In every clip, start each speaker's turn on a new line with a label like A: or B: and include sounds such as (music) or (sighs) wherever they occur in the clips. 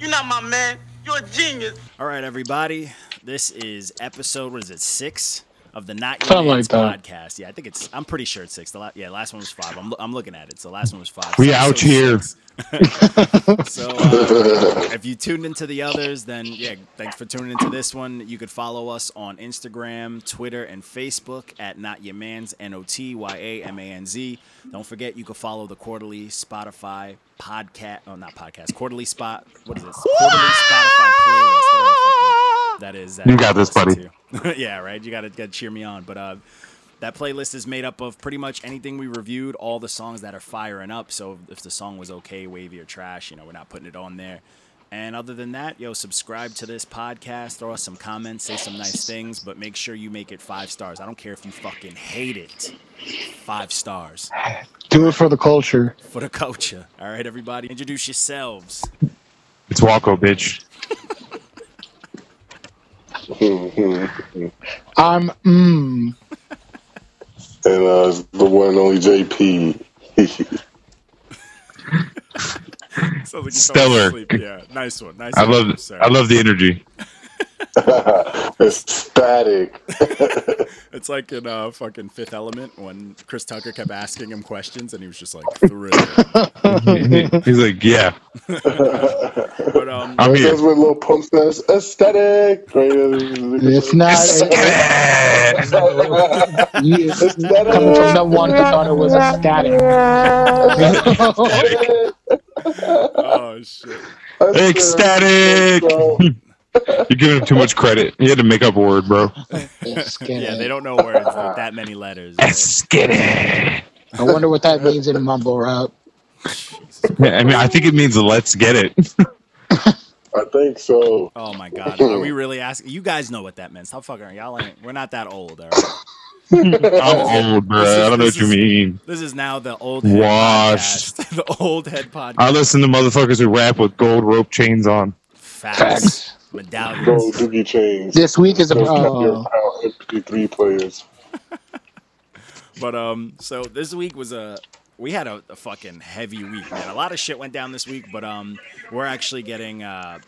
A: my man. You're a genius.
B: All right, everybody. This is episode. What is it? Six of the Not Your
C: Something like
B: Man's
C: that.
B: podcast. Yeah, I think it's. I'm pretty sure it's six. The la- yeah, last one was five. I'm, lo- I'm looking at it. So last one was five.
C: We
B: So
C: out
B: episode
C: here.
B: six. (laughs) so
C: (laughs)
B: uh, if you tuned into the others, then yeah, thanks for tuning into this one. You could follow us on Instagram, Twitter, and Facebook at Not Your Man's N O T Y A M A N Z. Don't forget, you can follow the quarterly Spotify podcast. Oh, not podcast. Quarterly spot. What is this? Quarterly Spotify playlist. whatever the fuck (laughs) That is. That
C: You got this,
B: listen
C: buddy.
B: to. (laughs) yeah, right. You got to cheer me on. But uh, that playlist is made up of pretty much anything we reviewed, all the songs that are firing up. So if the song was okay, wavy or trash, you know, we're not putting it on there. And other than that, yo, subscribe to this podcast, throw us some comments, say some nice things, but make sure you make it five stars. I don't care if you fucking hate it. Five stars
C: Do it for the culture.
B: for the culture. All right, everybody, introduce yourselves. (laughs)
C: It's Walko, bitch.
D: Hmm. and
C: I'm mm.
D: uh, it's the one and only (laughs) JP.
B: Sounds like you fell
E: Stellar.
B: asleep. Yeah, nice one. Nice
E: I
B: one,
E: love
B: sir.
E: I love the energy.
D: it's static.
B: It's like in uh, fucking Fifth Element when Chris Tucker kept asking him questions and he was just like thrilled.
E: He's like, yeah,
B: but
E: (laughs)
B: um,
E: I'm here.
D: That's what Lil Pump says. Aesthetic. Right?
C: It's not it's, it's
D: Aesthetic.
C: coming from the one who thought it was a (laughs) static.
B: oh shit,
E: (laughs)
D: (laughs)
E: Ecstatic.
D: Bro.
E: You're giving him too much credit. He had to make up a word, bro.
C: Skinny.
B: yeah, they don't know words like that many letters. bro.
E: Ecstatic.
C: I wonder what that means in mumble rap.
E: Yeah, I mean, I think it means let's get it.
D: I think so.
B: Oh my god, are we really asking? You guys know what that meant. Stop fucking. Y'all ain't. We're not that old. All right?
E: I'm old, bro. I don't know what you mean.
B: This is now the old head
E: Washed. Uh,
B: podcast. (laughs) the old head podcast.
E: I listen to motherfuckers who rap with gold rope chains on.
B: Facts.
C: Facts.
D: Bro,
B: Medallions.
D: Doogie Chains.
C: This week is a
D: Those
C: oh,
D: MP3 players.
B: But um, so this week was a we had a, a fucking heavy week, man. A lot of shit went down this week, but um, we're actually getting uh,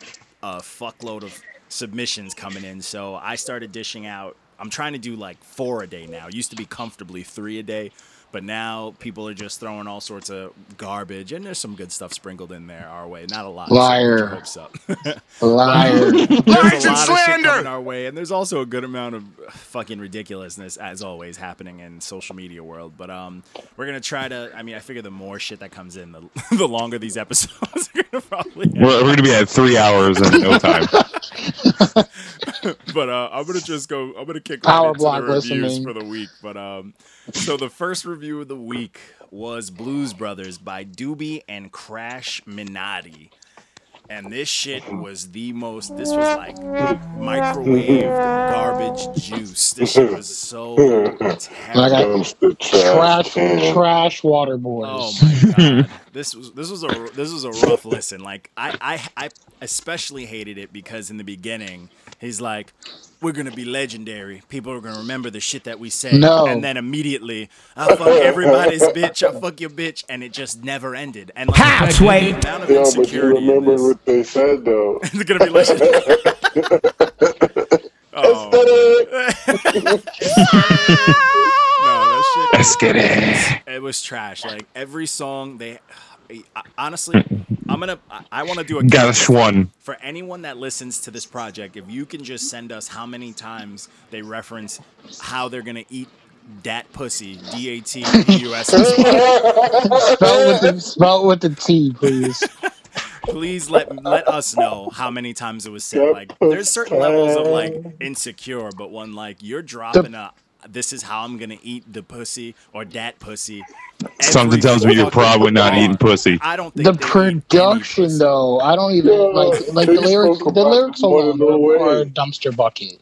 B: a fuckload of submissions coming in. So I started dishing out. I'm trying to do like four a day now. It used to be comfortably three a day, but now people are just throwing all sorts of garbage, and there's some good stuff sprinkled in there our way. Not a lot. so get your
C: Liar.
B: hopes up. (laughs)
C: liar.
B: There's a lot of shit coming our way, and there's also a good amount of fucking ridiculousness, as always, happening in social media world. But um, we're gonna try to. I mean, I figure the more shit that comes in, the, (laughs) the longer these episodes (laughs) are gonna probably.
E: We're, we're gonna be at three hours in no time.
B: But uh, I'm gonna just go. I'm gonna kick
C: Power
B: right into
C: block
B: the reviews
C: listening.
B: for the week. But um, so the first review of the week was Blues Brothers by Doobie and Crash Minati. And this shit was the most. This was like microwave garbage juice. This shit was so
C: Like
B: terrible.
C: I-
D: Dumpster
C: trash,
D: trash. can.
C: trash water boys.
B: Oh my god, this was this was a this was a rough listen. Like I, I I especially hated it because in the beginning he's like, "We're gonna be legendary. People are gonna remember the shit that we said."
C: No.
B: and then immediately, I fuck everybody's bitch. I fuck your bitch, and it just never ended. And like, halfway. The amount of
D: Yeah, but you
B: insecurity in
D: remember
B: this.
D: what they said, though.
B: It's gonna be legendary. oh, (laughs) no, that shit.
E: Let's get it.
B: it was trash. Like every song, they I- honestly, I'm gonna I, I want to do a
E: Got a
B: count
E: schwan.
B: for anyone that listens to this project. If you can just send us how many times they reference how they're gonna eat dat pussy, D A T U S S Y.
C: Spell with the spell with the T, please.
B: Please let let us know how many times it was said. Like there's certain levels of like insecure, but one like you're dropping a. This is how I'm gonna eat the pussy or dat pussy. every
E: Something tells me you're
B: fucking
E: probably not
B: bar.
E: eating pussy.
B: I don't think
C: The
B: they eat any
C: production
B: pussy.
C: though, I don't even
D: Yeah,
C: like like
D: they
C: the lyrics.
D: spoke
C: The
D: about
C: lyrics
D: it more
C: alone
D: than no
C: are
B: (laughs)
D: way.
C: a dumpster bucket.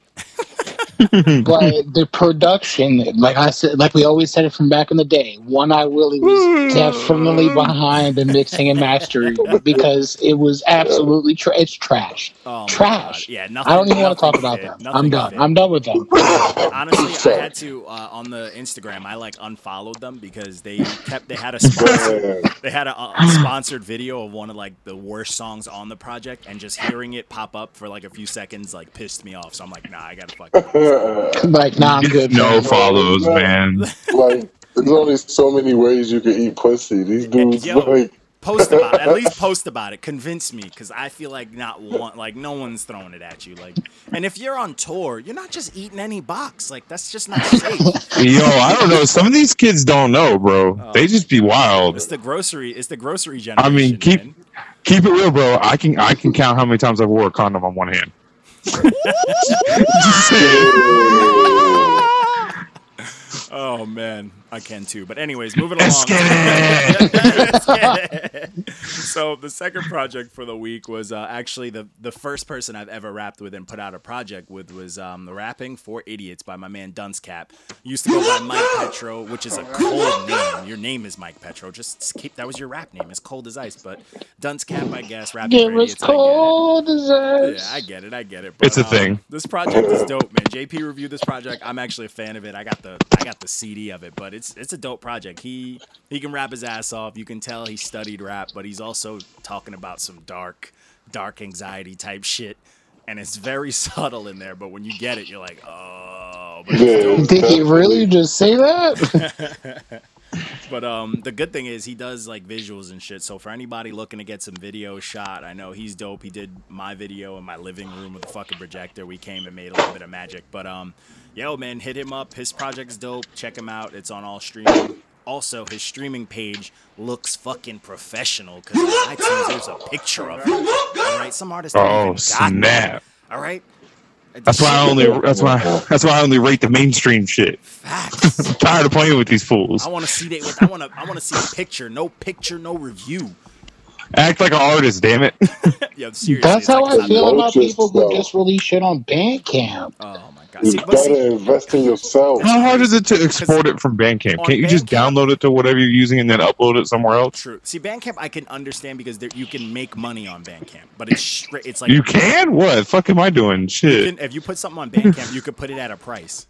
C: But the production, like I said, like we always said it from back in the day, One Eye Willie was definitely
B: Hmm.
C: behind the mixing and mastering because it was absolutely tra- it's trash.
B: Oh my
C: Trash.
B: God. Yeah, nothing.
C: I don't even want to
B: nothing
C: talk about
B: fit.
C: them.
B: Nothing
C: I'm done.
B: fit.
C: I'm done with them.
B: Honestly, I
D: Sorry.
B: had to uh, on the Instagram. I like unfollowed them because they kept they
C: (laughs)
B: had a sponsor, they had a, uh sponsored video of one of like the worst songs on the project, and just hearing it pop up for like a few seconds like pissed me off. So I'm like, nah, I gotta fucking.
D: (laughs)
C: Like, nah, I'm good.
E: no
C: man.
E: follows, man.
D: like, there's only so many ways you can eat pussy. These dudes,
B: Yo.
D: like,
B: Post about it. At least post about it. Convince me, because I feel like not one, like no one's throwing it at you. Like, and if you're on tour, you're not just eating any box. Like that's just not safe.
E: Yo, I don't know. Some of these kids don't know, bro.
B: Oh,
E: They just be wild.
B: It's the grocery. It's the grocery generation.
E: I mean, keep
B: man.
E: keep it real, bro. I can I can count how many times I've wore a condom on one hand. (laughs) Just saying.
B: Oh man, I can too. But anyways, moving along.
E: Let's get it.
B: Let's get it. so the second project for the week was uh, actually the the first person I've ever rapped with and put out a project with was um, the rapping for idiots by my man Dunscap. Used to go by Mike Petro, which is a cold name. Your name is Mike Petro. Just keep that was your rap name. It's cold as ice, but Dunscap, I guess, rapping
C: Give
B: for
C: us
B: idiots. I get it.
C: cold
B: Yeah, I get it. I get it.
E: It's a
B: um,
E: thing.
B: This project is dope, man. JP reviewed this project. I'm actually a fan of it. I got the I got the CD of it, but it's it's a dope project. He he can rap his ass off. You can tell he studied rap, but he's also talking about some dark dark anxiety type shit. And it's very (laughs) subtle in there, but when you get it, you're like, oh. But it's dope.
D: yeah,
C: Did he really just say that?
B: But um, the good thing is he does like visuals and shit. So for anybody looking to get some video shot, I know he's dope. He did my video in my living room with a fucking projector. We came and made a little bit of magic. But um, yo man, hit him up. His project's dope. Check him out. It's on all streaming. Also, his streaming page looks fucking professional because on iTunes there's a picture of him. All right, some artists. haven't even
E: Oh
B: gotten that,
E: snap!
B: All right.
E: That's why I only that's why that's why I only rate the mainstream shit.
B: Facts.
E: I'm tired of playing with these fools.
B: I want to see that. with- I want to. I want to see a picture. No picture. No review.
E: Act like an artist, damn it.
B: Yo, seriously.
C: That's
B: it's
C: how
B: like-
C: I feel
D: not
C: about
D: just
C: people who
D: so.
C: just release shit on Bandcamp.
B: Oh my god.
D: you
B: See, but
D: gotta
B: see,
D: invest in yourself.
E: How hard is it to export it from Bandcamp?
B: On
E: Can't you just
B: Bandcamp-
E: download it to whatever you're using and then upload it somewhere else?
B: true. See, Bandcamp, I can understand because there, you can make money on Bandcamp, but it's straight. It's like
E: You can? What? the fuck am I doing?
B: you
E: Shit.
B: can- if you put something on Bandcamp, you could put it at a price.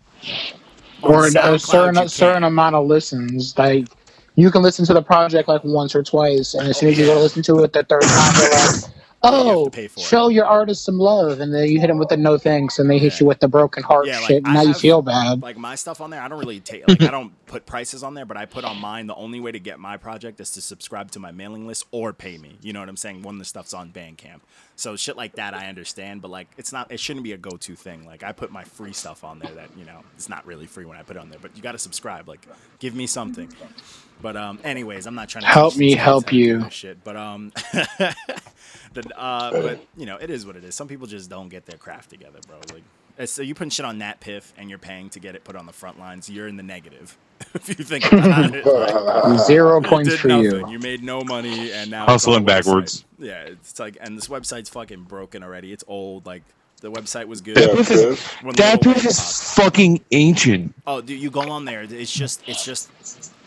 B: On
C: or a
B: SoundCloud, you
C: certain certain
B: can't.
C: amount of listens. Like you can listen to the project like once or twice, and as soon as you go to listen to it the third time, they're
B: You
C: like,
B: have to
C: "Oh,
B: pay for it."
C: show your artist some love," and then you hit them with the no thanks, and they hit
B: Yeah.
C: you with the broken heart
B: Yeah, like,
C: shit.
B: I
C: and now you
B: have-
C: feel bad.
B: Like my stuff on there, I don't really take. (laughs) Like I don't put prices on there, but I put on mine. The only way to get my project is to subscribe to my mailing list or pay me. You know what I'm saying? When the stuff's on Bandcamp, so shit like that I understand, but like it's not. It shouldn't be a go-to thing. Like I put my free stuff on there that you know it's not really free when I put it on there, but you got to subscribe. Like give me something. But um, anyways, I'm not trying to
C: Help
B: teach
C: me
B: these kids
C: help
B: how to do
C: you.
B: this Shit, but um, (laughs) the, uh, but you know, it is what it is. Some people just don't get their craft together, bro. Like, uh, so you putting shit on that piff, and you're paying to get it put on the front lines. You're in the negative (laughs) if you think
C: (laughs)
B: about it. Like,
C: Zero
B: you
C: points
B: uh, did
C: for
B: nothing.
C: you.
B: You made no money, and now
E: Hustling
B: it's on a website.
E: backwards.
B: Yeah, it's like, and this website's fucking broken already. It's old. Like the website was good.
E: That booth is,
B: when the
E: that
B: old
E: booth
B: website-
E: is fucking ancient.
B: Oh, dude, you go on there. It's just, it's just.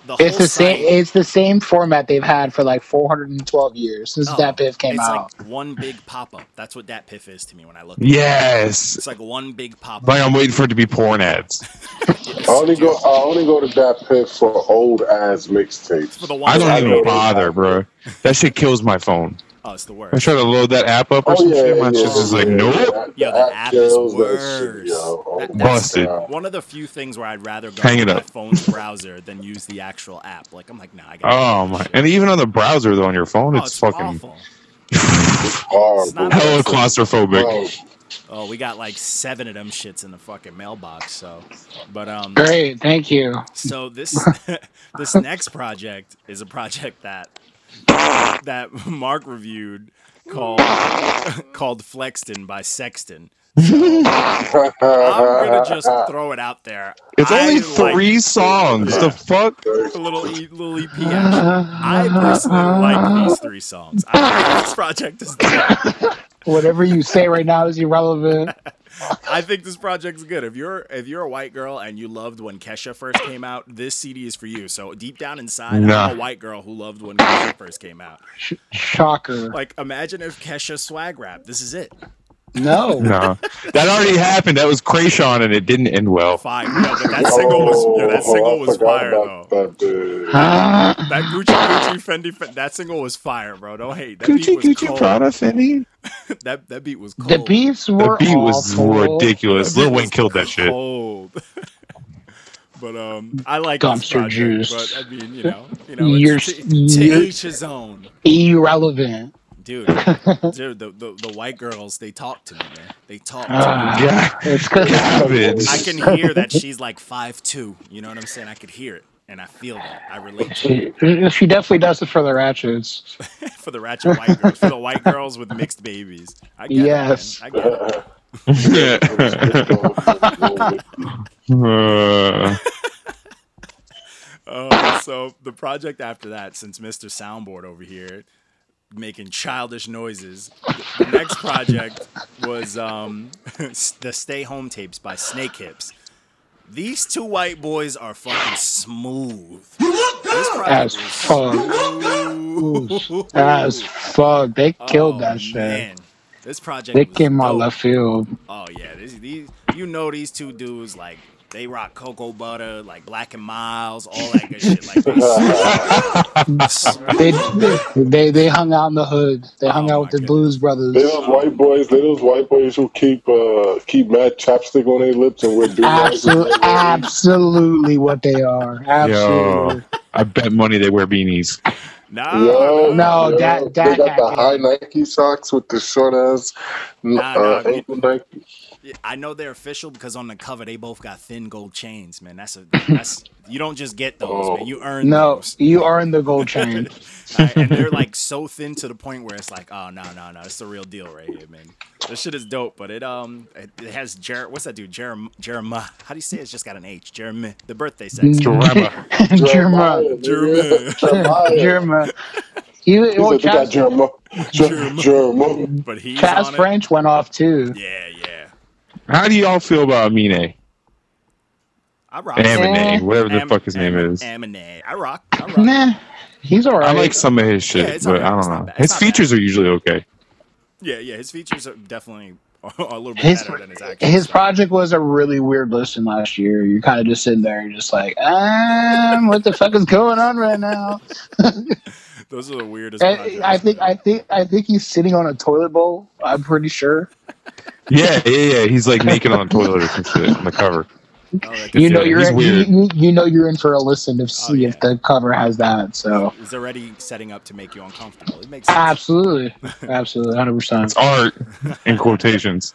B: The
C: It's
B: whole
C: the
B: site-
C: same. It's the same format they've had for like 412 years since
B: Oh,
C: that piff came
B: it's
C: out.
B: like one big pop up. That's what that piff is to me when I look. at it.
E: Yes.
B: It's like one big pop
E: Like
B: up.
E: I'm waiting for it to be porn ads.
D: I only go. I only go to that pit for old ass
B: For
D: mixtapes.
B: the ones
E: I
B: that
E: don't
D: know.
E: even bother, bro. That shit kills my phone.
B: Oh, it's the
E: I
B: worst.
E: try to load that app up or
D: Oh
E: some
D: yeah,
E: shit. My
D: yeah,
E: shit's just like,
D: yeah.
E: nope.
B: Yo, the app is
D: kills that
B: worse.
D: shit, yo. Oh,
B: That-
D: my
E: Busted.
D: God.
B: One of the few things where I'd rather go
E: Hang
B: on
E: it
B: my
E: up.
B: phone's browser than use the actual app. Like I'm like, nah, I got.
E: Oh my! And even on the browser though, on your phone,
B: oh,
E: it's, fucking
B: awful.
D: Horrible.
B: It's not
E: hella
B: awful.
E: claustrophobic.
D: (laughs)
B: Oh, we got like seven of them shits in the fucking mailbox. So, but um,
C: Great, thank you.
B: So
E: (laughs)
B: this (laughs) this next project is a project that that Mark reviewed called (laughs) called Flexton by Sexton. I'm gonna
D: (laughs)
B: just throw it out there.
E: It's
B: I
E: only
B: like
E: three songs.
D: Yeah.
E: The fuck?
B: a little e- little EP. action. I personally like these three songs. I think this project is dope.
C: Whatever you say right now is irrelevant.
B: I think this project's good. If you're if you're a white girl and you loved when Kesha first came out, this CD is for you. So deep down inside,
E: Nah.
B: I'm a white girl who loved when Kesha first came out.
C: Sh- shocker.
B: Like imagine if Kesha swag rap. This is it.
C: No.
E: No, that already happened. That was Krayshawn, and it didn't end well.
B: Fine. No, but that single was yeah,
D: Oh,
B: that single was fire though.
D: That, dude.
C: (laughs) Huh?
B: That Gucci Gucci Fendi Fen- that single was fire, bro. Don't hate that beat was cold.
E: Fendi.
B: (laughs) That that beat was cold.
C: The beefs
E: The
C: were
E: beat was
C: awful.
E: ridiculous. Lil Wayne killed that shit.
B: Cold. (laughs) but um, I like this
C: Dumpster
B: project,
C: juice.
B: But I mean, you know, you know,
C: You're-
B: it's, to, to
C: you're-
B: each his own,
C: Irrelevant. (laughs)
B: dude. dude, the, the the white girls they talk to me, man. They talk. to
C: Ah.
B: me.
E: Yeah, (laughs)
C: It's because
E: garbage.
B: I can hear that she's like five two. You know what I'm saying? I could hear it, and I feel that. I relate to
C: she, she definitely does it for the ratchets.
B: it for the ratchet white girls, for the white girls with mixed babies. I get
C: Yes.
B: it. Man. I get it.
E: (laughs) Uh,
B: Uh, so the project after that, since Mr. Soundboard over here making childish noises, the next project was um, (laughs) the Stay Home tapes by Snake Hips. These two white boys are fucking smooth. This
C: As
B: project was (laughs)
C: fuck.
B: smooth.
C: As fuck. They killed
B: Oh,
C: that shit.
B: man. This project
C: They
B: was
C: came out
B: dope.
C: left field.
B: Oh yeah, these these you know these two dudes like they rock cocoa butter, like Black and Miles, all that good shit. Like they
C: (laughs) They, they they they hung out in the hood. They hung
B: Oh,
C: out with
B: my
C: the Blues Brothers.
D: They those white boys. They those white boys who keep uh, keep mad chapstick on their lips and wear do
C: Absolutely, absolutely what they are. Absolutely.
E: yo, I bet money they wear beanies.
B: Nah,
D: Yo,
C: No,
D: yo,
C: that-
D: they
C: that
D: got the
C: happened.
D: high Nike socks with the short ass
B: Nah,
D: uh,
B: nah,
C: (laughs)
D: ankle Nike.
B: I know they're official because on the cover they both got thin gold chains, man. That's a that's you don't just get those, man. You earn
C: Oh. (laughs) No,
B: those.
C: you are in the gold
D: (laughs)
C: chain.
B: Uh, and they're like so thin to the point where it's like, oh no, no, no, it's the real deal right here, man. This shit is dope, but it um it, it has Jer what's that dude? Jerem Jeremiah. How do you say it? it's just got an H? Jeremy the birthday sex.
C: Mm.
E: Drama.
C: Jeremiah.
D: Jeremiah.
B: Jeremiah.
C: (laughs)
D: (laughs)
C: Jeremiah.
D: Jeremiah.
C: You,
D: He
C: well,
D: said, "You got
C: Chaz, (laughs)
D: Jeremiah.
B: Jeremiah.
D: Jer- Jeremiah.
B: But he's
C: Chaz
B: on it.
C: French went off too.
B: Yeah, yeah.
E: (laughs) How do y'all feel about Amine?
B: I rock.
E: Amine, whatever the
B: Am-
E: fuck his name
B: Am-
E: is.
B: Aminé. I rock. I rock.
C: Nah, he's alright.
E: I like some of his
B: Yeah,
E: shit,
B: it's
E: but
B: alright.
E: I
B: It's
E: don't
B: not
E: know.
B: bad. It's
E: His
B: not bad.
E: features are
B: (laughs)
E: usually okay.
B: Yeah, yeah. His features are definitely (laughs) a little bit
C: his
B: better than his actual
C: his
B: stuff.
C: project was a really weird listen last year. You're kind of just sitting there, you're just like, um, what the fuck is going on
B: (laughs)
C: right now?
B: Those are the weirdest.
C: I,
B: projects,
C: Eh, I think
B: man.
C: I think I think he's sitting on a toilet bowl. I'm pretty sure.
E: Yeah, yeah, yeah. He's like naked on the toilet or some shit on the cover.
B: Oh, that
C: You
B: gets
C: know
E: Yeah,
C: you're
E: he's
C: you,
E: weird.
C: you, you know you're in for a listen if
B: Oh,
C: see if
B: yeah.
C: the cover has that.
B: (laughs)
C: So
B: is already setting up to make you uncomfortable. It makes sense.
C: absolutely, absolutely, hundred percent.
E: It's art in quotations.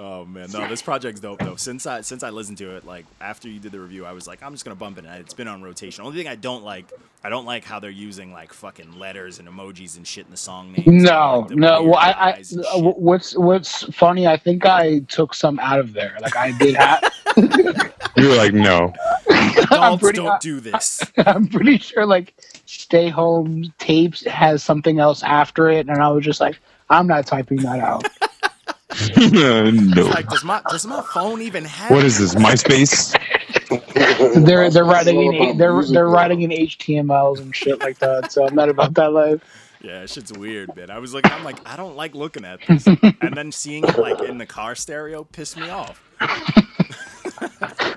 B: Oh man, no, this project's dope though. Since I since I listened to it, like after you did the review, I was like, I'm just gonna bump it. And it's been on rotation. Only thing I don't like, I don't like how they're using like fucking letters and emojis and shit in the song names.
C: No,
B: Like, the
C: no.
B: weird
C: Well, I, I
B: eyes and shit.
C: what's what's funny. I think I took some out of there. Like I did. Ha- (laughs)
E: You're like, no.
C: (laughs)
E: (laughs)
C: I'm
B: adults
C: pretty.
B: don't do
C: (laughs)
B: this.
C: I'm pretty sure like Stay Home tapes has something else after it, and I was just like, I'm not typing that
D: (laughs)
C: out.
E: no.
B: It's like, does my does my phone even have?
E: What is this? MySpace?
C: (laughs)
B: (laughs)
C: they're they're writing
D: It's all about
C: in they're
D: music,
C: they're
D: bro.
C: writing in HTMLs and shit like that. So I'm not about that life.
B: Yeah, that shit's weird, man. I was like, I'm like, I don't like looking at
C: (laughs)
B: this, and then seeing it like in the car stereo pissed me off.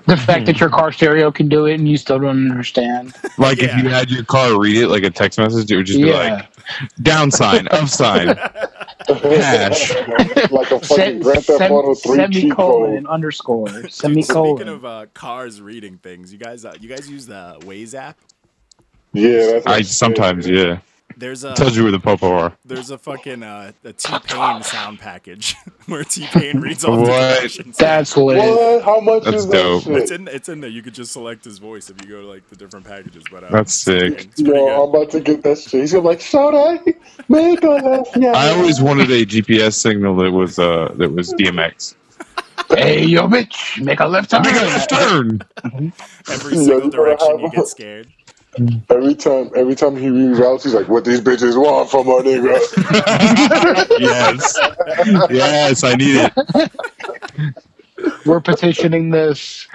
C: The fact that your car stereo can do it and you still don't understand.
E: Like
B: Yeah.
E: if you had your car read it like a text message, it would just be like
C: Yeah,
E: down sign,
B: (laughs)
E: up sign. Hash.
D: (laughs)
C: (laughs)
D: like a fucking
C: Se-
D: Grand Theft Auto
C: sem-
D: 3 cheat
C: semicolon
D: code.
C: underscore
B: Dude, speaking
C: semicolon.
B: of uh, cars reading things, you guys, uh, you guys use the Waze app.
D: Yeah, that's what
E: I
D: I'm
E: sometimes,
D: saying.
E: yeah.
B: There's a
E: Tells you where the popo are.
B: there's a fucking uh, a T Pain sound package (laughs) where T Pain reads all the
E: What?
B: directions.
C: That's lit.
D: What? How much
E: That's
D: is that
E: dope.
D: shit?
B: It's in it's in there. You could just select his voice if you go to like the different packages. But uh,
E: That's sick.
B: It's pretty
D: Yo,
B: good.
D: I'm about to get that shit. He's gonna be like, should I make a left yeah.
E: I always wanted a GPS signal that was uh that was DMX.
C: Hey, yo, bitch, make a left turn.
E: (laughs) Make a left turn.
B: Every single
D: you gotta
B: direction
D: have
B: you
D: a-
B: get scared.
D: Every time, every time he reroutes, he's like, "What these bitches want from our nigga?"
C: (laughs)
E: yes. Yes, I need it.
C: (laughs) We're petitioning this.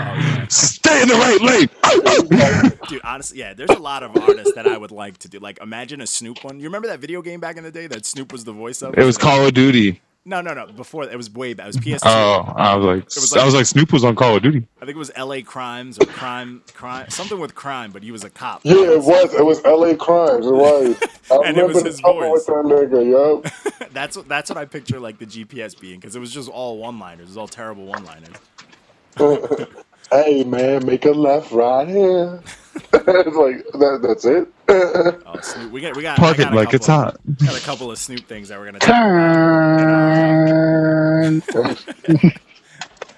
E: Stay in the right lane.
B: Dude, honestly, yeah, there's a lot of artists that I would like to do. Like, imagine a Snoop one. You remember that video game back in the day that Snoop was the voice of?
E: it was Call of Duty.
B: No, no, no. Before it was way back. It was PS2.
E: Oh, I was like, I was like, Snoop was on Call of Duty.
B: I think it was L.A. Crimes or Crime, Crime, something with crime, but he was a cop.
D: Yeah, it was. It was L.A. crimes. It was. I
B: (laughs) And it was
D: remember the
B: his
D: trouble
B: voice.
D: with that nigga. Yup.
B: (laughs) That's what that's what I picture like the GPS being because it was just all one liners. It was all terrible one liners.
D: Hey man, make a left right here. (laughs) it's like that. That's it.
B: Oh, Snoop, we got we got I
E: Park
B: got
E: it
B: a
E: like it's
B: couple of-
E: hot.
B: Got a couple of Snoop things that we're gonna talk
C: Turn.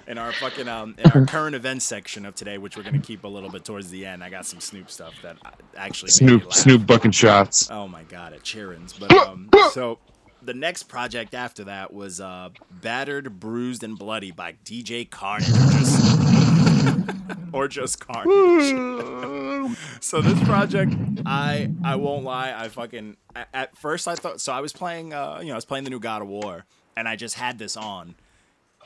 B: in our fucking um in our current events section of today, which we're gonna keep a little bit towards the end. I got some Snoop stuff that I- actually made me
E: Snoop,
B: laugh.
E: Snoop bucking shots.
B: Oh my god, at Chirin's. But um, so the next project after that was uh, "Battered, Bruised, and Bloody" by DJ Carnage, or just (laughs) Carnage. (laughs) so this project, I I won't lie, I fucking a- at first I thought so. I was playing, uh, you know, I was playing the new God of War, and I just had this on.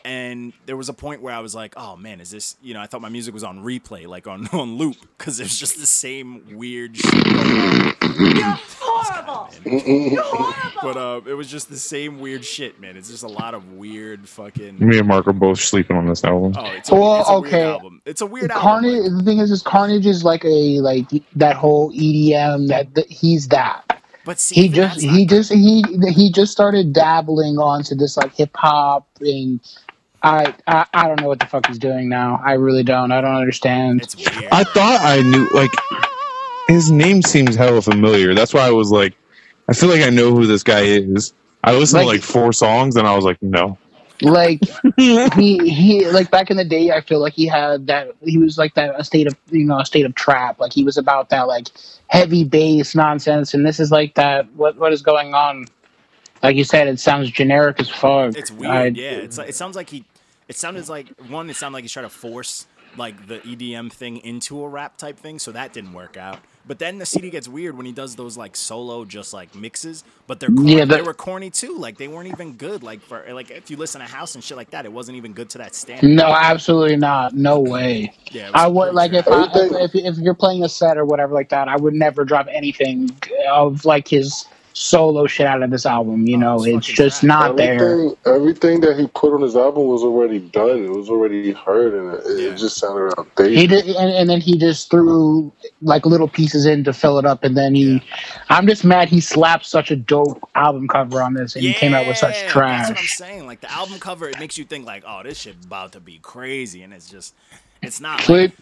B: And there was a point where I was like, "Oh man, is this?" You know, I thought my music was on replay, like on (laughs) on loop, because it's just the same weird shit
F: You're horrible. You're horrible.
B: But uh, it was just the same weird shit, man. It's just a lot of weird fucking.
E: Me and Mark are both sleeping on this album.
B: Oh, it's a,
C: Well,
B: it's a
C: okay.
B: weird album. It's a weird
C: Carnage.
B: album.
C: the thing is, is Carnage is like a like that whole EDM that, that he's that.
B: like- but see,
C: he
B: even
C: just
B: that's not
C: he just he he just started dabbling onto this like hip hop and I, I I don't know what the fuck he's doing now. I really don't. I don't
B: good.
C: understand.
B: It's weird.
E: I thought I knew, like, his name seems hella familiar. That's why I was like, I feel like I know who this guy is. I listened to
C: Like-
E: like four songs and I was like, (laughs) no.
C: Like he he like back in the day, I feel like he had that he was like that a state of you know a state of trap. Like he was about that like heavy bass nonsense, and this is like that. What what is going on? Like you said, it sounds generic as fuck.
B: It's weird.
C: I-
B: yeah, it's like, it sounds like he. It sounded like one. It sounded like he's trying to force like the EDM thing into a rap type thing, so that didn't work out. But then the CD gets weird when he does those like solo, just like mixes. But they're corny.
C: Yeah, that-
B: they were corny too. Like they weren't even good. Like for like if you listen to house and shit like that, it wasn't even good to that standard.
C: No, absolutely not. No way.
B: Yeah, it was
C: I would
B: pretty
C: like
B: trash.
C: if, I, if if if you're playing a set or whatever like that. I would never drop anything of like his solo shit out of this album. You
B: Oh,
C: know,
B: it's
C: it's
B: fucking
C: just
B: trash.
C: (laughs) not there.
D: everything, everything that he put on his album was already done. It was already heard, and it,
B: Yeah.
D: it just
C: He
D: sounded outdated.
C: did, and, and then he just threw like little pieces in to fill it up, and then he.
B: Yeah.
C: I'm just mad he slapped such a dope album cover on this, and he came out with such
B: Yeah, That's what I'm
C: trash.
B: saying. Like the album cover, it makes you think like, oh, this shit about to be crazy, and it's just, it's not. Like,
C: Clip.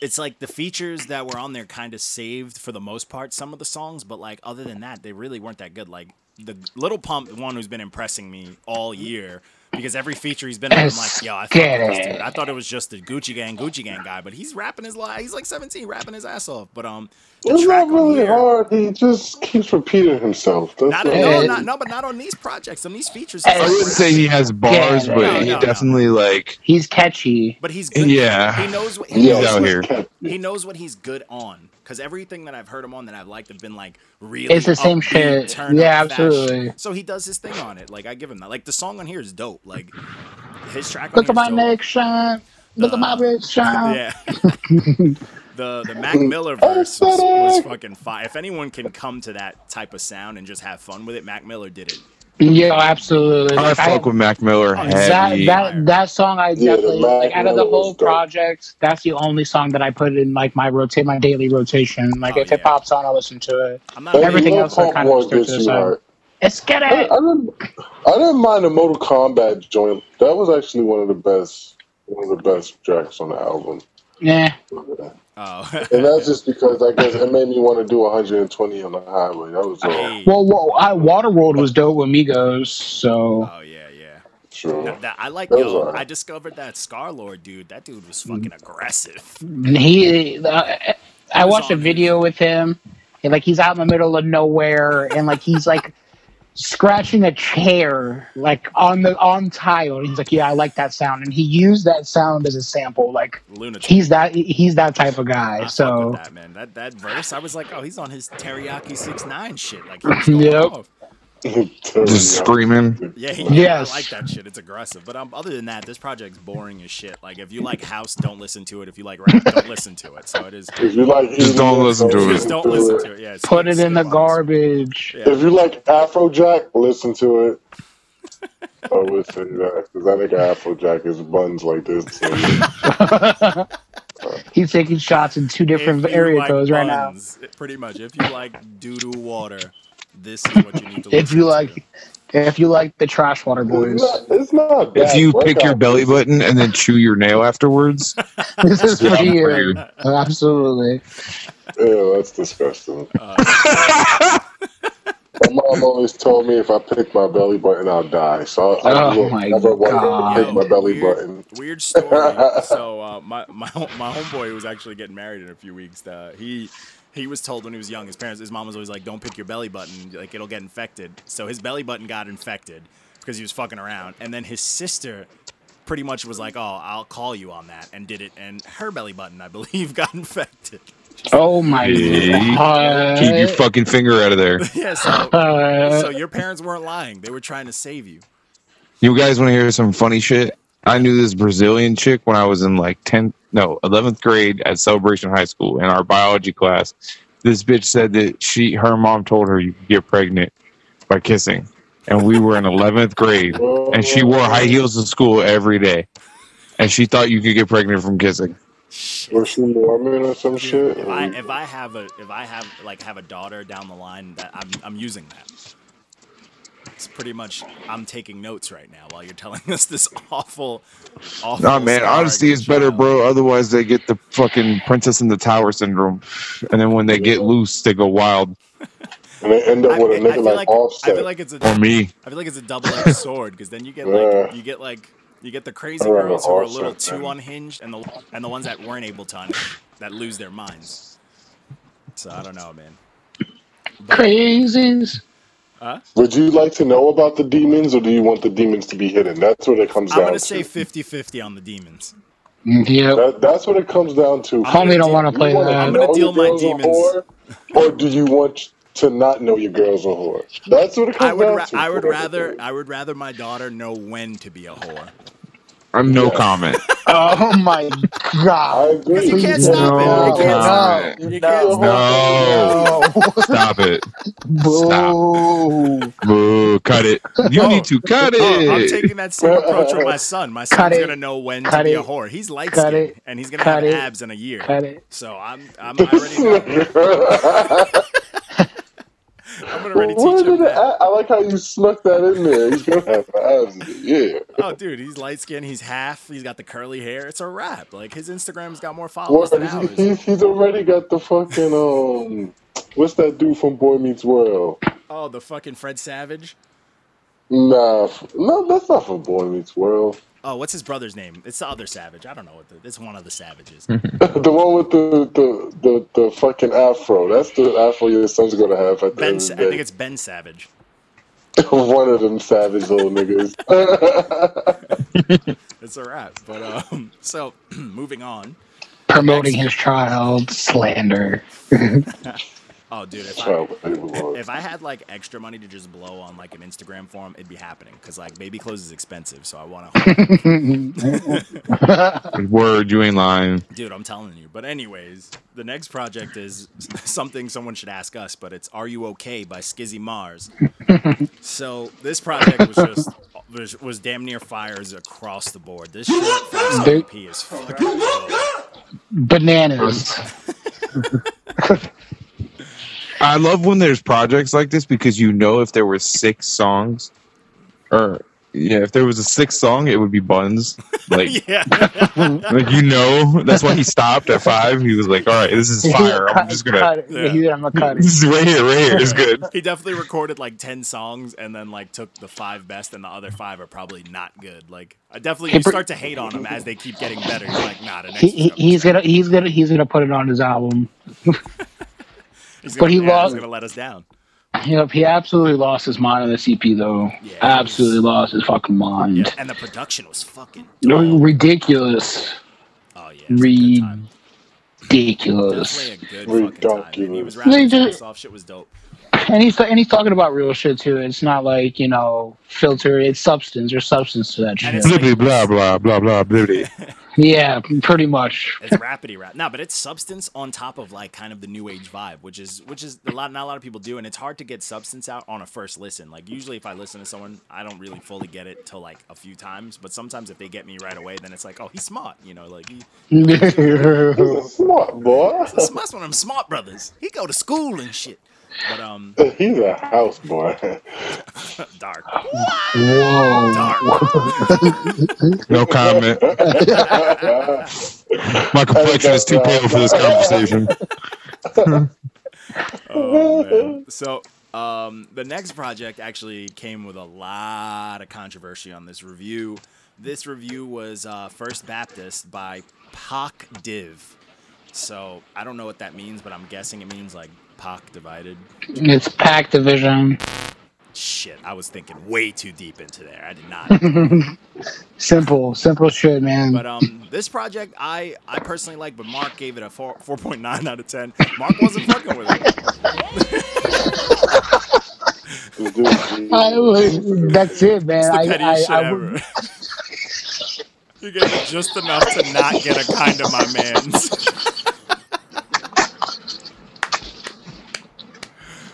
B: it's like the features that were on there kind of saved for the most part some of the songs, but like other than that, they really weren't that good. Like the Little Pump, one who's been impressing me all year. Because every feature he's been on, I'm like, yo, I fuck
C: Get
B: with this
C: it.
B: dude. I thought it was just the Gucci Gang, Gucci Gang guy, but he's rapping his li He's like 17, rapping his ass off. But um, the
D: It's
B: track
D: not
B: on
D: really
B: here-
D: hard. He just keeps repeating himself. That's
B: Not
D: all.
B: on- no,
C: Yeah.
B: not, no, but not on these projects, on these features. he's
C: I
E: I
B: like
E: wouldn't say
B: rapping.
E: he has bars,
C: Yeah.
E: but
B: No,
E: he
B: no, no.
E: definitely, like,
C: He's catchy.
B: But he's good.
E: Yeah.
B: He knows what he
D: Yeah,
E: He's
B: knows
E: out
B: what-
E: here.
B: He knows what he's good on. Because everything that I've heard him on that I've liked have been like really
C: It's the same
B: upbeat,
C: shit.
B: turn up
C: Yeah,
B: fashion.
C: absolutely.
B: So he does his thing on it. Like I give him that. Like the song on here is dope. Like his track on
C: Look
B: here
C: at
B: is
C: my
B: dope.
C: neck shine. Look at my
B: Uh,
C: wrist shine.
B: Yeah.
C: (laughs)
B: the the Mac Miller
C: Oh,
B: verse was, was fucking fire. If anyone can come to that type of sound and just have fun with it, Mac Miller did it.
C: Yeah, absolutely.
E: I
C: Like, I-
E: fuck with Mac Miller
C: that,
E: heavy.
C: that that song I
D: Yeah, the
C: definitely
D: Mad
C: like out of the
D: Miller
C: whole
D: was dope.
C: project. That's the only song that I put in like my rotate my daily rotation. Like
B: Oh,
C: if it
B: yeah.
C: pops on, I listen to it.
B: I'm not
D: Hey,
B: a big-
C: Everything
D: Lil
C: else I
D: Pump
C: kinda
D: was
C: skipped
D: good
C: to the
D: to
C: side.
D: heart.
C: Let's get
D: I, I,
C: it.
D: didn't, I didn't mind the Mortal Kombat joint. That was actually one of the best, one of the best tracks on the album.
C: Yeah,
B: Oh. (laughs)
D: And that's just because I guess it made me want to do 120 on the highway. That was all.
B: Hey.
C: well, well, I, Waterworld was dope with Migos, so
B: oh yeah, yeah.
D: True. (laughs)
B: That, that- I like
D: Those
B: yo.
D: are-
B: I discovered that Scar Lord dude. That dude was
C: Mm-hmm.
B: fucking aggressive. (laughs)
C: he. Uh, I
B: was
C: watched a
B: on
C: video with him. And, like he's out in the middle of nowhere, and like he's like scratching a chair like on the on tile. He's like, yeah, I like that sound, and he used that sound as a sample. Like
B: Lunatic.
C: he's that he's that type of guy.
B: I fuck with
C: so
B: that man, that that verse, I was like, oh, he's on his teriyaki six nine shit. Like, he
C: (laughs)
B: was
C: Yep.
B: going off.
E: Just screaming.
B: yeah, he,
C: Yes.
B: I like that shit. It's aggressive. But um, other than that, this project's boring as shit. Like, if you like house, don't listen to it. If you like rap, don't listen to it. So it is.
D: If you like,
E: Just don't listen to it.
B: Just don't listen to it. Yeah, skip-
C: put it
B: skip
C: in the
B: on.
C: garbage.
B: Yeah.
D: If you like Afrojack, listen to it. I would say that because I think Afrojack is buns like this. So
C: He's taking shots in two different
B: If you
C: area
B: like
C: codes right now.
B: buns, Pretty much. If you like doo doo water, this is what you need to.
C: If
B: listen
C: you
B: to.
C: like, if you like the Trash Water Boys,
D: (laughs) it's not. It's not
E: If
D: bad
E: you pick your
D: workout.
E: belly button and then chew your nail afterwards,
C: this is for
E: Yeah,
C: you.
E: weird.
C: Absolutely.
D: Ew, that's disgusting.
B: (laughs) Uh,
D: My mom always told me if I pick my belly button, I'll die. So I, I
C: Oh
D: will
C: my
D: never
C: God.
D: want to pick my
B: yo,
D: belly
B: weird-
D: button.
B: Weird story.
D: (laughs)
B: so uh, my my my homeboy was actually getting married in a few weeks. Uh, he he was told when he was young, his parents, his mom was always like, "Don't pick your belly button, like it'll get infected." So his belly button got infected because he was fucking around, and then his sister. Pretty much was like, oh, I'll call you on that, and did it, and her belly button, I believe, (laughs) got infected.
C: Oh my
E: Hey,
C: god.
E: keep your fucking finger out of there.
B: yeah, so
C: Uh,
B: so your parents weren't lying; they were trying to save you.
E: You guys want to hear some funny shit? I knew this Brazilian chick when I was in like 10th, no, 11th grade at Celebration High School in our biology class. This bitch said that she, her mom told her you could get pregnant by kissing. And we were in 11th grade. And she wore high heels to school every day. And she thought you could get pregnant from kissing.
B: Shit.
D: Was she Mormon or some shit?
B: If I if I have a if I have like have a daughter down the line that I'm I'm using that. It's pretty much I'm taking notes right now while you're telling (laughs) us this awful awful
E: Nah, man,
B: scar
E: honesty is
B: against your
E: better,
B: child.
E: bro. Otherwise, they get the fucking princess in the tower syndrome. And then when they get loose, they go wild.
D: and they end up
B: I,
D: with a
B: I
D: nigga
B: feel
D: like,
B: like I
D: Offset.
B: feel like it's a
E: Or me.
B: I feel like it's a double
E: (laughs)
B: edged sword because then you get like
D: Yeah.
B: you get like you get the crazy
D: I don't
B: girls
D: know,
B: who are a
D: Offset,
B: little too
D: man.
B: unhinged and the and the ones that weren't able to unhinge that lose their minds. So I don't know, man.
C: crazies.
D: Would you like to know about the demons, or do you want the demons to be hidden? That's what it comes
B: I'm
D: down
B: gonna
D: to.
B: say 50-50 on the demons.
C: Yep.
D: That, that's what it comes down to.
B: I'm gonna
C: Homie don't
B: do-
C: want to
D: Do you
C: play
D: want
B: I'm
D: to
B: gonna
C: that.
D: know
B: deal
D: your
B: my
D: girl's a
B: demons.
D: whore, or do you want to not know your girl's a whore? That's what it comes
B: I would
D: down
B: ra-
D: to.
B: I would
D: for
B: rather uh,
D: everything.
B: I would rather my daughter know when to be a whore
E: I'm no
D: Yeah.
E: comment.
C: Oh my
D: I
C: god.
D: agree.
B: because you can't
C: Please,
B: stop it.
E: no
B: You
C: no,
B: can't stop.
C: no,
E: comment.
D: You
B: You
D: be a
B: can't
D: whore
B: stop.
E: No.
C: no.
E: Stop it. Stop.
C: Boo.
E: Boo. Cut it. You need to cut it.
B: Oh, I'm taking that same approach with my son. My
C: Cut
B: son's
C: it.
B: gonna know when to
C: Cut
B: be a
C: it.
B: whore. He's light
C: Cut
B: skinned
C: it.
B: and he's gonna
C: Cut
B: have
C: it.
B: abs in a year.
C: Cut it.
B: So I'm I'm
D: (laughs)
B: I already know. I'm gonna already teach
D: Where
B: him
D: did it,
B: that.
D: I, I like how you snuck that in there. He's gonna have abs. Yeah.
B: Oh, dude, he's light skinned. He's half. He's got the curly hair. It's a wrap. Like his Instagram's got more
D: Well,
B: followers than
D: he,
B: ours.
D: he's, he's already got the fucking um. What's that dude from Boy Meets World?
B: Oh, the fucking Fred Savage.
D: Nah, f- no, that's not from Boy Meets World. (laughs)
B: Oh, what's his brother's name? It's the other Savage. I don't know what the, it's one of the Savages.
D: The one with the the, the, the fucking afro. That's the afro your son's gonna have at the
B: Ben,
D: end
B: Sa-
D: of
B: I
D: the
B: think
D: day.
B: it's Ben Savage.
D: (laughs) one of them savage
B: (laughs)
D: little niggas.
B: It's a wrap. But um, (clears throat) so moving on.
C: Promoting his child slander.
B: Oh, dude, if I,
D: Child labor laws.
B: if I had like extra money to just blow on like an Instagram form, it'd be happening because like baby clothes is expensive. So I want to.
E: Word, you ain't lying.
B: dude, I'm telling you. But anyways, the next project is (laughs) something someone should ask us. But it's "Are You Okay" by Skizzy Mars. so this project was just was, was damn near fires across the board. This short
C: Dude.
B: EP is fucking. dope.
C: Bananas.
E: I love when there's projects like this because you know if there were six songs, or yeah, if there was a sixth song, it would
B: (laughs)
E: be Buns. Like,
B: (laughs) yeah.
E: like you know, that's why he stopped at five. He was like, "All right, this is fire. I'm just
C: Cut
E: gonna.
C: it.
B: Yeah.
C: He said, I'm gonna cut it.
E: This is right here, right here. It's
B: (laughs)
E: good."
B: He definitely recorded like 10 songs and then like took the five best and the other five are probably not good. Like I definitely
C: He
B: you
C: pr-
B: start to hate on them as they keep getting better. You're like, nah, the next
C: He,
B: one's gonna
C: he,
B: be
C: he's
B: better.
C: gonna he's gonna he's gonna put it on his album.
B: he's
C: but
B: gonna,
C: he
B: yeah, he's
C: lo-
B: gonna let us down.
C: Yep, he absolutely lost his mind on this EP though.
B: Yeah.
C: absolutely lost his fucking mind.
B: And the production was fucking.
C: No, Ridiculous.
B: Oh yeah. it's a good time.
C: Ridiculous.
B: Definitely a good
D: Really
B: fucking time.
D: donkey
B: And he was
D: moves.
B: rapping
C: They
B: his
C: just-
B: ass off. Shit was dope.
C: And he's and he's talking about real shit too. It's not like, you know, filter it's substance or substance to that
B: And
C: shit.
B: it's-
E: Blibbly blah blah blah blah blibbly.
C: Yeah, pretty much.
B: It's rapidy rap. No, but it's substance on top of like kind of the new age vibe, which is which is a lot not a lot of people do, and it's hard to get substance out on a first listen. Like usually if I listen to someone, I don't really fully get it till like a few times. But sometimes if they get me right away, then it's like, oh he's smart, you know, like he
D: He's a smart
B: (laughs)
D: boy.
B: that's that's one of them smart brothers. He go to school and shit. But um
D: He's a house boy. (laughs)
B: dark.
C: Whoa.
B: (laughs)
E: No comment. My complexion is too pale
B: (laughs)
E: for this conversation.
B: Oh, man. So um, the next project actually came with a lot of controversy on this review. This review was uh, First Baptist by Pac Div. So I don't know what that means, but I'm guessing it means like Pac divided.
C: It's Pack Division.
B: Shit, I was thinking way too deep into there. I did not.
C: Simple, simple shit, man.
B: But um, this project I I personally like, but Mark gave it a four four point nine out of ten. Mark wasn't fucking with it. (laughs)
C: I was, that's it, man.
B: uh, It's the
C: I, I,
B: pettiest
C: I
B: shit
C: would-
B: ever.
C: (laughs)
B: you gave it just enough to not get a kind of my man's.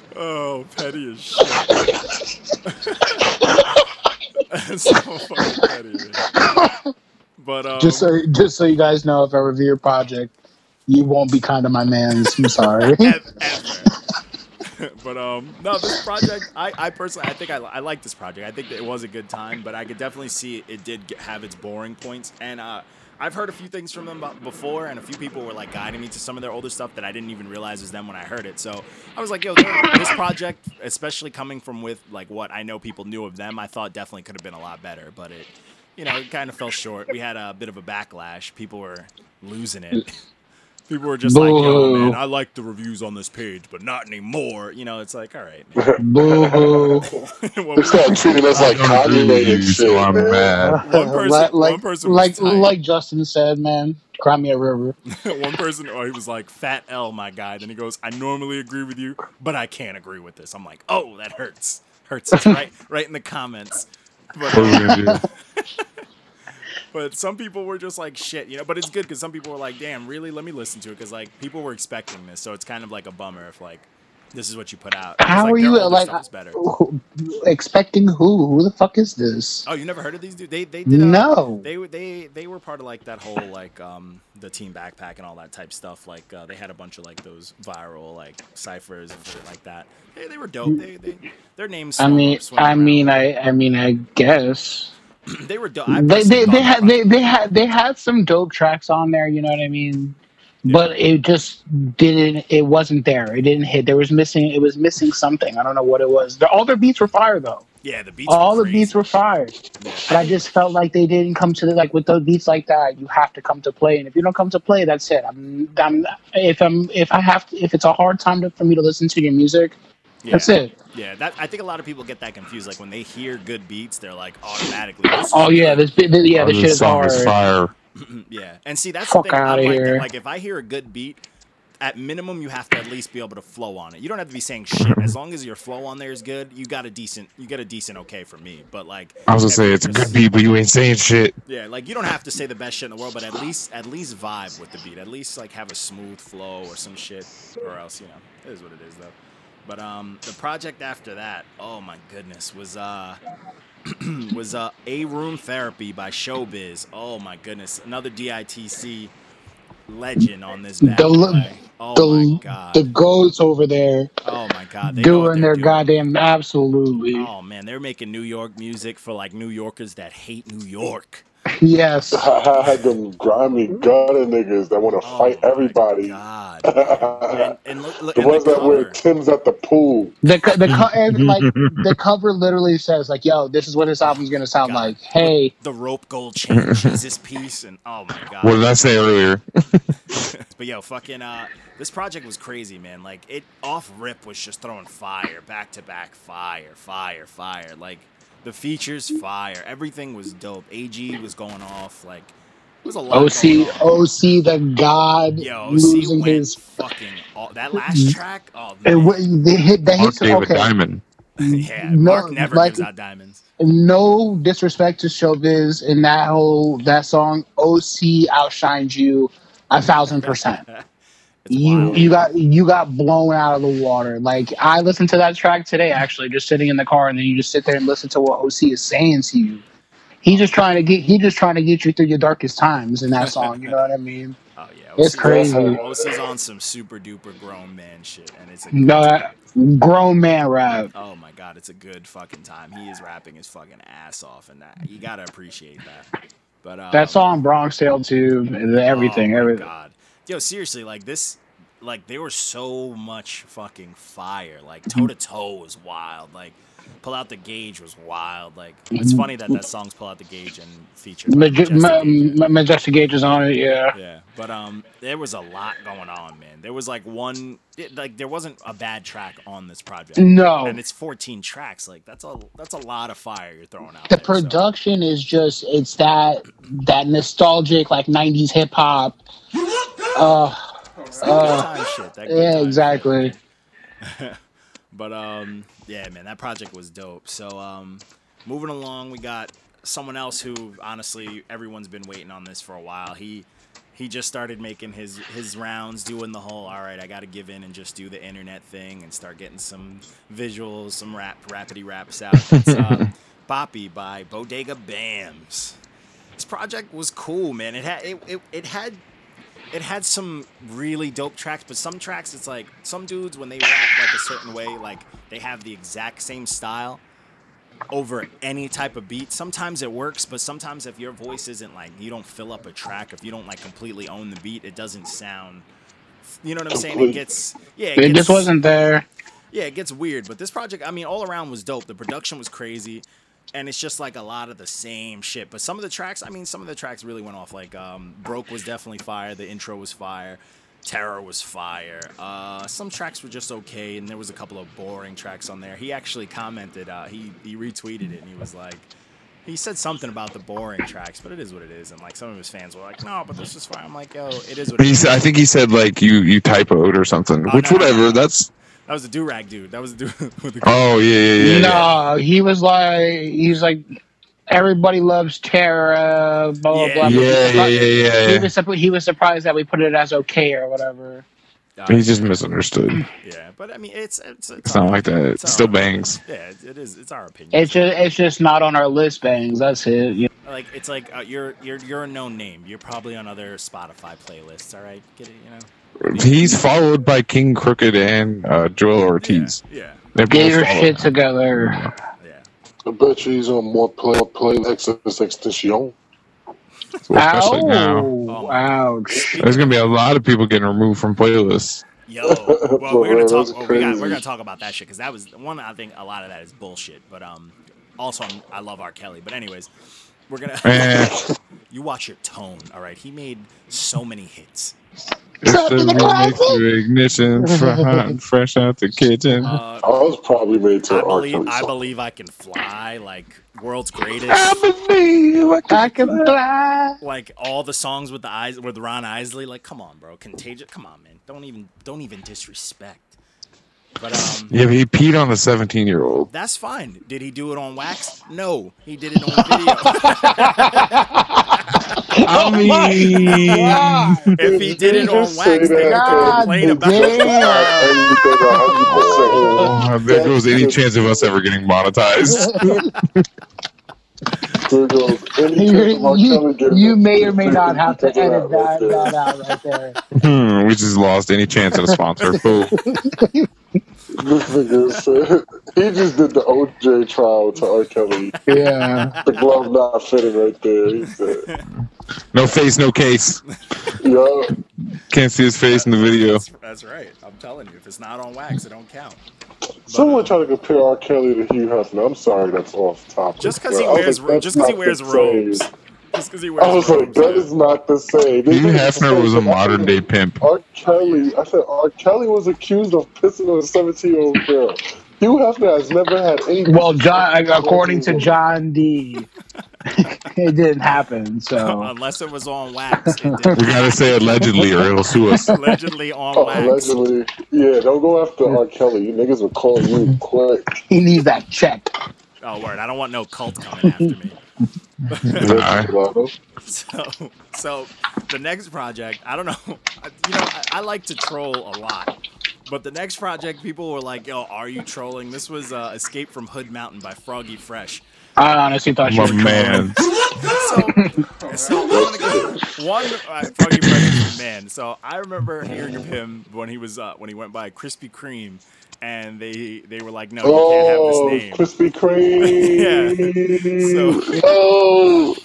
B: (laughs) oh, petty as shit. (laughs) That's so fucking petty. Man. But um,
C: just so, just so you guys know, if I review your project, you won't be kind to my man's.
B: (laughs)
C: I'm sorry.
B: ev- ever. but um, no, this project, I, I personally, I think I, I like this project. I think that it was a good time, but I could definitely see it did get, have its boring points. And uh, I've heard a few things from them about- before, and a few people were like guiding me to some of their older stuff that I didn't even realize was them when I heard it. So I was like, yo, this project, especially coming from with like what I know people knew of them, I thought definitely could have been a lot better, but it. You know, it kind of fell short. We had a bit of a backlash. People were losing it. (laughs) People were just like, yo, man,
C: Boo.
B: I like the reviews on this page, but not anymore. You know, it's like, all right,
C: (laughs)
B: man. (laughs)
C: Boo hoo.
B: Well,
D: They start treating us like
E: I don't agree with
D: Kanye
E: you,
D: and shit.
E: so I'm
D: man.
E: (laughs) mad.
B: One person-
C: like,
B: one
C: like,
B: person was
C: like,
B: tight.
C: like Justin said, man, cry me a river.
B: (laughs) one person, or he was like, fat L, my guy. Then he goes, I normally agree with you, but I can't agree with this. I'm like, oh, that hurts. Hurts. It's right, right in the comments. But,
E: What are we gonna do?
B: but some people were just like, shit, you know, but it's good because some people were like, damn, really? Let me listen to it because, like, people were expecting this. So it's kind of like a bummer if, like, this is what you put out. 'Cause,
C: How
B: like,
C: are
B: their
C: you
B: older
C: like
B: stuff is better.
C: who- expecting who? Who the fuck is this?
B: Oh, you never heard of these dudes? They they did a,
C: No.
B: They were they they were part of like that whole like um the team backpack and all that type stuff. Like uh, they had a bunch of like those viral like ciphers and shit like that. They, they were dope. They, they their names.
C: I
B: swung-
C: mean,
B: swung
C: I
B: around.
C: mean, I, I mean, I guess
B: they were dope. I
C: they,
B: personally
C: they,
B: thought
C: they had,
B: fuck-
C: they, they had, they had some dope tracks on there. You know what I mean? But it just didn't. It wasn't there. It didn't hit. There was missing. It was missing something. I don't know what it was. The- All their beats were fire though.
B: yeah, the beats.
C: All
B: were
C: the beats
B: crazy.
C: were fire. But I just felt like they didn't come to the like with those beats like that. You have to come to play, and if you don't come to play, that's it. I'm, I'm if I'm if I have to, if it's a hard time to, for me to listen to your music,
B: Yeah.
C: that's it.
B: Yeah, that I think a lot of people get that confused. Like when they hear good beats, they're like automatically. this is
C: Oh yeah, this bi- this- yeah,
E: Oh,
C: this shit
E: this
C: is
E: song
C: hard.
E: is fire.
B: Yeah, and see that's
C: Fuck
B: the thing. I'm
C: outta
B: like that.
C: here.
B: Like if I hear a good beat, at minimum you have to at least be able to flow on it. You don't have to be saying shit. As long as your flow on there is good, you got a decent. You get a decent okay from me. But like
E: I was gonna
B: if
E: say
B: you're
E: it's a
B: just-
E: good beat, but you ain't saying shit.
B: Yeah, like you don't have to say the best shit in the world, but at least at least vibe with the beat. At least like have a smooth flow or some shit, or else you know it is what it is though. But um, the project after that, oh my goodness, was uh (clears throat) was uh, A Room Therapy by Showbiz. Oh my goodness, another DITC legend on this bad
C: The l-
B: boy. Oh my
C: the
B: god.
C: the goats over there
B: oh my god. They know what
C: doing
B: they're
C: their goddamn absolutely
B: Oh man, they're making New York music for like New Yorkers that hate New York.
C: yes.
D: (laughs) I had them grimy gutter niggas that want to
B: Oh
D: fight
B: my
D: everybody. (laughs)
B: God.
D: the
B: And, and look, look and
D: Uh, ones
B: the
D: that wear
B: cover.
D: Tim's at the pool.
C: The co- the co- and,
E: (laughs)
C: like the cover literally says like yo this is what this album's gonna sound
B: God.
C: like hey
B: The rope gold chain Jesus piece and oh my god.
E: What did I say earlier?
B: But yo, fucking uh, this project was crazy, man. Like it off rip was just throwing fire, back to back, fire, fire, fire. Like the features, fire. Everything was dope. AG was going off. Like it was a lot.
C: OC,
B: going on.
C: OC, the god
B: Yo, OC
C: oh, losing
B: went
C: his.
B: fucking all, that last track. Oh man,
C: It, wa- the hit, the
E: Mark
C: hits,
E: David
C: okay.
E: Diamond.
B: yeah,
C: no,
B: Mark never
C: like-
B: gives out diamonds. (laughs)
C: no disrespect to Showbiz in that whole that song. OC outshines you a thousand percent.
B: It's
C: You
B: wild.
C: you got you got blown out of the water. Like I listened to that track today, actually, just sitting in the car, and then you just sit there and listen to what OC is saying to you. He's just trying to get he just trying to get you through your darkest times in that song. You know what
B: (laughs)
C: I mean?
B: Oh yeah, OC's,
C: It's crazy.
B: OC's on some super duper grown man shit, and it's a good
C: No,
B: time.
C: grown man rap.
B: Oh my god, it's a good fucking time. He is rapping his fucking ass off, and that you gotta appreciate that. But um,
C: That song Bronx Tale too.
B: Oh
C: Everything,
B: my
C: everything.
B: god, yo, seriously, like this, like they were so much fucking fire. Like toe to toe was wild. Like pull out the gauge was wild. Like it's funny that that song's pull out the gauge and featured by
C: Maj-
B: Majestic
C: Mm-hmm. Ma-
B: Gauge.
C: Ma- Majestic Gage is on it. Yeah.
B: Yeah, but um, there was a lot going on, man. There was like one, it, like there wasn't a bad track on this project,
C: No.
B: and it's 14 tracks. Like that's a that's a lot of fire you're throwing out.
C: the
B: there, so-
C: production is just it's that that nostalgic like 90s hip hop uh
B: It's that good time shit. That good
C: yeah
B: time
C: exactly
B: shit, man. but um, yeah, man, that project was dope. So um, moving along, we got someone else who honestly everyone's been waiting on this for a while. He he just started making his his rounds, doing the whole all right, I got to give in and just do the internet thing and start getting some visuals, some rap, rapidy raps out. It's uh, Boppy by Bodega Bams. This project was cool, man. It had it, it, it had it had some really dope tracks, but some tracks it's like some dudes when they rap like a certain way, like they have the exact same style over any type of beat. Sometimes it works, but sometimes if your voice isn't like you don't fill up a track, if you don't like completely own the beat, it doesn't sound. You know what I'm saying? It
D: Complete.
B: gets yeah. It,
C: it
B: gets,
C: just wasn't there
B: yeah, it gets weird, but this project, I mean, all around was dope. The production was crazy, and it's just like a lot of the same shit. But some of the tracks, I mean, some of the tracks really went off. Like, um, Broke was definitely fire. The intro was fire. Terror was fire. Uh, some tracks were just okay, and there was a couple of boring tracks on there. He actually commented, uh, he he retweeted it, and he was like. He said something about the boring tracks, but it is what it is. And like some of his fans were like, "No, but this is fire." I'm like, "Yo, it is what it
E: He's,
B: is."
E: I think he said like you you typoed or something,
B: Oh,
E: which
B: no, no,
E: whatever.
B: no.
E: That's
B: That was the do rag dude. That was the dude (laughs) with the
E: oh yeah yeah yeah. yeah.
C: no he was like he's like everybody loves terra blah blah blah but he
E: Yeah,
C: was,
E: yeah,
C: like-
E: yeah, yeah,
C: he
E: yeah.
C: was supp- he was surprised that we put it as okay or whatever
B: Uh,
E: Oh, He's just misunderstood.
B: Yeah, but I mean, it's it's, it's,
E: It's
B: our-
E: not like that. It
B: it's
E: still
B: our-
E: bangs.
B: Yeah, it, it is. It's our opinion.
C: it's just it's just not on our list bangs that's it you
B: like it's like uh, you're you're you're a known name. You're probably on other Spotify playlists. All right, get it? You know.
E: He's followed by King Crooked and uh, Joel Ortiz.
B: Yeah,
E: They're
C: get
E: both
C: your
E: followed.
C: shit together
B: yeah.
D: I bet you he's on more play play Exodus Extinction.
E: especially now.
B: Oh
C: ow
B: my
C: (laughs) ouch
E: There's gonna be a lot of people getting removed from playlists.
B: Yo, well, we're gonna
D: Bro,
B: talk.
D: that's
B: Oh, we got we're
D: crazy.
B: gonna talk about that shit because that was one. I think a lot of that is bullshit. But um, also I'm, I love R. Kelly. But anyways, we're gonna.
E: Eh,
B: (laughs) you watch your tone. All right, he made so many
D: (laughs)
B: hits.
E: it's
C: Trapped
E: the
C: in the
E: remix to (laughs) ignition, fr- fresh out the kitchen.
B: Uh,
D: I was probably made to
B: I
D: an R.
B: believe
D: Kelly
B: I
D: song.
B: believe I can fly. Like world's greatest.
C: i can fly
B: like all the songs with the eyes with Ron Isley. Like, come on, bro, Contagious. Come on, man. Don't even don't even disrespect. But um,
E: Yeah, but he peed on a 17 year old.
B: that's fine. Did he do it on wax? No, he did it on
D: (laughs)
B: video.
E: I mean,
B: if he did it on
D: Just say
B: wax, they
D: that,
B: would
D: Cole.
B: complain about
D: That's (laughs) not anything
B: (laughs)
D: a hundred percent.
E: oh, there goes any chance of us ever getting (laughs) monetized.
D: There goes
C: (laughs)
D: any chance of R.
C: (laughs)
D: Kelly
C: you,
D: getting
C: you
D: it.
C: may or may not have to
D: Check it
C: edit
D: out
C: that,
D: right there.
C: that out right there.
E: Hmm, we just lost any chance of a sponsor. Cool.
D: (laughs) This nigga said he just did the OJ trial to R. Kelly.
C: Yeah.
D: The glove not fitting right there. He said,
E: No face, no case.
B: (laughs)
D: "Yo,
E: Can't see his face in the video.
B: That's, that's right. I'm telling you, if it's not on wax, it don't count.
D: someone try to compare R. Kelly to Hugh Hefner." I'm sorry, that's off topic.
B: Just because he
D: but I
B: wears
D: was like,
B: just because he
D: that's
B: wears
D: not the same.
B: robes just because he wears.
D: I was like,
B: robes,
D: that
B: yeah.
D: is not the same. They
E: Hugh
D: made it
E: Hefner
D: the
E: was a
D: same.
E: modern day pimp.
D: R. Kelly, I said R. Kelly was accused of pissing on a 17 year old girl. Hugh Hefner has never had any.
C: Well, John, uh, according to John D, (laughs) it didn't happen. So
B: (laughs) Unless it was on wax, it didn't.
E: We (laughs) gotta say allegedly, or it'll sue us.
B: allegedly on
D: Oh,
B: wax.
D: allegedly. Yeah, don't go after R. Kelly. You niggas will call (laughs) you quick.
C: he needs that check.
B: Oh word! I don't want no cult coming after me.
E: Nah.
D: Oh,
B: So, so the next project, I don't know. (laughs) I- You know, I, I like to troll a lot, but the next project, people were like, "Yo, are you trolling?" This was uh, "Escape from Hood Mountain" by Froggy Fresh.
C: I honestly thought she
E: My
C: was
E: man.
B: So, so I wanna go- one uh, Froggy Fresh is a man. So I remember hearing of him when he was uh, when he went by Krispy Kreme, and they they were like, "No, you can't have this
D: Oh,
B: name." (laughs)
D: Krispy Kreme. (laughs) Oh,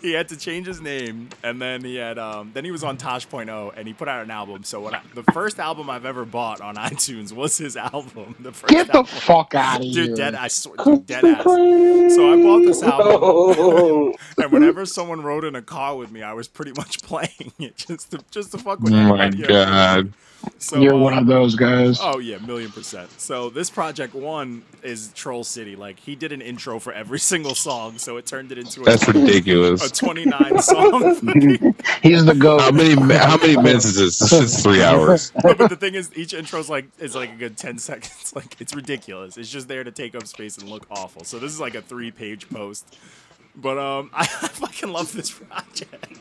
B: (laughs) he had to change his name, and then he had um, then he was on Tosh.0, and he put out an album. So what? I, the first album I've ever bought on (laughs) iTunes was his album. The first
C: Get the
B: album.
C: fuck out of here.
B: dude, dead I swear, dude, dead
D: Krispy
B: ass.
D: Kreme.
B: So I bought this album.
D: (laughs) Oh.
B: And whenever someone rode in a car with me, I was pretty much (laughs) playing it just to just to fuck
E: Oh
B: with
E: my
B: everybody.
E: god.
B: So,
C: You're
B: uh,
C: one of those guys.
B: Oh yeah, million percent. So this project one is Troll City. Like he did an intro for every (laughs) single song, so it turned it into a,
E: That's
B: a
E: ridiculous.
B: 29
C: (laughs)
B: song
C: He's the goat.
E: How many how many minutes is this? This is three hours.
B: (laughs) no,
E: (laughs)
B: but the thing is, each intro's like is like a good ten (laughs) seconds. Like it's ridiculous. It's just there to take up space and look awful. So this is like a three-page post. But um, (laughs) I, fucking love this project.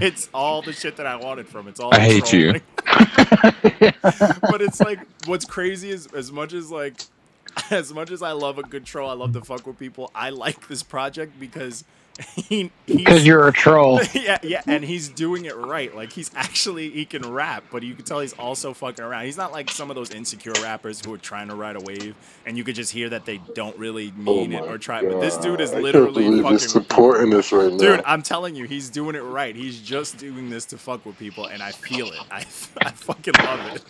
B: It's all the shit that I wanted from. it. It's all.
E: I hate you.
B: trolling. (laughs) but it's like what's crazy is as much as like (laughs) as much as I love a good troll, I love to fuck with people. I like this project because (laughs) he
C: Because
B: he's
C: you're
B: (laughs)
C: a troll.
B: yeah, yeah, and he's doing it right. Like he's actually he can rap, but you can tell he's also fucking around. He's not like some of those insecure rappers who are trying to ride a wave, and you could just hear that they don't really mean it
D: Oh my
B: or try. But this dude is
D: God. I
B: literally
D: can't believe
B: fucking
D: you're supporting this right
B: (laughs)
D: now.
B: Dude, I'm telling you, he's doing it right. He's just doing this to fuck with people, and I feel it. I, (laughs) I fucking love it.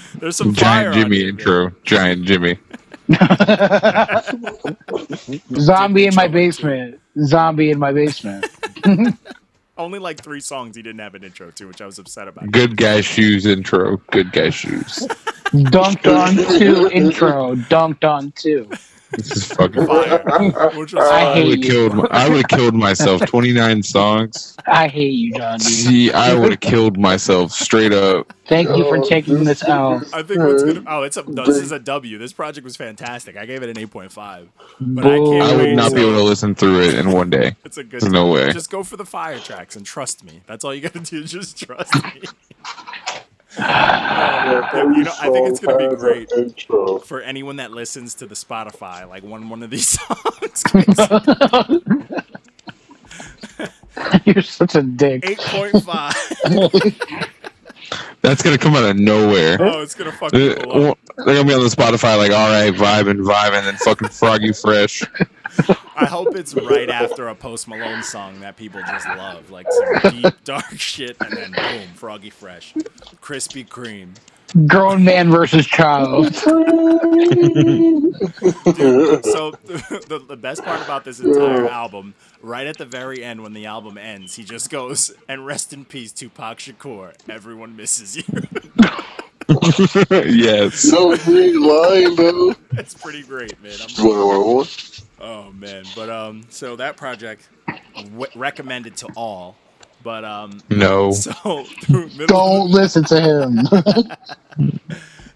B: (laughs) There's some fire
E: Giant
B: on
E: Jimmy
B: you, man.
E: intro. Giant Jimmy.
C: Zombie in my
B: Troll, too.
C: basement. Zombie in my basement.
B: Only like three songs he didn't have an intro to, which I was upset about.
E: Good guy shoes intro. Good guy shoes.
C: Dunked on two intro. Dunked on two.
E: This is fucking
B: Fire, which was
D: uh,
C: I
E: I
B: fire.
C: hate
E: would have
C: you.
E: killed. My, I would have killed myself. Twenty nine songs.
C: I hate you, John D.
B: (laughs)
E: See, I would have killed myself straight up.
C: Thank you for taking this out. (laughs)
B: I think what's gonna oh it's a no, this is a W. This project was fantastic. I gave it an eight point five. But I
C: Boo.
B: can't
E: I would
B: wait
E: not be
B: till-
E: able to listen through it in one day.
B: It's a good
E: There's no way.
B: Just go for the fire tracks and trust me. That's all you gotta do. (laughs) Just trust me. Um, you know, I think it's gonna be great
D: Intro.
B: for anyone that listens to the Spotify, like one one of these (laughs) songs.
C: You're such a dick.
B: Eight point five. (laughs)
E: That's gonna come out of nowhere.
B: Oh, it's gonna fuck
E: Uh,
B: people
E: well,
B: up.
E: They're gonna be on the Spotify like, all right, vibe and vibe, and then fucking Froggy Fresh. (laughs)
B: I hope it's right after a Post Malone song that people just love, like some deep dark (laughs) shit, and then boom, Froggy Fresh, Krispy Kreme.
C: Grown man versus child.
B: so (laughs) the, the best part about this entire album, right at the very end when the album ends, he just goes and rest in peace, Tupac Shakur. Everyone misses you. (laughs)
E: yes.
D: No, he ain't lying, though.
B: it's pretty great, man. I'm,
D: (laughs) What, what, what?
B: oh man, but um, so that project w- recommended to all, but um,
E: No.
B: so (laughs) through middle
C: Don't listen to him.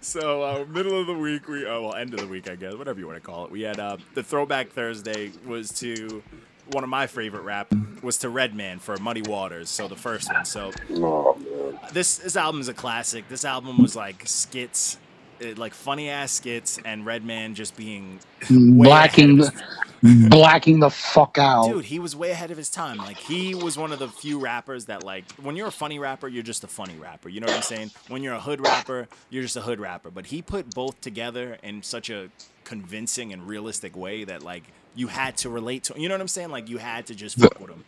B: So uh, middle of the week, we oh, well end of the week, I guess, whatever you want to call it. We had uh, the throwback Thursday was to one of my favorite rap was to Redman for Muddy Waters, so the first one. So
D: Nah, man.
B: this this album is a classic. This album was like skits, eh, like funny ass skits, and Redman just being way
C: blacking,
B: ahead of his-
C: blacking the fuck out.
B: Dude, he was way ahead of his time. Like he was one of the few rappers that like when you're a funny rapper, you're just a funny rapper. You know what I'm saying? When you're a hood rapper, you're just a hood rapper. But he put both together in such a convincing and realistic way that like you had to relate to. You know what I'm saying? Like you had to just fuck with him.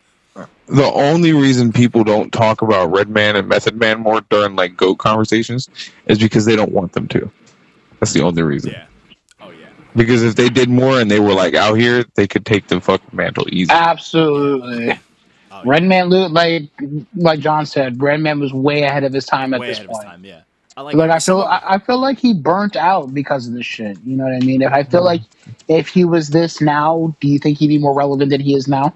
E: The only reason people don't talk about Redman and Method Man more during like GOAT conversations is because they don't want them to. That's the only reason.
B: Yeah. Oh yeah.
E: Because if they did more and they were like out here, they could take the fucking mantle easy.
B: Oh,
C: Absolutely.
B: No,
C: Red Man, Lu- like like John said, Red Man was way ahead of his time at
B: way
C: this
B: ahead
C: point.
B: of his time. Yeah, I
C: Like I
B: some
C: feel,
B: of
C: I, I feel like he burnt out because of this shit. You know what I mean? If I feel like if he was this now, do you think he'd be more relevant than he is now?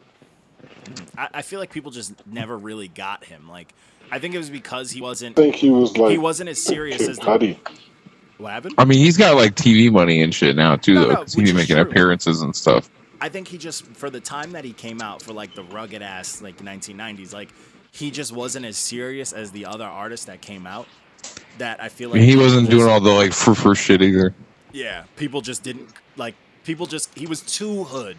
B: I, I feel like people just never really got him. Like, I think it was because he wasn't
D: I think he was like
B: he wasn't as serious
D: Kid
B: as the,
D: Cudi.
B: what happened.
E: I mean, he's got like TV money and shit now too,
B: No,
E: though.
B: no,
E: 'cause he
B: which
E: be
B: is
E: making
B: true.
E: appearances and stuff.
B: I think he just for the time that he came out for like the rugged ass like 1990s, like he just wasn't as serious as the other artists that came out. That I feel
E: I
B: like
E: mean, he wasn't
B: people
E: doing
B: just-
E: all the like frou frou shit either.
B: Yeah, people just didn't like. People just he was too hood,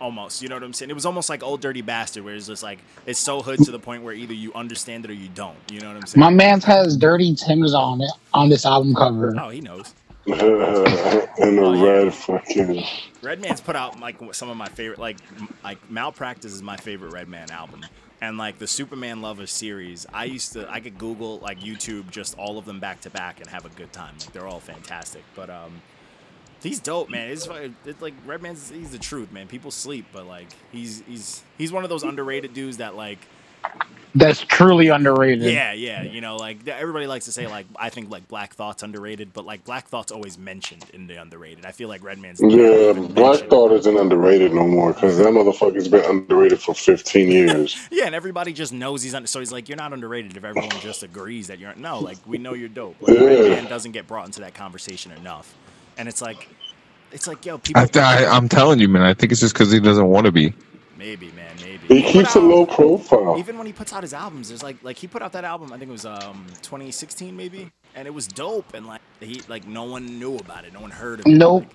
B: almost. You know what I'm saying? It was almost like old dirty bastard, where it's just like it's so hood to the point where either you understand it or you don't. You know what I'm saying?
C: My man's has dirty Tim's on it on this album cover.
B: oh, he knows.
D: (laughs) and
B: Oh,
D: a
B: yeah.
D: red fucking.
B: Redman's put out like some of my favorite, like m- like Malpractice is my favorite Redman album, and like the Superman Lover series. I used to I could Google like YouTube just all of them back to back and have a good time. Like they're all fantastic. But um, he's dope, man. It's, fu- it's like Redman's he's the truth, man. People sleep, but like he's he's he's one of those underrated dudes that like
C: That's truly underrated.
B: yeah, yeah. You know, like th- everybody likes to say, like I think like Black Thought's underrated, but like Black Thought's always mentioned in the underrated. I feel like Redman's never
D: Yeah,
B: even
D: Black
B: mentioned.
D: Thought isn't underrated no more because that motherfucker's been underrated for 15 years.
B: Yeah, and everybody just knows he's under. So he's like, you're not underrated if everyone just agrees that you're. No, like we know you're dope. Like
D: Yeah.
B: Redman doesn't get brought into that conversation enough, and it's like, it's like yo, people.
E: I th- I, I'm telling you, man. I think it's just because he doesn't want to be.
B: (laughs) maybe, man, maybe.
D: He
B: put
D: keeps a
B: out-
D: low profile.
B: Even when he puts out his albums, there's like, like he put out that album. I think it was um 2016 maybe, and it was dope. And like he, like no one knew about it. No one heard of it.
C: Nope.
B: Like,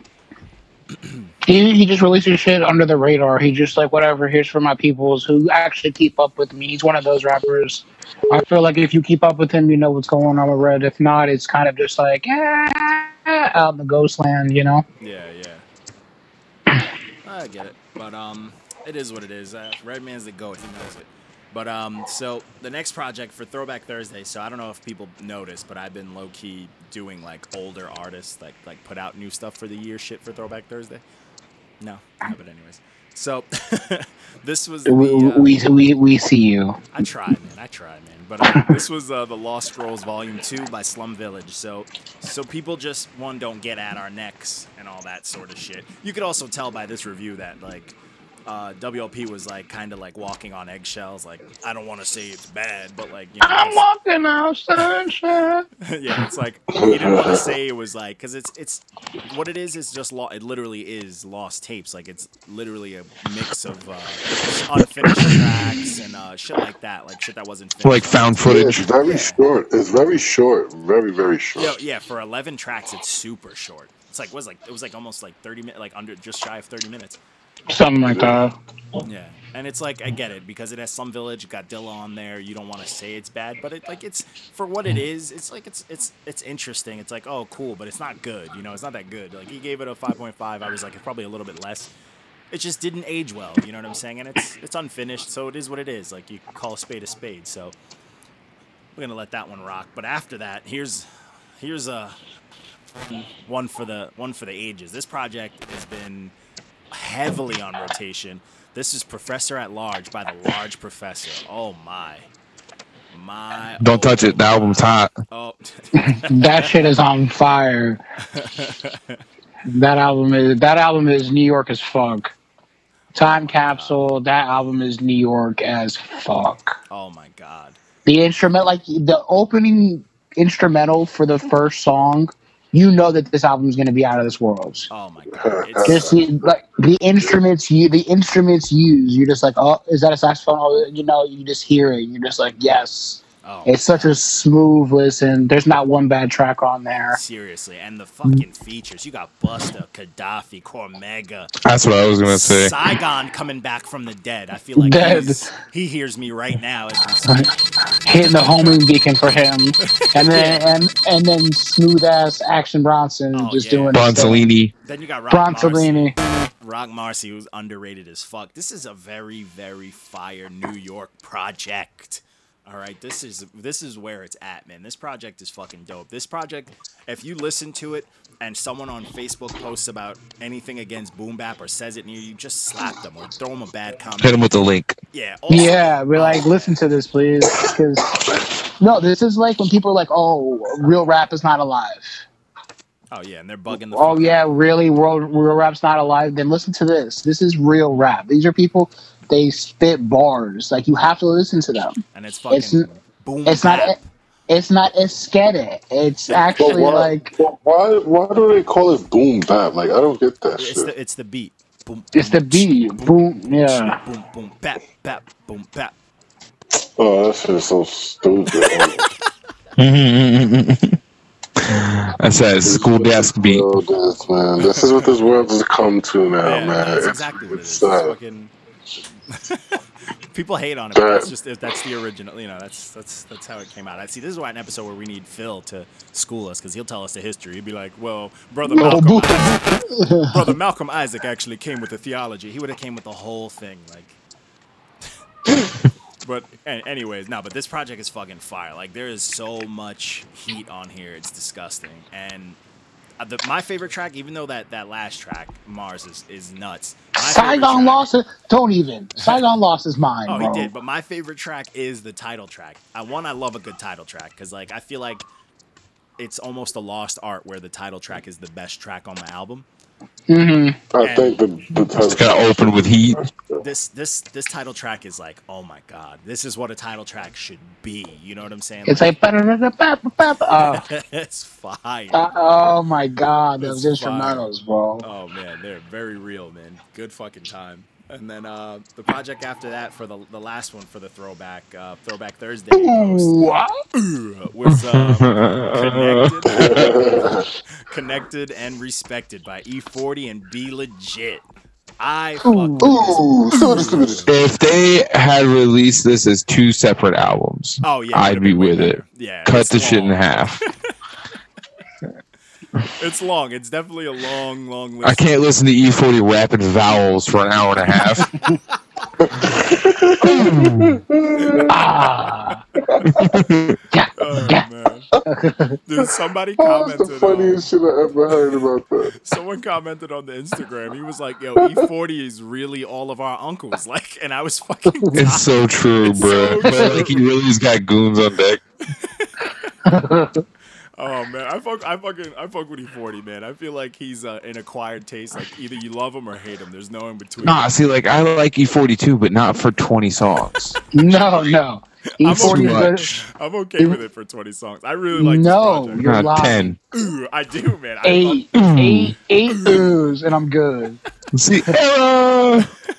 C: He, he just releases shit under the radar. He just like whatever. Here's for my peoples who actually keep up with me. He's one of those rappers. I feel like if you keep up with him, you know what's going on with Red. If not, it's kind of just like ah, out in the ghost land, you know.
B: Yeah, yeah. I get it, but um, it is what it is. Uh, Redman's the goat; he knows it. But um, so the next project for Throwback Thursday. So I don't know if people noticed, but I've been low key doing like older artists, like like put out new stuff for the year shit for Throwback Thursday. No, no but anyways. So (laughs) this was the,
C: We
B: uh,
C: we we, we see you.
B: I tried, man. I tried, man. But uh, this was uh, the Lost Scrolls Volume Two by Slum Village. So, so people just one don't get at our necks and all that sort of shit. You could also tell by this review that like uh, WLP was like kind of like walking on eggshells. Like I don't want to say it's bad, but like you know,
C: I'm
B: it's-
C: walking on sunshine.
B: yeah, it's (laughs) like he didn't want to say it was like because it's it's what it is is just lo- it literally is lost tapes. Like it's literally a mix of uh, unfinished tracks and uh, shit like that, like shit that wasn't finished.
E: Like found
D: Yeah, (laughs) it's
E: footage.
D: very
B: Yeah.
D: short. It's very short. Very, very short.
B: Yo, yeah, for 11 tracks, it's super short. It's like was like it was like almost like 30 minutes, like under just shy of 30 minutes.
C: Something like that.
B: Yeah, and it's like I get it because it has some village, got Dilla on there. You don't want to say it's bad, but it like it's for what it is. It's like it's it's it's interesting. It's like oh cool, but it's not good. You know, it's not that good. Like he gave it a 5.5. I was like it's probably a little bit less. It just didn't age well. You know what I'm saying? And it's it's unfinished, so it is what it is. Like you call a spade a spade. So we're gonna let that one rock. But after that, here's here's a one for the one for the ages. This project has been heavily on rotation. This is Professor at Large by the Large Professor. Oh my, my!
E: Don't
B: oh,
E: touch it. The
B: my.
E: album's hot.
B: Oh, (laughs)
C: That shit is on fire. That album is that album is New York as fuck. Time capsule. That album is New York as fuck.
B: oh my God!
C: the instrument like the opening instrumental for the first song you know that this album's going to be out of this world
B: Oh my God! It's
C: just the, like the instruments you the instruments used you're just like oh is that a saxophone oh you know you just hear it you're just like yes
B: oh,
C: it's such a smooth listen there's not one bad track on there
B: seriously, and the fucking features. You got Busta, Gaddafi, Cormega,
E: That's what I was gonna say.
B: Saigon coming back from the dead. I feel like
C: Dead.
B: he's, he hears me right now as we speak.
C: hitting the homing beacon for
B: (laughs)
C: him and then and and then smooth ass action bronson
B: Oh,
C: just
B: yeah.
C: doing his thing.
E: Bronzolini.
B: Then you got Rock Marcy.
C: bronsolini
B: Rock Marcy, who's underrated as fuck. This is a very, very fire New York project. All right, this is this is where it's at, man. This project is fucking dope. This project, if you listen to it and someone on Facebook posts about anything against boom bap or says it near you, just slap them or throw them a bad comment.
E: Hit him with the link.
B: Yeah. also-
C: Yeah, we're like, listen to this, please. 'cause- no, this is like when people are like, oh, real rap is not alive.
B: Oh yeah, and they're bugging the.
C: Oh,
B: fuck
C: yeah,
B: out.
C: really? World, real rap's not alive? Then listen to this. This is real rap. These are people, they spit bars. Like, you have to listen to them.
B: And it's fucking
C: It's n-
B: boom
C: It's
B: bap.
C: not. e, It's not aesthetic. It's actually
D: why,
C: like
D: why, why do they call it boom bap? Like, I don't get that
B: It's
D: shit.
B: the it's the beat. Boom.
C: it's the
B: boom, ch-
C: beat. Boom. Yeah.
B: Boom boom bap bap boom bap.
D: oh, that shit is
B: (laughs)
D: so stupid.
E: That's that school desk beat.
D: Real this, man. This is what this world has come to now,
B: Yeah,
D: Oh, man.
B: that's
D: It's-
B: exactly what it is.
D: it's uh,
B: It's
D: sad.
B: fucking. (laughs) People hate on it, but that's just that's the original. You know, that's that's that's how it came out. I see. This is why an episode where we need Phil to school us because he'll tell us the history. He'd be like, "Well, brother Malcolm,
C: boo. (laughs)
B: Isaac, brother Malcolm Isaac actually came with the theology. He would have came with the whole thing, like." But a- anyways, no. But this project is fucking fire. Like there is so much heat on here. It's disgusting. And uh, the, my favorite track, even though that that last track Mars is is nuts. My favorite
C: Saigon
B: track-
C: lost. it. Don't even. Saigon lost his mind.
B: Oh,
C: bro.
B: he did. But my favorite track is the title track. I one, I love a good title track because like I feel like it's almost a lost art where the title track is the best track on the album.
D: I think the, the uh,
E: It's gotta open with heat.
B: This this this title track is like, oh my god, this is what a title track should be. You know what I'm saying?
C: It's like. Oh,
B: (laughs) it's fire.
C: oh my God, those
B: It's fire.
C: instrumentals, bro.
B: Oh man, they're very real, man. Good fucking time. And then uh, the project after that for the the last one for the throwback uh, throwback Thursday post,
C: What?
B: uh, was uh, connected, (laughs) connected and respected by E40 and Be Legit. I fucking
D: Ooh, so this
E: If they had released this as two separate albums,
B: oh yeah, it
E: I'd
B: would've
E: be
B: been way
E: with it.
B: better. Yeah,
E: Cut
B: it's
E: the shit in
B: long.
E: half.
B: It's long. It's definitely a long, long list.
E: I can't listen to E40 rapping vowels for an hour and a half.
C: (laughs) Ah. yeah,
E: (laughs)
B: Oh
C: yeah.
B: man, dude! Somebody uh,
D: That's
B: commented.
D: the
B: on-
D: funniest shit I ever heard about that.
B: someone commented on the Instagram. He was like, "Yo, E40 is really all of our uncles." (laughs) Like, and I was fucking.
E: It's
B: dying.
E: so true,
B: so
E: bro.
B: true.
E: Like he really's got goons on deck.
B: (laughs) oh man, I fuck, I fucking, I fuck with E40, man. I feel like he's uh, an acquired taste. Like, either you love him or hate him. There's no in between.
E: Nah, see, like I like E42, but not for
C: (laughs)
E: 20 songs.
C: No, no. E40
E: Too
C: is
E: much.
B: I'm okay with it for 20 songs. I really like
C: No,
B: this project.
C: You're
E: Nah,
C: lying.
E: 10.
B: Ooh, I do, man. I
C: eight, eight, eight oohs, and I'm good.
E: See, Ella!
B: fuck-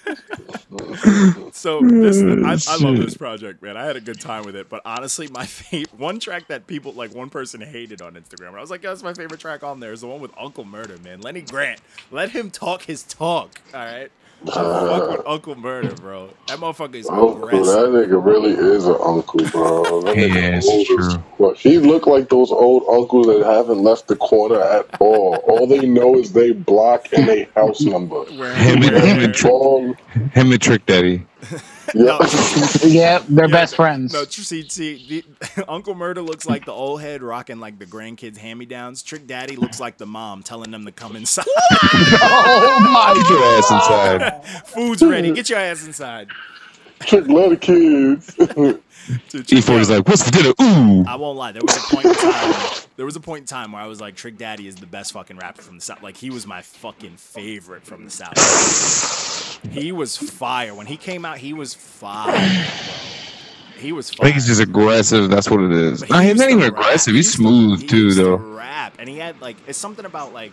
B: so this,
E: Mm,
B: I, I love this project, man. I had a good time with it. But honestly, my (laughs) favorite one track that people like one person hated on Instagram, and I was like, "Yo, that's my favorite track on there. Is the one with Uncle Murder, man. Lenny Grant, let him talk his talk. All right. I fuck with Uncle Murder, bro. That motherfucker is
D: Uncle, that
B: aggressive.
D: nigga really is an uncle, bro. That
E: He
D: nigga
E: is,
D: old as
E: true.
D: fuck. He look like those old uncles that haven't left the corner at all. All they know is they block and they house number.
B: Where-
E: Him (laughs) and- him and
B: where-
D: Long,
E: Him and Trick Daddy.
D: yeah.
C: Yeah, they're
B: Yeah,
C: best
B: no-
C: friends.
B: No, tr- see, see, the, (laughs) Uncle Murder looks like the old head rocking like the grandkids' hand me downs. Trick Daddy looks like the mom telling them to come inside. (laughs)
C: oh
E: Get
C: my!
E: your ass inside.
B: Food's ready. Get your ass inside.
D: (laughs) Trick letter kids. (laughs)
B: Dude, Trick
E: E40's
B: Daddy-
E: E like, what's the dinner? Ooh.
B: I won't lie. There was a point in time. There was a point in time where I was like, Trick Daddy is the best fucking rapper from the south. Like he was my fucking favorite from the south. He was fire when he came out. He was fire. bro. He was.
E: I
B: Fire.
E: think he's just aggressive. That's what it is.
B: But
E: Nah, he's
B: used
E: not
B: to
E: even
B: rap.
E: aggressive.
B: He
E: He's
B: used to-
E: smooth
B: he
E: too,
B: used to
E: though.
B: Rap, and he had like it's something about like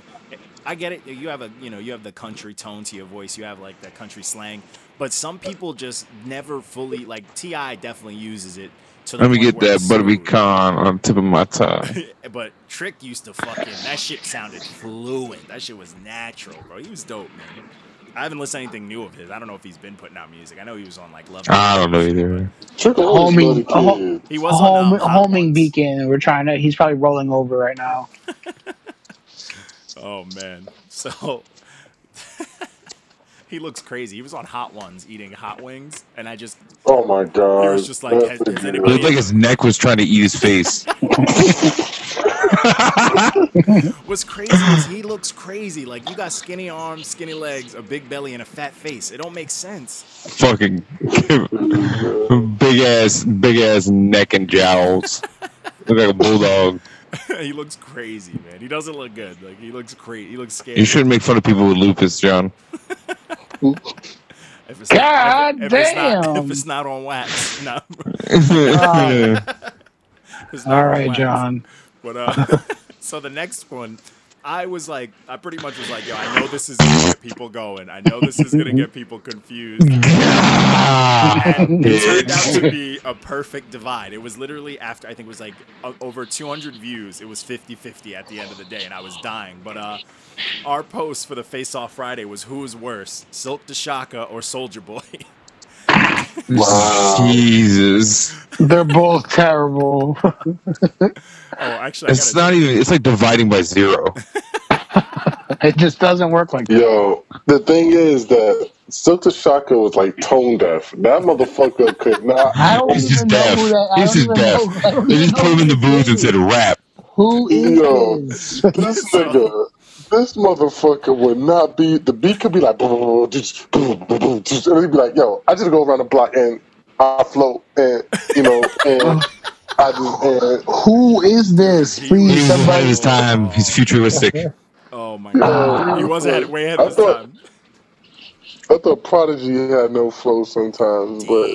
B: I get it. You have a you know you have the country tone to your voice. You have like that country slang, but some people just never fully like Ti definitely uses it. To the
E: Let me
B: point
E: get
B: where
E: that
B: it's
E: buttery
B: smooth.
E: con on the tip of my tongue.
B: But Trick used to fucking that shit sounded fluent. That shit was natural, bro. He was dope, man. I haven't listened to anything new of his. I don't know if he's been putting out music. I know he was on like Love.
E: I don't know either.
D: Trick always
C: Homie.
D: letter kids.
B: He
C: A
B: was on um,
C: home, a
B: Hot
C: homing
B: Ones.
C: beacon. We're trying to. He's probably rolling over right now.
B: (laughs) Oh man. So he looks crazy. He was on Hot Ones eating hot wings, and I just
D: Oh my god.
B: It was just like,
D: That's
B: has- has
E: It
B: anybody-
E: looked like his neck was trying to eat his face.
B: What's crazy is he looks crazy. Like you got skinny arms, skinny legs, a big belly, and a fat face. It don't make sense. (laughs)
E: Fucking (laughs) big ass, big ass neck and jowls. Look like a bulldog.
B: he looks crazy, man. He doesn't look good. Like he looks crazy. He looks scary.
E: You shouldn't make fun of people with lupus, John.
B: If it's not-
C: God
B: if- if it's not- (laughs)
C: damn.
B: if it's not on wax, (laughs) no. Ah.
E: (laughs)
B: If it's not
C: All
B: on
C: right,
B: wax.
C: John.
B: But
C: (laughs)
B: uh, (laughs) so the next one, I was like, I pretty much was like, yo, I know this is gonna get people going. I know this is gonna get people
C: (laughs)
B: confused. And it turned out to be a perfect divide. It was literally after I think it was like o- over 200 views. It was 50-50 at the end of the day, and I was dying. But uh, our post for the Face Off Friday was who is worse, Silk DeShaka or Soldier Boy? (laughs)
E: Jesus.
C: They're both terrible. (laughs)
B: oh, actually, I
E: It's
B: gotta,
E: not even, it's like dividing by zero.
C: It just doesn't work like that.
D: Yo, the thing is that Silk the Shocker was like tone deaf. That motherfucker could not.
C: I don't
E: He's
C: even
E: just
C: know
E: deaf.
C: who that. I
E: He's
C: don't
E: just
C: even
E: deaf.
C: know. I don't
E: They
C: even
E: just
C: know
E: put him in the booth and said rap.
C: who is
D: Yo.
C: this?
D: This
B: So-
D: nigga, this motherfucker would not be. The beat could be like, boom, boom, boom, just, boom, boom, boom, just, and he'd be like, yo, I just go around the block and I float and, you know, and I just, and,
C: Who is this?
E: He
C: Please,
E: was ahead of
C: somebody.
E: his time. He's futuristic.
B: oh my god, he was ahead, way ahead of his
D: I thought-
B: time.
D: I thought Prodigy had no flow sometimes, but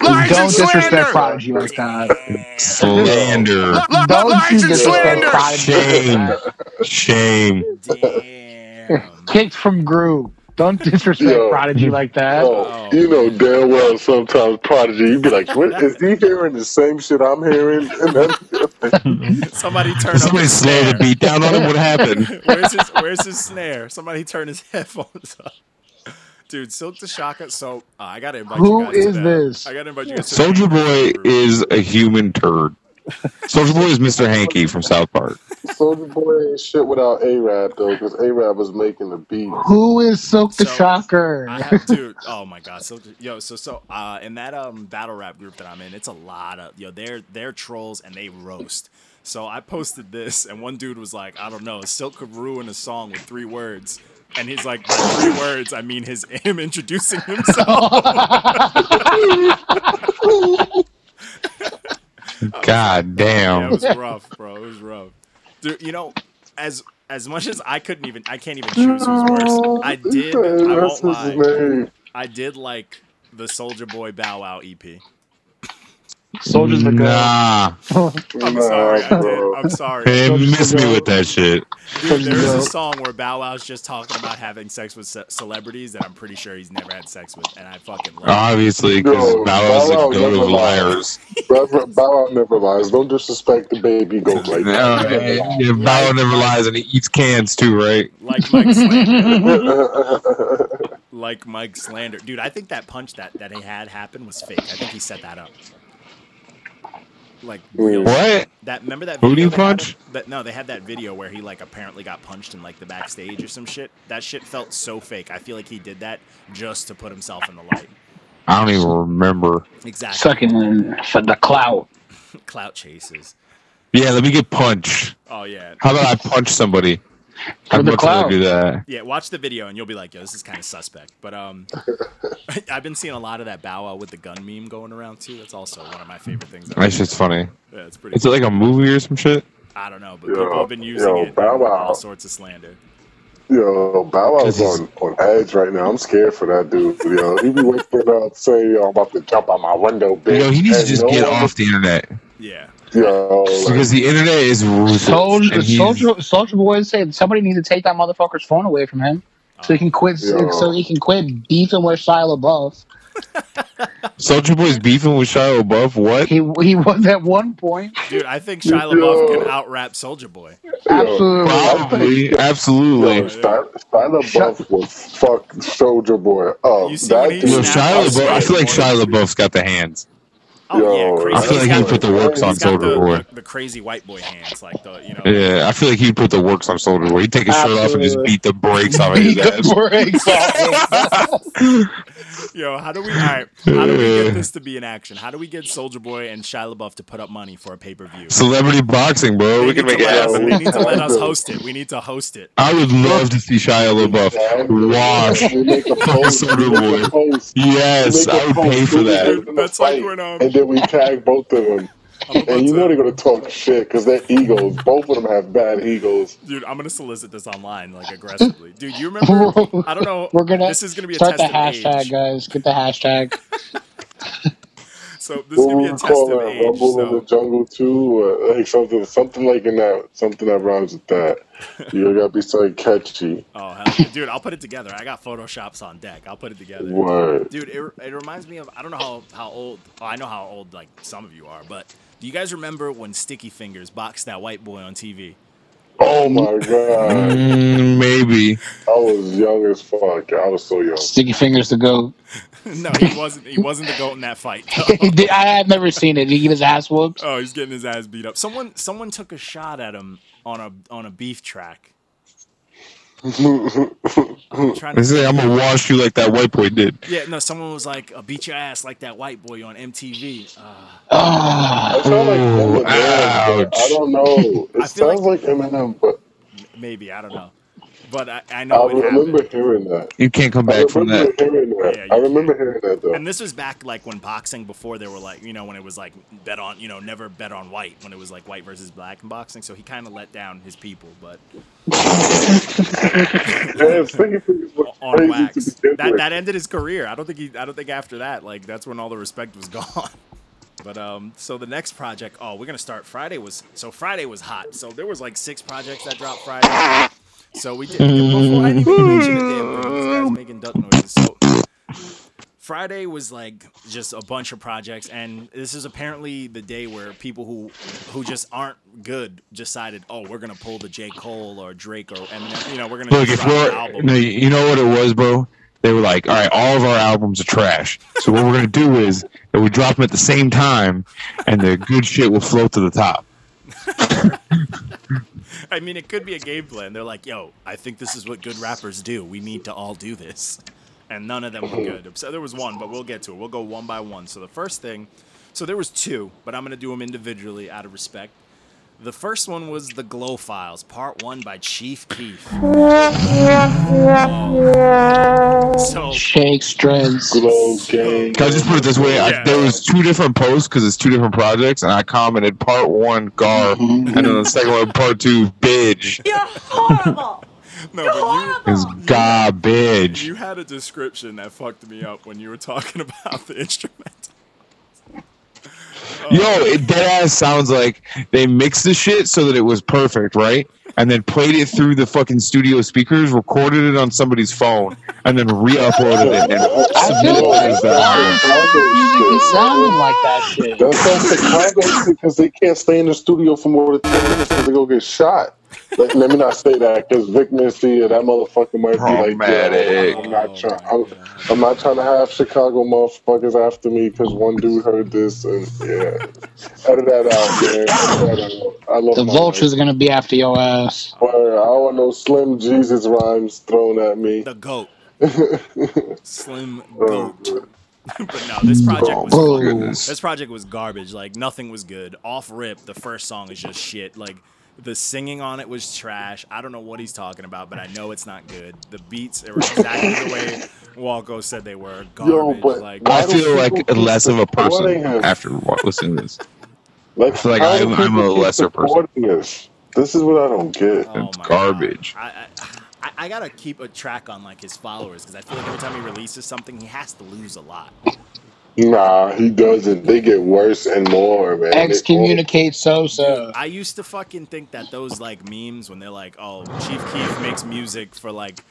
A: Lies
D: it.
A: and
C: Don't disrespect
A: slander!
C: Prodigy like that.
D: (laughs)
E: Slander.
C: Don't you
A: Lies and
C: disrespect
A: slander!
C: Prodigy like
E: Shame.
C: that.
E: Shame.
B: Damn.
C: Kicked from Groove. Don't disrespect
D: Yo.
C: Prodigy like that.
D: Oh, you know damn well sometimes Prodigy, you'd be like,
B: (laughs)
D: what, is he hearing the same shit I'm hearing? (laughs) And then,
B: Somebody turn up
E: Did somebody
B: his
E: slow
B: snare.
E: the beat down on him? What happened?
B: (laughs) Where's his Where's his snare? Somebody turn his (laughs) headphones up. Dude, Silk the Shaka. So uh, I gotta invite
C: Who
B: you guys.
C: is
B: to that.
C: this?
B: I gotta invite you guys. to the
E: Soldier
B: Hangover
E: Boy
B: group.
E: is a human turd. Soldier Boy is Mr. Hanky from South Park.
D: Soldier Boy ain't shit without A-Rab, though, because A-Rab was making the beat.
C: Who is Silk the
B: So,
C: Shocker?
B: I have, dude. Oh my god. So yo, so so uh, in that um battle rap group that I'm in, it's a lot of yo. They're they're trolls and they roast. So I posted this, and one dude was like, I don't know, Silk could ruin a song with three words. And he's like, by three words, I mean his (laughs) him introducing (laughs) himself.
E: God
B: yeah, it
E: damn.
B: was rough, bro. It was rough. Dude, you know, as as much as I couldn't even, I can't even choose who's worse. I did. I
D: That's
B: won't
D: his
B: lie.
D: name.
B: I did like the Soldier Boy Bow Wow E EP.
C: Soldiers the Girl.
E: Nah.
B: I'm
D: Nah,
B: sorry, I did.
D: bro.
B: I'm sorry.
E: They miss me with that shit.
B: Dude, there is
C: No.
B: a song where Bow Wow's just talking about having sex with ce- celebrities that I'm pretty sure he's never had sex with, and I fucking love.
E: Obviously, because
D: Yo,
E: Bow Wow's the
D: Bow Wow
E: goat
D: never
E: of
D: lies.
E: liars.
D: Reverend Bow Wow never lies. Don't disrespect the
E: (laughs)
D: baby goat like (laughs)
E: Uh,
D: that.
E: yeah, Bow Wow never lies, and he eats cans too, right?
B: it. Like Mike Slander, like Mike Slander, dude. I think that punch that that he had happen was fake. I think he set that up. Like real
E: What?
B: That remember that
E: Booty
B: video they had
E: punch?
B: of- that no, they had that video where he like apparently got punched in like the backstage or some shit. That shit felt so fake. I feel like he did that just to put himself in the light.
E: I don't even remember.
B: Exactly.
C: Sucking for the clout.
B: Clout chases.
E: Yeah, let me get punched.
B: Oh yeah.
E: How about I punch somebody? I'd
C: With a
E: much rather
C: cloud.
E: do that.
B: Yeah, watch the video and you'll be like, yo, this is kind of suspect. But um, (laughs) I've been seeing a lot of that Bow Wow with the gun meme going around too. That's also one of my favorite things. ever.
E: That shit's funny.
B: Yeah, it's pretty.
E: Is it like a movie or some shit?
B: I don't know, but
D: Yo,
B: people have been using
D: yo,
B: it
D: Bow
B: in
D: Wow.
B: all sorts of slander.
D: Yo, Bow
E: This
D: Wow's
E: is-
D: on, on edge right now. I'm scared for that dude. Yo, he be waking up saying, yo, I'm about to jump out my window, bitch.
E: Yo, he needs to
D: And
E: just
D: no
E: get
D: one-
E: off the internet
B: Yeah,
D: Yo, like,
E: because the internet is ruthless.
C: Soldier,
E: and he's-
C: soldier, soldier boy said somebody needs to take that motherfucker's phone away from him
B: Um,
C: so he can quit.
D: Yeah.
C: So he can quit beefing with Shia LaBeouf.
E: Soldier Boy's beefing with Shia LaBeouf. What?
C: He he was at one point
B: dude, I think Shia
D: Yo.
B: LaBeouf can out rap Soldier Boy.
C: absolutely.
E: Probably,
D: yo,
E: absolutely.
D: Sty- Styler Buff will fuck Soldier Boy up.
B: You see
D: That
B: when he
E: Yo,
D: dude,
B: snapped
E: Shia
B: Snap
E: LaBeouf. I feel like
B: outside.
E: Shia LaBeouf's got the hands.
B: Oh, yeah,
D: Yo,
B: crazy.
E: I feel
B: He's
E: like he
B: got
E: put
B: the-
E: the works on
B: he's got
E: Soldier Boy.
B: the, the, the crazy white boy hands, like the you know.
E: Yeah, I feel like he put the works on Soldier Boy. He'd take his shirt off and just
C: Absolutely.
E: beat the brakes
C: (laughs)
E: off (laughs) of his ass.
C: breaks
B: Yo, how do we? All right, how do we get this to be an action? How do we get Soldier Boy and Shia LaBeouf to put up money for a pay per view?
E: Celebrity boxing, bro. We can make it happen.
B: They need to let us host it. We need to host it.
E: I would love to see Shia LaBeouf wash (laughs)
D: We make a
E: fucking
D: post.
E: Soldier
D: we
E: Boy.
D: make a post.
E: Yes, I would pay for that.
B: Dude, that's like when, um,
D: and then we tag
B: (laughs)
D: both of them,
B: I'm about
D: and you know they're
B: to,
D: gonna talk shit because their egos. Both of them have bad egos.
B: dude, I'm gonna solicit this online like aggressively. Dude, you remember? I don't know.
C: (laughs) We're gonna
B: This is gonna be a
C: start
B: test
C: the
B: of
C: hashtag,
B: age.
C: guys. Get the hashtag.
B: So this is
D: What
B: gonna be a
D: would we
B: test of
D: call that?
B: age.
D: Rumble in
B: So
D: the Jungle Two, or like something, something like in that, something that rhymes
B: (laughs)
D: with that. You gotta be something catchy.
B: Oh, hell yeah. dude, I'll put it together. I got Photoshop's on deck. I'll put it together.
D: Word.
B: Dude, it, it reminds me of I don't know how how old. Oh, I know how old like some of you are, but do you guys remember when Sticky Fingers boxed that white boy on TV?
D: Oh
E: (laughs)
D: my god,
E: Mm, maybe.
D: I was young as fuck. I was so young.
C: Sticky fingers to go.
B: (laughs) no, he wasn't. He wasn't the goat in that fight.
C: (laughs) I have never seen it. Did he get his ass whooped?
B: oh, he's getting his ass beat up. Someone someone took a shot at him on a on a beef
D: (laughs)
B: track. I'm trying
E: They
B: to.
E: say, I'm gonna wash you like that white boy did.
B: Yeah, no. Someone was like, "I'll "Beat your ass like that white boy on MTV." Uh,
C: Ah,
D: It sounds like
E: Ooh,
D: Eminem. but I
E: ouch.
D: don't know.
B: I
D: It
B: feel
D: sounds like, Eminem, but
B: maybe I don't know, but I, I
D: I
B: know it
D: remember
B: happened.
D: hearing that.
E: You can't come
D: I
E: back from
D: remember
E: that.
D: hearing that.
B: Yeah, you
D: I remember hearing that though.
B: And this was back like when boxing before they were like, you know, when it was like bet on, you know, never bet on white when it was like white versus black in boxing. So he kind of let down his people, but (laughs)
D: Yeah, Stinky Fingers was
B: on
D: crazy
B: wax,
D: to begin
B: that
D: with.
B: that ended his career. I don't think he, I don't think after that, like that's when all the respect was (laughs) gone. But um, so the next project, oh, we're gonna start Friday was so Friday was hot. So there was like six projects that dropped Friday. So we did before I didn't even mention the damn thing. This guy's making duck noises. So Friday was like just a bunch of projects, and this is apparently the day where people who who just aren't good decided, oh, we're gonna pull the J Cole or Drake or Eminem. You know, we're gonna
E: Look,
B: just
E: if
B: drop an
E: we're,
B: album.
E: no, you know what it was, bro? They were like, all right, all of our albums are trash. So what we're gonna do is we drop them at the same time, and the good shit will float to the top.
B: I mean, it could be a game plan. They're like, yo, I think this is what good rappers do. We need to all do this. And none of them were good. So there was one, but we'll get to it. We'll go one by one. So the first thing, so there was two, but I'm going to do them individually out of respect. The first one was The Glow Files, part one by Chief Keef. So,
C: shakes, dreads.
D: Glow
B: (laughs)
D: gang.
E: Can I just put it this way?
B: Yeah.
E: I, there was two different posts because it's two different projects, and I commented part one gar, and then the second one part two bitch
F: You're horrible.
B: no,
F: You're
B: but you,
E: is
F: horrible.
E: garbage.
B: you had a description that fucked me up when you were talking (laughs) about the instrument.
E: Yo, it dead ass sounds like they mixed the shit so that it was perfect, right? And then played it through the fucking studio speakers, recorded it on somebody's phone, and then re-uploaded it and
C: I feel
E: submitted
C: like
E: it as that album.
C: It sounded like that shit.
D: That's that's the condoms because they can't stay in the studio for more than ten minutes because they go get shot. Like, let me not say that because Vic Mencia, that motherfucker might be like,
E: Problematic.
D: yeah, I'm not trying. I'm, I'm not trying to have Chicago motherfuckers after me because one dude heard this and yeah, edit that out, man. Edit that out. I love
C: The
D: my
C: vulture's gonna be after your ass.
D: life. Word. I don't want no Slim Jesus rhymes thrown at me.
B: The goat. Slim goat. (laughs) but no, this project was
E: Oh,
C: my
B: fucking-
E: goodness.
B: this project was garbage. Like nothing was good. Off rip, the first song is just shit. Like the singing on it was trash. I don't know what he's talking about, but I know it's not good. The beats they were exactly the way Walco said they were. Garbage.
D: but
B: like
D: why
E: I
D: do
E: feel like
D: people keep
E: less of a person
D: supporting him?
E: after wa- listening to this.
D: Like,
E: feel like
D: how do
E: I'm- I'm
D: people
E: a
D: keep
E: lesser person.
D: supporting This? this is what I don't get.
B: oh
E: it's
B: my
E: garbage.
B: God. I, I- I I gotta keep a track on like his followers because I feel like every time he releases something, he has to lose a lot.
D: Nah, he doesn't. They get worse and more, man.
C: Excommunicate Sosa.
B: I used to fucking think that those like memes when they're like, oh, Chief Keef makes music for like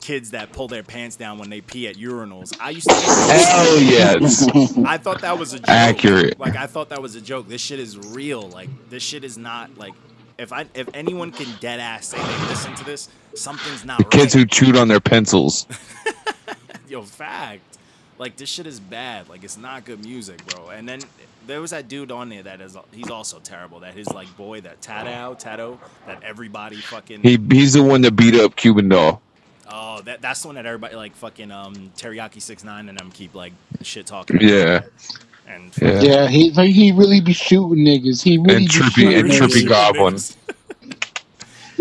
B: kids that pull their pants down when they pee at urinals. I used to
C: (laughs)
E: Hell yes.
B: I thought that was a joke.
E: Accurate.
B: Like I thought that was a joke. This shit is real. Like this shit is not like if I if anyone can dead ass say they listen to this, something's not right.
E: Kids who chewed on their pencils.
B: Yo, fact. Like this shit is bad. Like it's not good music, bro. And then there was that dude on there that is he's also terrible. That his like boy that Tato Tato that everybody fucking
E: He he's the one that beat up Cuban Doll.
B: oh that that's the one that everybody like fucking um teriyaki six nine and them keep like shit talking. about.
E: Yeah.
B: and
E: Yeah.
C: Yeah, he he really be shooting niggas. He really
E: And
C: be
E: Trippy-
C: shooting
E: and
B: Really?
C: niggas.
E: Trippy Trippy Goblin.
B: (laughs)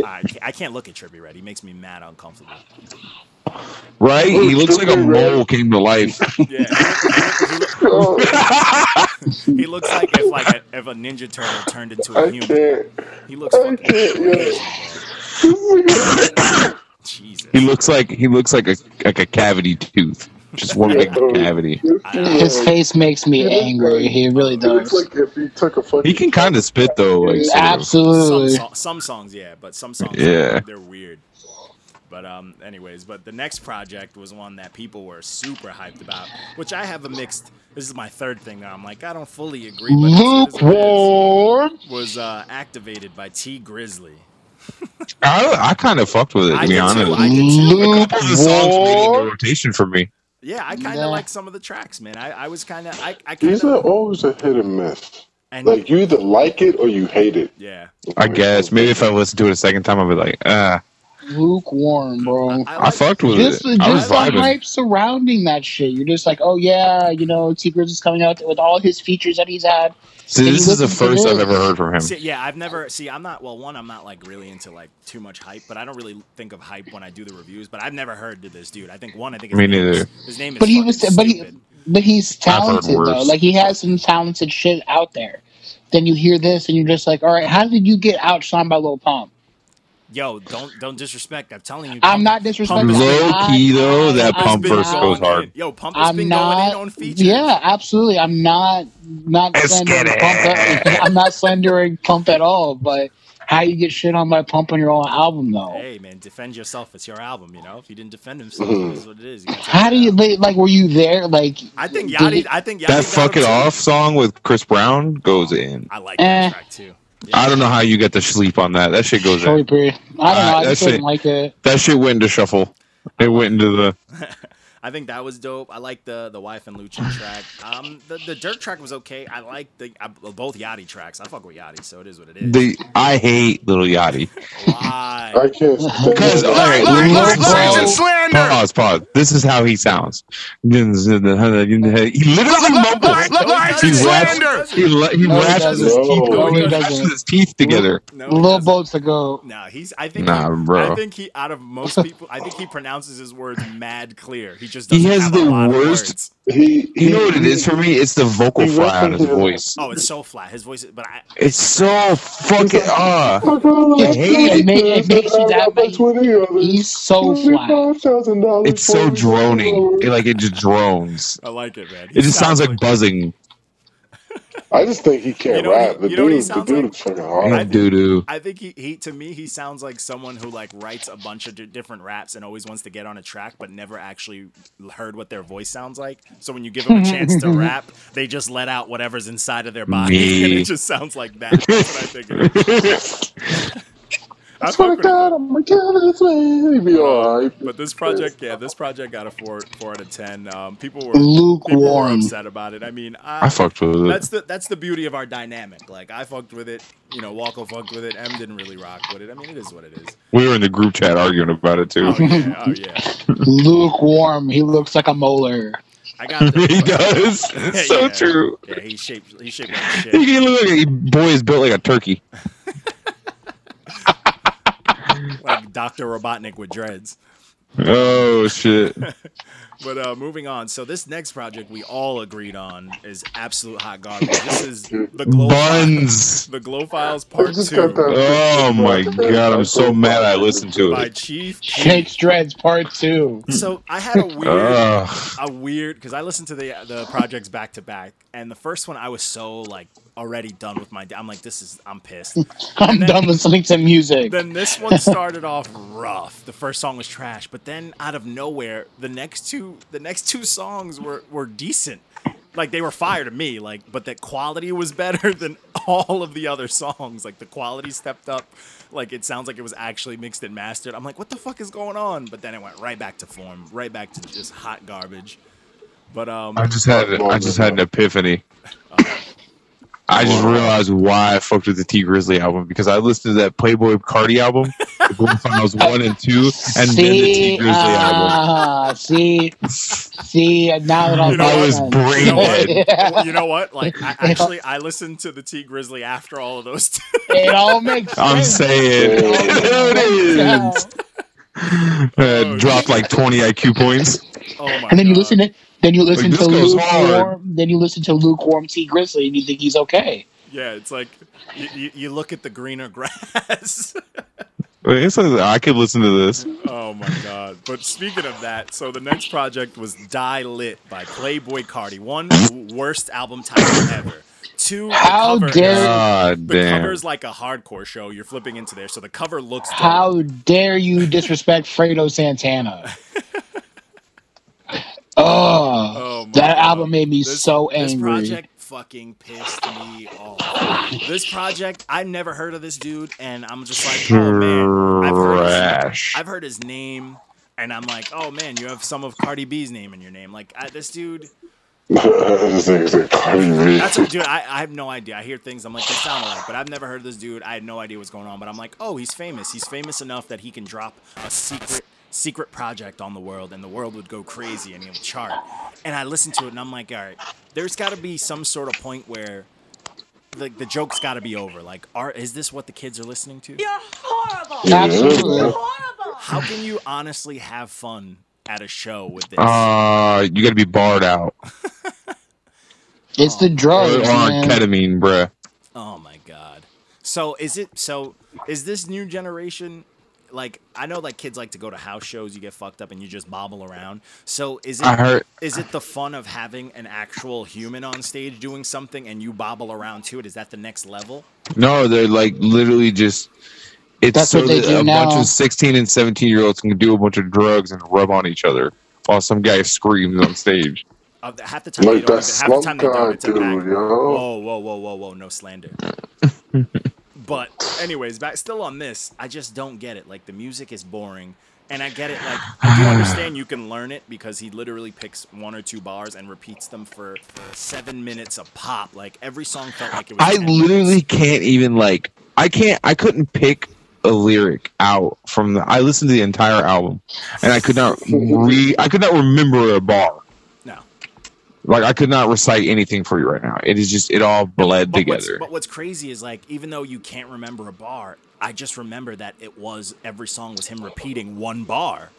B: I, can't, I can't look at Trippy Red. He makes me mad uncomfortable.
E: Right?
C: Oh,
E: He looks like a mole came to life.
B: Yeah,
D: (laughs) Oh,
B: he looks like if like a, if a Ninja Turtle turned into a
D: I
B: human.
D: can't.
B: He looks fucking.
D: can't,
B: crazy, bro. Jesus.
E: He looks like he looks like a like a cavity tooth.
C: (laughs)
E: Just one big cavity.
D: This
C: His
D: man,
C: face makes me
D: looks
C: angry.
D: like-
C: He really
D: he looks
C: does.
D: like if he took a fucking.
E: He can kind of spit though. Like sort of.
B: some,
C: Absolutely.
B: so- some songs, yeah, but some songs,
E: Yeah.
B: they're weird. But um, anyways, but the next project was one that people were super hyped about, which I have a mixed. This is my third thing that I'm like, I don't fully agree. But this is what it is,
C: Lukewarm.
B: was uh, activated by T Grizzly.
E: I I kind of fucked with it
B: I
E: to be
B: did too,
E: honest.
B: I did too.
E: A couple of the songs made it into
C: Lukewarm.
E: rotation for me.
B: Yeah, I kind of
C: Nah.
B: like some of the tracks, man. I, I was kind of, I, I kind
D: These are
B: of,
D: always a hit and miss.
B: and
D: Like you either like it or you hate it.
B: yeah,
E: I guess maybe if I listened to it a second time, I'd be like, ah,
C: Lukewarm, bro.
E: I
B: like-
E: fucked with
C: Just,
E: it. I was
C: just the
E: vibing.
C: hype surrounding that shit. You're just like, oh yeah, you know, T Grizz is coming out with all his features that he's had.
E: See,
C: Did you
E: this is the
C: listen to
E: first I've
C: this?
E: ever heard from him.
B: See, yeah, I've never see. I'm not well. One, I'm not like really into like too much hype, but I don't really think of hype when I do the reviews. But I've never heard of this dude. I think one. I think his
E: Me
B: name
E: neither.
B: Is, his name is.
C: But he was,
B: fucking
C: but he,
B: stupid.
C: but he's
E: I've heard
C: talented though.
E: worse.
C: Like he has some talented shit out there. Then you hear this and you're just like, all right, how did you get outshined by Lil Pump?
B: Yo, don't don't disrespect. I'm telling you.
C: I'm
B: Pump-
C: not disrespecting.
B: Pump's been-
E: Low key though, that
C: I-
E: pump
C: I-
E: verse goes
B: going
E: hard.
B: in. Yo, pump has
C: I'm
B: been going in
C: not.
B: on features.
C: Yeah, absolutely. I'm not not
E: Let's
C: slandering
E: get
C: pump.
E: it.
C: At, (laughs) I'm not slandering pump at all. But how you get shit on by pump on your own album though?
B: Hey man, defend yourself. It's your album, you know. If you didn't defend himself,
E: Mm-hmm.
B: it is what it is. You gotta take
C: How
B: it
C: do you
B: out.
C: like? like, Were you there? Like,
B: I think
C: did
B: Yachty.
C: it-
B: I think Yachty.
E: That
B: got him
E: fuck
B: too.
E: it off song with Chris Brown goes in.
B: I like that
C: Eh.
B: track too.
E: I don't know how you get the sleep on that. That shit goes
C: Joey
E: in.
C: Perry. I don't
E: Uh,
C: know. I
E: that's
C: just didn't
E: it.
C: like it.
E: That shit went into shuffle. It went into the
B: I think that was dope. I like the the wife and
E: (laughs)
B: Lucha track. Um, the the Dirk track was okay. I like the I, both Yachty tracks. I fuck with Yachty, so it is what it is.
E: the. I hate Little Yachty.
B: Why?
C: (laughs)
D: I can't. stand
E: Because all
D: that.
E: right,
C: Look, look,
E: listen,
C: look, look,
E: pause, pause, pause. This is how he sounds. He literally Oh, mumbles. He raps. He, la- he
C: No, he
E: rashes his
D: doesn't.
E: teeth.
D: No,
E: No, he
C: he
E: rashes
C: doesn't.
E: his teeth together.
B: No, he
C: Lil
B: doesn't.
C: Boats ago.
B: No, he's. I think.
E: Nah,
B: he,
E: bro.
B: I think he out of
E: (laughs)
B: most people. I think he pronounces his words mad clear. He just doesn't
E: He has
B: have
E: the
B: a lot
E: worst-
B: Of words.
D: He, he,
E: You know what it is for me? It's the vocal
D: He
E: fry on his
D: references-
E: voice.
B: Oh, it's so flat. His voice, is, but I.
E: It's so fucking ah.
D: I
E: hate
C: it. It makes you that way. He's so flat.
E: It's so droning. It, like it just drones.
B: I like it, man. He
E: It just sounds like buzzing.
D: I just think he can't
B: You know what he-
D: rap. The
B: you know what he
D: dude, the
B: sounds
D: dude
B: like?
D: is fucking
B: I
D: hard.
B: think-
E: Oh, Doo doo.
B: I think he, he to me he sounds like someone who like writes a bunch of di- different raps and always wants to get on a track but never actually heard what their voice sounds like. So when you give them a chance
E: (laughs)
B: to rap, they just let out whatever's inside of their body (laughs) and
E: Me.
B: it just sounds like that. That's what I think. It
E: (laughs)
B: is. I
D: I swear
B: fuck
D: to
B: with it.
D: God, I'm gonna kill this man. He be alright.
B: But this project, yeah, this project got a four four out of ten. Um, people were people were
C: Lukewarm.
B: upset about it. I mean, I,
E: I fucked with it.
B: that's the that's the beauty of our dynamic. Like I fucked with it, you know, Walker fucked with it, M didn't really rock with it. I mean, it is what it is.
E: We were in the group chat arguing about it too.
B: Oh yeah, oh yeah.
C: Lukewarm. He looks like a molar.
B: I
E: (laughs)
B: got
E: he
B: this.
E: does. so
B: Yeah.
E: true.
B: Yeah, he's shaped. He's shaped like
E: (laughs)
B: shit.
E: He look like a boy is built like a turkey.
B: like Doctor Robotnik with dreads.
E: Oh shit.
B: But uh, moving on. So this next project we all agreed on is absolute hot garbage. This is the glow.
E: Buns.
B: The Glow Files
D: I
B: Part
D: just
B: Two
D: got that-
E: Oh my god, I'm so mad I listened to
B: by
E: it.
B: Chief. Keef.
C: Shakes Dreads Part Two. (laughs)
B: So I had a weird.
E: Ugh.
B: a weird because I listened to the the projects back to back, and the first one I was so like already done with my. I'm like, this is I'm pissed.
C: I'm
B: then-
C: done listening to music.
B: then this one started off rough. The first song was trash, but then out of nowhere, the next two the next two songs were were decent. Like they were fire to me, like but the quality was (laughs) better than all of the other songs. Like the quality stepped up. Like it sounds like it was actually mixed and mastered. I'm like, what the fuck is going on? But then it went right back to form, right back to just hot garbage. But um
E: I just had I just had an epiphany. I just realized why I fucked with the T Grizzly album because I listened to that Playboy Cardi album when I was one and two, and then the T
C: see, uh,
E: Grizzly album.
C: ah, (laughs) see, see, now that I'm
B: You know
E: I
B: what?
C: (laughs)
E: was
B: You
E: brain
B: know what?
E: dead.
B: Well, you know what? Like, I, actually, I listened to the T Grizzly after all of those. T-
C: It all makes
E: I'm
C: sense.
E: saying (laughs) there
C: Oh,
E: it is. Uh, dropped like 20 IQ points.
B: (laughs) oh my
C: And then you
B: God.
C: listen to then you listen
E: Like,
C: to
E: this goes hard.
C: lukewarm then you listen to lukewarm T Grizzly and you think he's okay.
B: Yeah, it's like you, you, you look at the greener (laughs) grass.
E: Wait, it says I could listen to this.
B: oh my god! But speaking of that, so the next project was "Die Lit" by Playboy Cardi. One worst album title ever. Two the
C: How
B: cover
C: dare
B: is-
E: God
B: the
E: Ah, damn.
B: cover is like a hardcore show. You're flipping into there, so the cover looks. dope.
C: How dare you disrespect Fredo Santana? Oh,
B: Oh my
C: that
B: God.
C: album made me
B: This-
C: so
B: This
C: angry.
B: project fucking pissed me off. This project, I never heard of this dude, and I'm just like, oh man, I've heard his,
E: Trash.
B: I've heard his name, and I'm like, oh man, you have some of Cardi B's name in your name. Like I, this dude,
D: (laughs) this nigga's like Cardi B.
B: that's what, dude. I, I have no idea. I hear things, I'm like, they sound alike, but I've never heard of this dude. I had no idea what's going on, but I'm like, oh, he's famous. He's famous enough that he can drop a secret. Secret project on the world, and the world would go crazy, and he'll chart. And I listened to it, and I'm like, all right, there's got to be some sort of point where like the joke's got to be over. Like, are is this what the kids are listening to?
F: You're horrible.
D: Yeah.
C: Absolutely.
F: Horrible.
B: How can you honestly have fun at a show with this?
E: Uh, you gotta be barred out.
C: It's the
E: Or
C: drugs,
E: on
C: Oh, man.
E: ketamine, bruh.
B: oh my god! So is it? So is this new generation? Like, I know like kids like to go to house shows. You get fucked up and you just bobble around. So is it?
E: I heard.
B: Is it the fun of having an actual human on stage doing something and you bobble around to it? Is that the next level?
E: No, they're like literally just. It's
C: That's
E: so
C: what they
E: that
C: do
E: a bunch
C: now.
E: of 16 and 17 year olds can do a bunch of drugs and rub on each other while some guy screams on stage.
B: Of the- half the time they
D: Like
B: don't
D: that
B: even, half the time
D: slump
B: they don't.
D: guy
B: It's a back.
D: dude, yo.
B: Whoa, whoa, whoa, whoa, whoa! No
E: (laughs)
B: slander. but anyways, back still on this, I just don't get it. Like the music is boring, and I get it. Like I do understand you can learn it because he literally picks one or two bars and repeats them for seven minutes a pop. Like every song felt like it was.
E: (laughs) I
B: 10
E: literally
B: minutes.
E: can't even like. I can't. I couldn't pick a lyric out from the. I listened to the entire album, and I could not re. I could not remember a bar.
B: no.
E: Like I could not recite anything for you right now. It is just. It all bled
B: But what's,
E: together.
B: but what's crazy is like even though you can't remember a bar, I just remember that it was every song was him repeating one bar.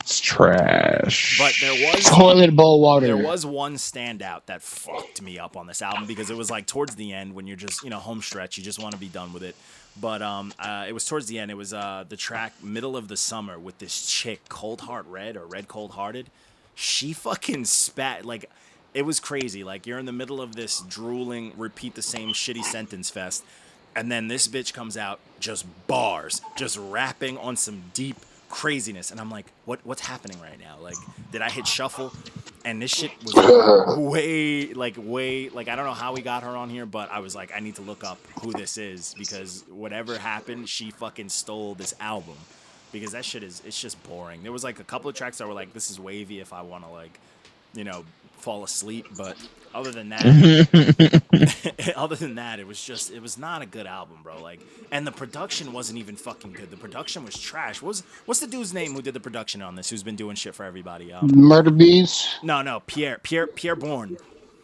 E: It's trash.
B: But there was
C: Toilet bowl water.
B: There was one standout that fucked me up on this album because it was like towards the end when you're just you know home stretch, you just want to be done with it. But um, uh, it was towards the end. It was uh, the track "Middle of the Summer" with this chick, Cold Heart Red or Red Cold Hearted. She fucking spat like it was crazy. Like you're in the middle of this drooling, repeat the same shitty sentence fest, and then this bitch comes out just bars, just rapping on some deep craziness, and I'm like, what what's happening right now? Like, did I hit shuffle? And this shit was way like way like I don't know how we got her on here, but I was like, I need to look up who this is because whatever happened, she fucking stole this album. Because that shit is it's just boring. There was like a couple of tracks that were like, this is wavy if I want to like, you know, fall asleep, but other than that, other than that, (laughs) it was just it was not a good album, bro. Like, and the production wasn't even fucking good. The production was trash. What was what's the dude's name who did the production on this? Who's been doing shit for everybody? Um,
C: Murder bees.
B: no, no, Pierre, Pierre, Pierre Bourne.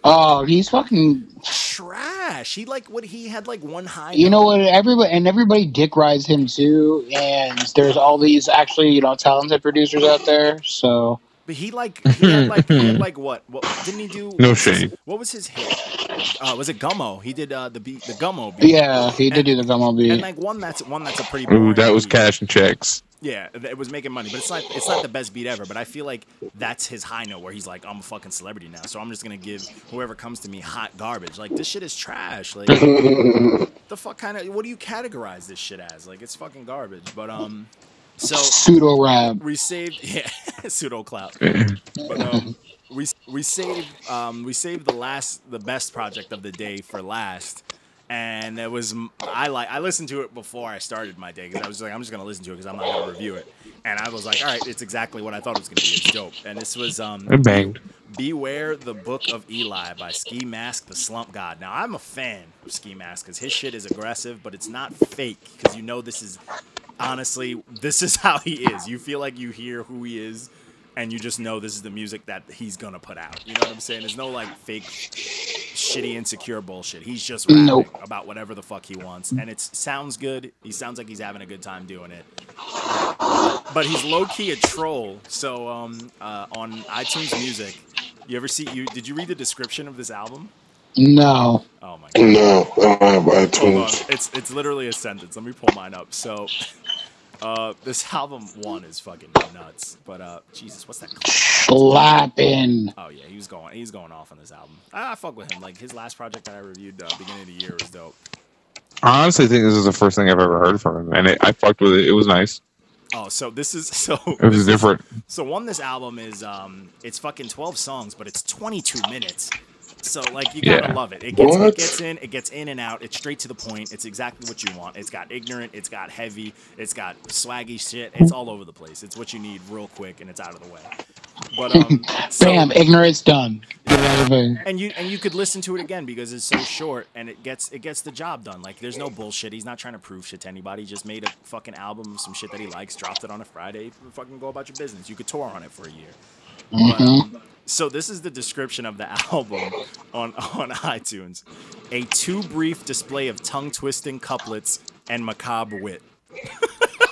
C: Oh, he's fucking.
B: Trash. He like what he had like one high.
C: You know
B: note.
C: what? Everybody and everybody dick rides him too. And there's all these actually, you know, talented producers out there. So
B: But he like he had like he had like what? What didn't he do?
E: (laughs) No
B: what was his-
E: shade.
B: What was his hit? Uh, was it Gummo? He did uh, the beat, the Gummo beat.
C: yeah, he did do the gummo
B: And
C: beat.
B: like one that's one that's a pretty.
E: Ooh,
B: boring
E: that was
B: beat.
E: cash and checks.
B: Yeah, th- it was making money, but it's not it's not the best beat ever. But I feel like that's his high note where he's like, I'm a fucking celebrity now, so I'm just gonna give whoever comes to me hot garbage. Like this shit is trash. Like the fuck kind of what do you categorize this shit as? Like it's fucking garbage. But um, so
C: Pseudo rap.
B: we saved (laughs) yeah pseudo clout. But um, we we saved um we saved the last the best project of the day for last. and it was I like I listened to it before I started my day because I was like I'm just gonna listen to it because I'm not gonna review it, and I was like, all right, it's exactly what I thought it was gonna be. It's dope, and this was um
E: It banged.
B: Beware the Book of Eli by Ski Mask the Slump God. Now, I'm a fan of Ski Mask because his shit is aggressive, but it's not fake because you know this is honestly, this is (laughs) how he is. You feel like you hear who he is and you just know this is the music that he's going to put out. You know what I'm saying? There's no like fake, shitty, insecure bullshit. He's just rapping
C: Nope.
B: about whatever the fuck he wants and it sounds good. He sounds like he's having a good time doing it but he's low key a troll. So um, uh, on iTunes Music, you ever see you? Did you read the description of this album?
C: No.
B: Oh my god!
D: No, I don't have
B: Hold on.
D: iTunes.
B: It's it's literally a sentence. Let me pull mine up. So. Uh, this album one is fucking nuts, but uh, Jesus, what's that? Called?
C: Slapping.
B: Oh yeah, he was going, he's going off on this album. I, I fuck with him. Like his last project that I reviewed uh, beginning of the year was dope.
E: I honestly think this is the first thing I've ever heard from him, and it, I fucked with it. It was nice.
B: Oh, so this is (laughs) so.
E: It was
C: (laughs)
E: different.
B: So one, this album is um, it's fucking twelve songs, but it's twenty two minutes. So like you gotta
E: Yeah.
B: love it. It gets it
D: What?
B: gets in, it gets in and out. It's straight to the point. It's exactly what you want. It's got ignorant. It's got heavy. It's got swaggy shit. It's all over the place. It's what you need real quick, and it's out of the way. But um, so-
C: Bam. Ignorance done. Get out of there.
B: and you and you could listen to it again because it's so short and it gets it gets the job done. Like there's no bullshit. He's not trying to prove shit to anybody. He just made a fucking album, some shit that he likes, dropped it on a Friday. Fucking go about your business. You could tour on it for a year. But, um, so this is the description of the (laughs) album on on iTunes: a too brief display of tongue twisting couplets and macabre wit. (laughs)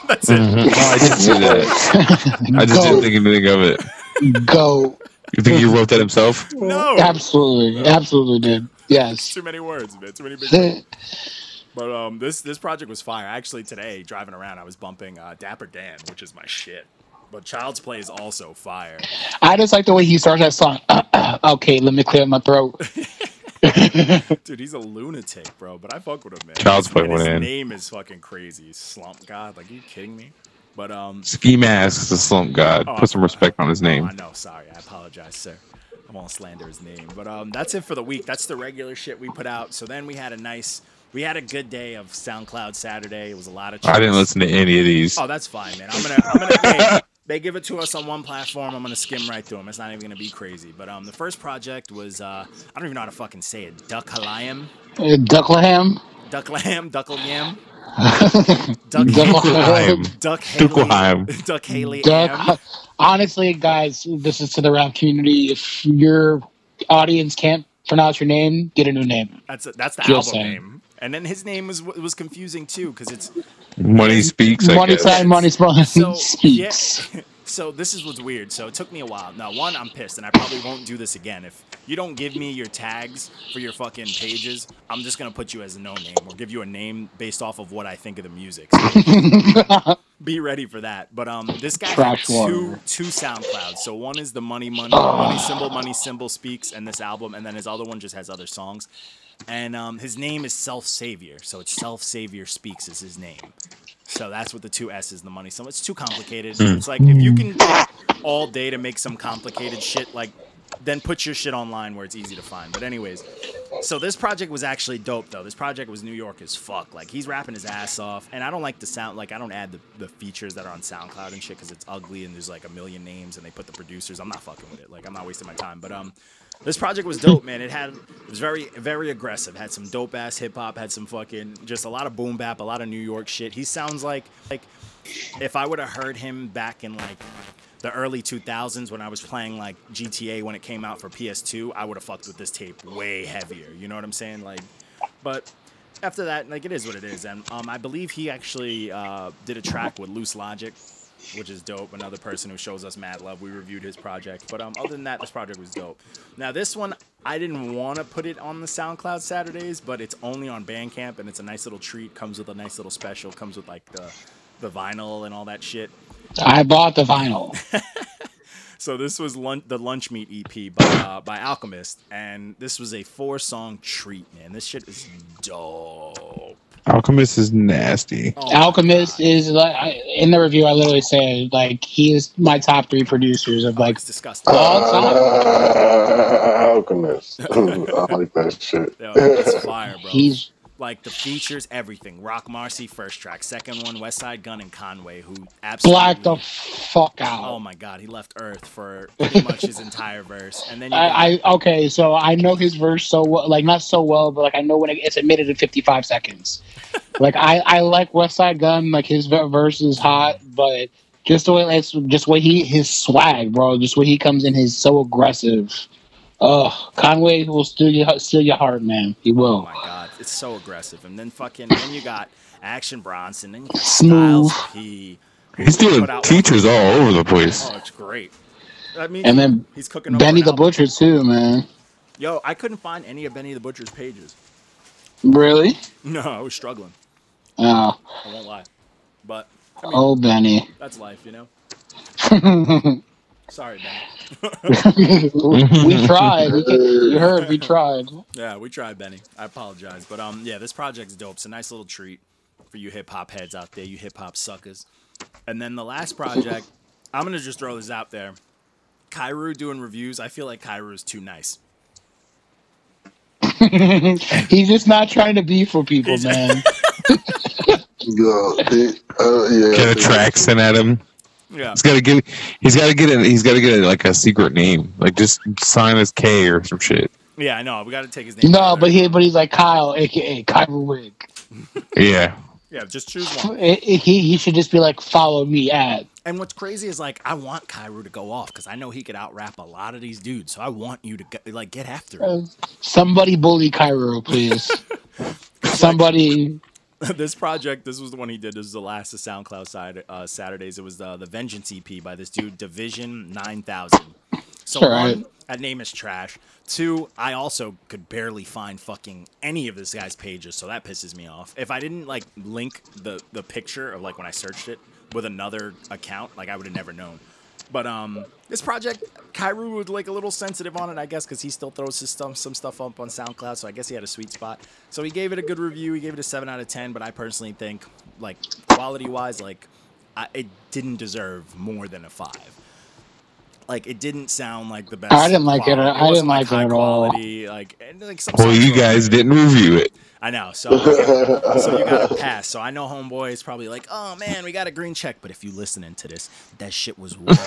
B: That's it.
E: I did see that.
C: (laughs)
E: I just didn't think anything of it.
C: Go.
E: You think he wrote that himself?
B: No,
C: Absolutely. Absolutely, dude. Yes.
B: too many words, man. Too many big words.
C: Th-
B: But um, this this project was fire. Actually, today driving around, I was bumping uh, Dapper Dan, which is my shit. But Child's Play is also fire.
C: I just like the way he starts that song. (clears throat) okay, let me clear my throat.
B: Dude, he's a lunatic, bro. But I fuck with him, man.
E: Child's Play
B: And
E: went
B: his
E: in.
B: name is fucking crazy. Slump God, like, are you kidding me? But um,
E: Ski Mask is a slump god. Put some respect on his
B: Oh,
E: name.
B: I know. Sorry, I apologize, sir. I won't slander his name. But um, that's it for the week. That's the regular shit we put out. So then we had a nice, we had a good day of SoundCloud Saturday. It was a lot of.
E: I didn't
B: tracks.
E: listen to any of these. (laughs)
B: Oh, that's fine, man. I'm gonna, I'm gonna.
C: (laughs)
B: hey, they give it to us on one platform. I'm gonna skim right through them. It's not even gonna be crazy. But um, the first project was uh, I don't even know how to fucking say it. Duck Halayam,
C: Uh, Duckleham.
B: Duck Lamb, Duckle
C: (laughs)
B: Yam, Duck
C: Duckleham.
E: Duckleham.
B: Duck Haley,
E: Duckleheim.
B: Duck Haley. Am.
C: Duck. Honestly, guys, this is to the rap community. If your audience can't pronounce your name, get a new name.
B: That's that's the
C: Just
B: album
C: saying.
B: name. And then his name was was confusing too because it's
E: Money speaks. I
C: money
E: guess.
C: sign, money spell
B: so yeah.
C: (laughs) speaks.
B: So this is what's weird. So it took me a while. Now one, I'm pissed, and I probably won't do this again. If you don't give me your tags for your fucking pages, I'm just gonna put you as a no name or give you a name based off of what I think of the music. So be ready for that. But um, this guy had
C: Trash
B: two
C: water.
B: two SoundClouds. So one is the money money money symbol money symbol speaks, and this album, and then his other one just has other songs. And um, his name is Self Savior, so it's Self Savior Speaks is his name. So that's what the two S's in the money. So it's too complicated. It's like if you can take all day to make some complicated shit, like then put your shit online where it's easy to find. But anyways, so this project was actually dope though. This project was New York as fuck. Like he's rapping his ass off, and I don't like the sound. Like I don't add the, the features that are on SoundCloud and shit because it's ugly and there's like a million names and they put the producers. I'm not fucking with it. Like I'm not wasting my time. But um, this project was dope, man. It had it was very very aggressive. Had some dope ass hip hop. Had some fucking just a lot of boom bap, a lot of New York shit. He sounds like like if I would have heard him back in like the early 2000s when I was playing like GTA when it came out for PS2, I would have fucked with this tape way heavier. You know what I'm saying? Like, but after that, like it is what it is. And um, I believe he actually uh, did a track with Loose Logic, which is dope. Another person who shows us mad love. We reviewed his project, but um, other than that, this project was dope. Now this one, I didn't want to put it on the SoundCloud Saturdays, but it's only on Bandcamp, and it's a nice little treat. Comes with a nice little special. Comes with like the the vinyl and all that shit.
C: I bought the vinyl.
B: So this was lun- the Lunch Meat EP by, uh, by Alchemist, and this was a four-song treat, man. This shit is dope.
E: Alchemist is nasty.
B: Oh my
C: Alchemist
B: God.
C: is like I, in the review. I literally said like he is my top three producers of like
B: it's disgusting.
C: all
D: Ah,
C: time.
B: (laughs)
D: Uh, Alchemist. Ooh, I like that shit.
B: Yo, it's fire, bro.
C: He's
B: like the features, everything. Rock Marcy, first track. Second one, West Side Gun and Conway, who absolutely
C: Black the fuck out.
B: Oh my god, he left Earth for pretty much his entire verse, and then you got-
C: I, I okay, so I know his verse so well, like not so well, but like I know when it, it's admitted in 55 seconds. like I, I like West Side Gun, like his ve- verse is hot, but just the way it's just the way he his swag, bro, just the way he comes in, he's so aggressive. Ugh, Conway will steal your steal your heart, man. He
B: Oh
C: will.
B: my god, it's so aggressive. And then fucking then you got Action Bronson, then you got
C: Smooth.
B: Styles P.
E: He's stealing
B: Put out-
E: teachers all over the place.
B: Oh, it's great. I mean,
C: And then
B: he's cooking up
C: Benny
B: an
C: the
B: album.
C: Butcher too, man.
B: Yo, I couldn't find any of Benny the Butcher's pages. (laughs)
C: Really?
B: No, I was struggling.
C: Oh,
B: I won't lie, but
C: oh, Benny.
B: that's life,
C: (laughs)
B: you know. Sorry, Benny.
C: we tried. We, you heard we tried.
B: Yeah, we tried, Benny. I apologize, but um, yeah, this project's dope. It's a nice little treat for you hip hop heads out there, you hip hop suckers. And then the last project, I'm gonna just throw this out there. Kairu doing reviews. I feel like Kairu's too nice.
C: He's just not trying to be for people,
B: He's-
C: man.
D: Yeah, they- uh, yeah.
E: Got a
D: they-
E: track sent at him.
B: Yeah,
E: He's got to get. He's got to get. A, he's got to get a, like a secret name. Like just sign as K or some shit.
B: yeah, I know. We got to take his name. out
C: No,
B: of
C: but
B: there.
C: he but he's like Kyle, aka Kyber Wig.
E: Yeah.
B: yeah, just choose one.
C: He he should just be like, follow me at.
B: And what's crazy is like I want Kairu to go off because I know he could out rap a lot of these dudes. So I want you to go, like get after him.
C: Somebody bully Cairo, please.
B: (laughs)
C: Somebody.
B: this project, this was the one he did. This was the last of SoundCloud side, uh, Saturdays. It was the the Vengeance EP by this dude, Division Nine Thousand. So
C: It's all
B: one,
C: right.
B: that name is trash. Two, I also could barely find fucking any of this guy's pages, so that pisses me off. If I didn't like link the the picture of like when I searched it with another account, like I would have never known. But um, this project, Kairu was like a little sensitive on it, I guess, because he still throws his stuff, some stuff up on SoundCloud. So I guess he had a sweet spot. So he gave it a good review. He gave it a seven out of ten. But I personally think, like quality wise, like I, it didn't deserve more than a five. Like it didn't sound like the best.
C: I didn't like it. I
B: wasn't,
C: didn't like it
B: high
C: at all.
B: Quality, like, and, like some
E: Well, you
B: songs were-
E: guys didn't review it.
B: I know. So, so you
E: (laughs)
B: got to pass. So I know homeboy is probably like, oh man, we got a green check. But if you listening to this, that shit was
E: (laughs)
B: whack.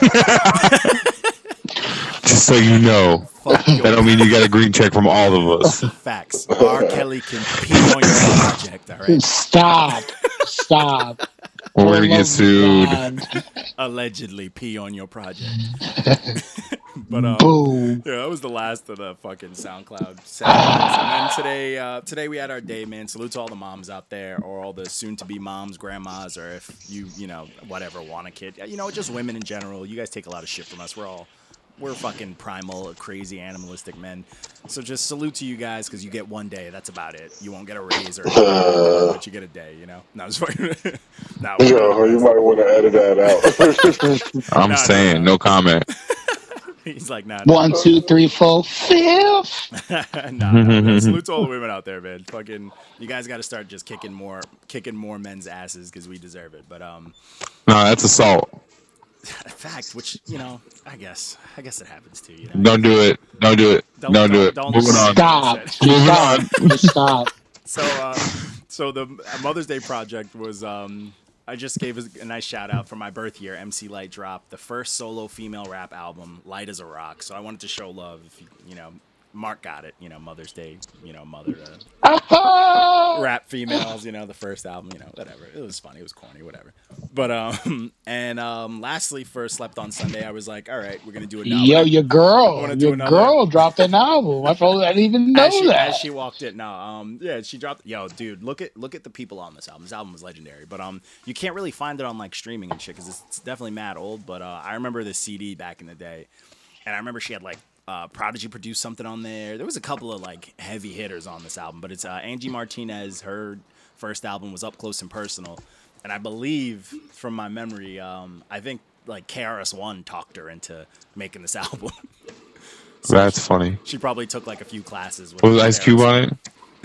E: Just so you know,
B: Fuck your
E: that don't mean you got a green check from all of us.
B: Facts. R. Kelly can pee on your project, all
C: (laughs)
B: right?
C: Stop.
E: (laughs)
C: Stop.
E: We're gonna
C: Oh,
E: get sued.
C: God.
B: Allegedly pee on your
C: (laughs)
B: project. but um,
C: Boom.
B: yeah, that was the last of the fucking SoundCloud sounds. And then today, uh, today we had our day, man. Salute to all the moms out there, or all the soon-to-be moms, grandmas, or if you, you know, whatever, want a kid. You know, just women in general. You guys take a lot of shit from us. We're all. We're fucking primal, crazy, animalistic men. So just salute to you guys because you get one day. That's about it. You won't get a raise or anything like that, but you get a day, you know? No, I'm just (laughs) fucking. no, we're
D: Yo,
B: doing
D: you
B: this.
D: might want to edit that
B: (laughs)
D: out. (laughs)
E: I'm
B: no,
E: saying no comment.
B: (laughs) He's like, nah. nah.
C: One, two, three, four, fifth.
B: (laughs) nah, nah, man. salute to all the women out there, man. Fucking, you guys got to start just kicking more, kicking more men's asses because we deserve it. But um,
E: No, that's assault.
B: a fact, which you know, I guess, I guess it happens too. You know,
E: Don't do it. Don't do it. Don't, do it. Moving on.
C: Stop.
E: (laughs) Moving on.
C: (laughs) Just
B: (laughs)
C: stop.
B: So, uh, so the uh, Mother's Day project was. Um, I just gave a nice shout out for my birth year. MC Light dropped the first solo female rap album, Light as a Rock. So I wanted to show love. If you, you know, Mark got it. You know, Mother's Day. You know, mother uh, to rap females, you know, the first album, you know, whatever. It was funny, it was corny, whatever. But um (laughs) and um lastly for Slept on Sunday, I was like, all right, we're gonna do another
C: Yo, your girl,
B: wanna do
C: your
B: another-
C: girl dropped an album. I probably I didn't even know
B: as she,
C: that.
B: as she walked in. No, um, yeah, she dropped. Yo, dude, look at look at the people on this album. This album was legendary, but um, you can't really find it on like streaming and shit because it's, it's definitely mad old. But uh, I remember the CD back in the day, and I remember she had like. Uh, Prodigy produced something on there. There was a couple of like heavy hitters on this album, but it's uh, Angie Martinez. Her first album was Up Close and Personal, and I believe from my memory, um, I think like KRS One talked her into making this (laughs) album.
E: That's funny.
B: she probably took like a few classes. With
E: Was Ice Cube
B: KRS-One.
E: on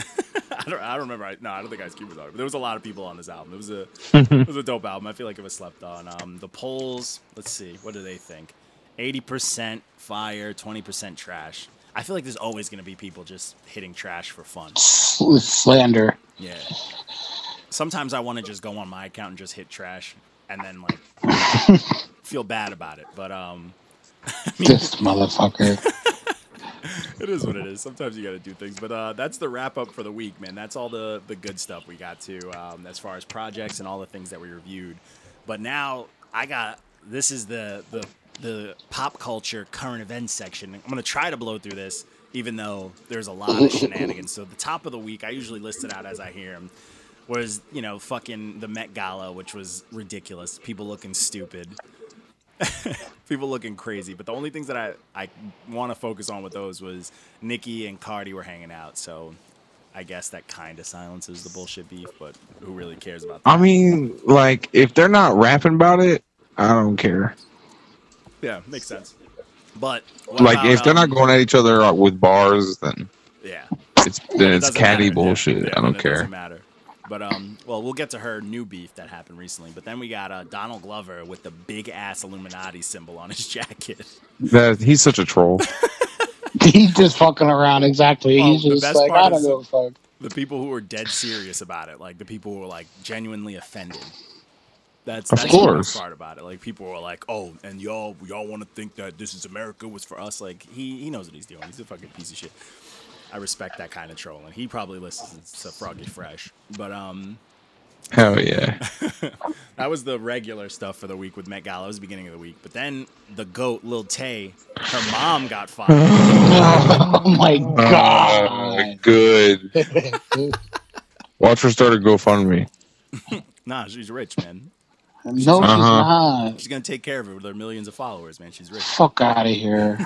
E: it?
B: I don't, I don't remember. I, no, I don't think Ice Cube was on it. But there was a lot of people on this album. It was a it was a dope album. I feel like it was slept on. Um, the polls. Let's see. What do they think? Eighty percent fire, twenty percent trash. I I feel like there's always going to be people just hitting trash for fun. (laughs)
C: Sl- slander.
B: Yeah. Sometimes I want to just go on my account and just hit trash and then like feel bad about it. But um
C: This motherfucker.
B: it is what it is. Sometimes you got to do things. But uh that's the wrap up for the week, man. That's all the the good stuff we got to um as far as projects and all the things that we reviewed. But now I got this is the the the pop culture current events section. I'm gonna try to blow through this, even though there's a lot of shenanigans. So the top of the week, I usually list it out as I hear them. Whereas you know, fucking the Met Gala, which was ridiculous. People looking stupid. (laughs) People looking crazy. But the only things that I I want to focus on with those was Nikki and Cardi were hanging out. So. I guess that kind of silences the bullshit beef, but who really cares about that?
E: I mean, like if they're not rapping about it, I don't care.
B: Yeah, makes sense. But what
E: Like
B: about,
E: if they're
B: um,
E: not going at each other uh, with bars, then
B: yeah,
E: it's then
B: It
E: it's
B: doesn't
E: catty
B: matter. Yeah,
E: bullshit.
B: yeah,
E: I don't
B: it
E: care.
B: Doesn't matter. But um, well, we'll get to her new beef that happened recently. But then we got uh, Donald Glover with the big ass Illuminati symbol on his (laughs) jacket.
E: That he's such a troll.
C: (laughs) He's just fucking around. Exactly.
B: Well,
C: He's
B: the
C: just
B: best
C: like,
B: part
C: I don't
B: is-
C: give a fuck.
B: The people who were dead serious about it, like the people who were like genuinely offended. That's
E: Of
B: that's the
E: course.
B: worst part about it. Like people were like, "Oh, and y'all y'all want to think that this is America was for us." Like he he knows what he's doing. He's a fucking piece of shit. I respect that kind of trolling. He probably listens to Froggy Fresh, but um,
E: Hell yeah.
B: That was the regular stuff for the week with Met Gala. It was the beginning of the week. But then the goat, Lil Tay, her mom got
E: (laughs)
B: fired.
C: Oh my
E: Uh,
C: god.
E: good. Watch her start a GoFundMe.
B: nah, she's rich, man.
C: no, she's
E: Uh-huh.
C: not.
B: She's going to take care of it with her millions of followers, man. She's rich.
C: Fuck out
B: (laughs)
C: of here.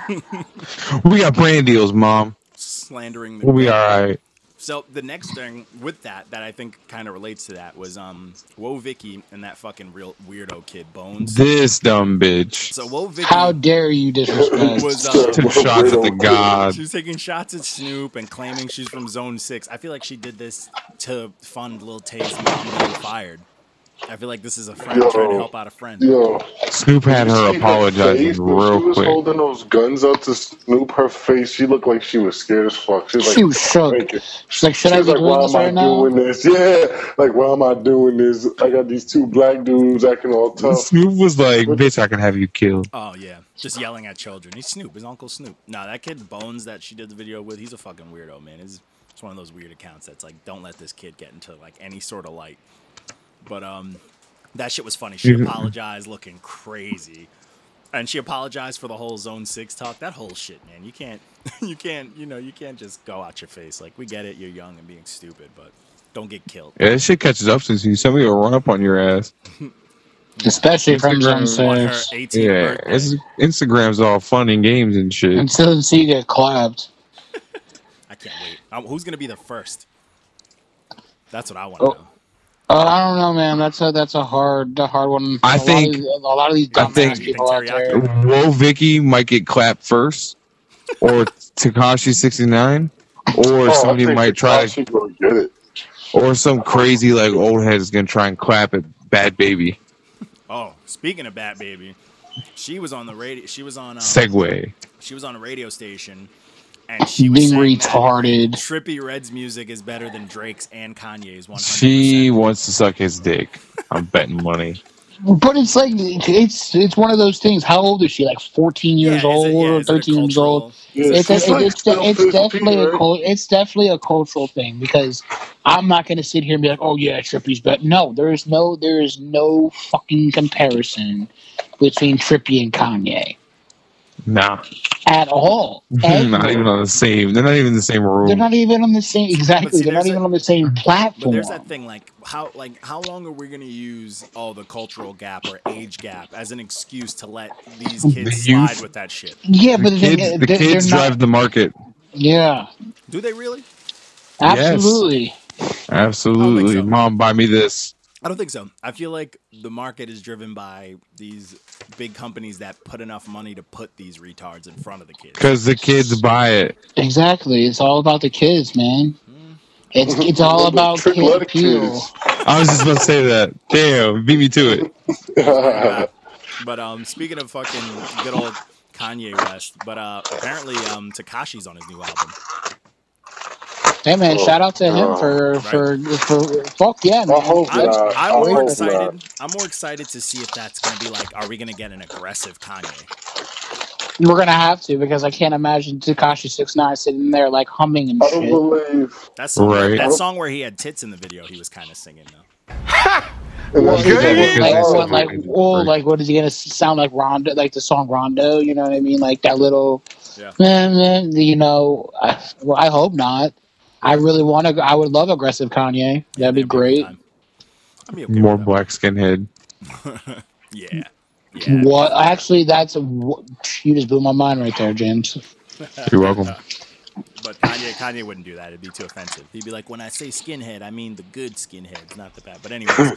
E: We got brand deals, mom.
B: Slandering the
E: We'll be
B: goat.
E: all right.
B: So the next thing with that that I think kind of relates to that was um Woe Vicky and that fucking real weirdo kid Bones.
E: This dumb bitch.
B: So Woe Vicky
C: How dare you disrespect?
B: was uh,
E: Took shots at the god.
B: She was taking shots at Snoop and claiming she's from Zone Six. I feel like she did this to fund Lil Tay's mom being fired. I feel like this is a friend trying to
D: Yo.
B: help out a friend.
D: Yo,
E: Snoop had
D: You see
E: her
D: face
E: apologizing
D: when She
E: real
D: was
E: quick.
D: holding those guns out to Snoop. Her face, she looked like she was scared as fuck. She was like,
C: She was shook.
D: "Thank you."
C: She's like, should
D: She
C: I
D: was
C: be
D: like,
C: doing
D: why
C: this
D: am I
C: right now?
D: doing this? (laughs) Yeah, like, why am I doing this? I got these two black dudes acting all tough.
E: Snoop was like,
D: What-
E: bitch, I can have you killed.
B: Oh yeah, just yelling at children. He's Snoop, his uncle Snoop. Nah, that kid Bones that she did the video with, he's a fucking weirdo, man. It's it's one of those weird accounts that's like, don't let this kid get into like any sort of light. But um, that shit was
E: (laughs)
B: funny. She
E: Mhm.
B: apologized, looking crazy, and she apologized for the whole Zone Six talk. That whole shit, man. You can't, (laughs) you can't, you know, you can't just go out your face. Like we get it, you're young and being stupid, but don't get killed.
E: Yeah, that shit catches up since you. Somebody will run up on your ass.
C: Especially from
E: Instagram
C: Zone
B: On her 18th
C: Six.
E: Yeah,
B: birthday.
E: it's, Instagram's all fun and games and shit.
C: Until until you get clapped.
B: I can't wait. Um, who's gonna be the first? That's what I want to
C: Oh.
B: know.
C: Oh, I don't know, man. That's a that's a hard the hard one.
E: I
C: A lot of
E: think-
C: these- a lot of these
E: I
C: dumbass
E: think-
C: people out there.
E: Whoa, Vicky might get clapped first, or Takashi sixty nine, or
D: Oh, I
E: somebody
D: think
E: might try,
D: Tekashi gonna get it.
E: or some crazy like old head is gonna try and clap at Bad Baby.
B: Oh, speaking of Bat Baby, she was on the radio. She was on. Um,
E: Segway.
B: She was on a radio station, and she was
C: Being
B: saying that
C: retarded.
B: Trippy Red's music is better than Drake's and Kanye's. One hundred.
E: She wants to suck his dick. I'm betting money.
C: But it's like it's it's one of those things. How old is she? Like fourteen years old or thirteen years old?
D: Yeah,
C: It's,
D: she's
C: it's,
D: like
C: it's,
D: still
C: it's
D: 15,
C: definitely a
D: right?
C: cul- it's definitely a cultural thing because I'm not going to sit here and be like, oh yeah, Trippy's but no, there is no there is no fucking comparison between Trippy and Kanye
E: Nah,
B: (laughs)
E: (laughs)
C: at all.
E: not even on the same. They're not even in the same
C: They're
E: room.
C: not even on the same
B: But
C: exactly.
B: see,
C: They're not
B: there's
C: even
B: a-
C: on the same
B: But
C: platform.
B: there's that thing like how like how long are we gonna use all the cultural gap or age gap as an excuse to let these kids
E: youth-
B: slide with that shit?
C: yeah,
E: The
C: but the thing
E: kids,
C: is,
E: the
C: they're, they're
E: kids drive
C: not.
E: the market.
C: Yeah,
B: Do they really?
E: Yes.
C: absolutely.
E: Absolutely,
B: so.
E: mom, buy me this.
B: I don't think so. I feel like the market is driven by these big companies that put enough money to put these retards in front of the kids.
E: Cause the kids buy it.
C: Exactly. It's all about the kids, man. It's it's
B: (laughs)
C: all
D: Little
C: about
D: trick
C: kid
D: athletic
C: appeal.
D: (laughs) kids.
E: I was just about to say that. Damn, beat me to it.
B: But um, speaking of fucking good old Kanye West, but uh, apparently um, Takashi's on his new album.
C: Hey man, shout out to him for for for fuck yeah,
D: I
C: man.
D: uh, hope
B: I'm,
D: not. I
B: I'm more
D: hope
B: excited.
D: not.
B: I'm more excited to see if that's going to be like, are we going to get an aggressive Kanye?
C: We're gonna have to because I can't imagine Takashi Six Nine sitting there like humming and
D: I don't
C: shit.
D: believe.
B: That song,
E: Right.
B: that song where he had tits in the video, he was kind of singing though.
D: And
E: Well,
D: that's
E: good.
D: just-
C: Like
E: Because they
D: Oh,
C: what?
E: said
C: Like
E: they did
C: oh,
E: first.
C: like what is he gonna sound like Rondo? Like the song Rondo? You know what I mean? Like that little.
B: Yeah.
C: You know, I, well, I hope not. I really want to. I would love aggressive Kanye.
B: Yeah,
C: That'd be
B: that'd a good
C: great.
B: time. I'd be okay
E: More
B: with that.
E: black skinhead.
B: Yeah. Yeah.
C: What? Actually, that's wh- you just blew my mind right there, James.
E: You're welcome.
B: But Kanye, Kanye wouldn't do that. It'd be too offensive. He'd be like, when I say skinhead, I mean the good skinheads, not the bad. But anyway,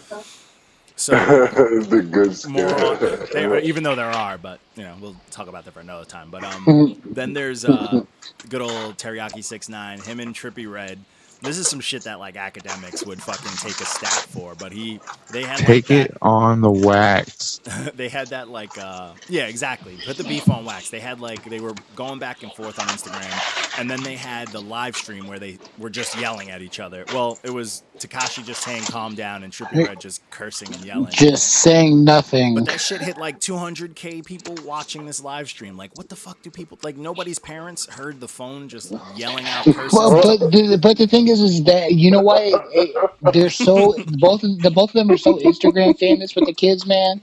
B: so
D: (laughs) the good
B: more on, they were,
D: skin.
B: even though there are, but you know, we'll talk about that for another time. But um, then there's uh, good old Teriyaki Six Nine, him and Trippy Red. This is some shit that like academics would fucking take a stab for, but he they had like,
E: (laughs) Take
B: that-
E: it on the wax.
B: they had that like uh yeah exactly put the beef on wax they had like they were going back and forth on instagram and then they had the live stream where they were just yelling at each other well it was takashi just saying calm down and triple red just cursing and yelling
C: Just saying nothing.
B: but that shit hit like 200k people watching this live stream like what the fuck do people like nobody's parents heard the phone just yelling out
C: Well,
B: curses
C: but the, but the thing is, is that you know why it, it- they're so both of- the both of them are so Instagram famous with the kids, man.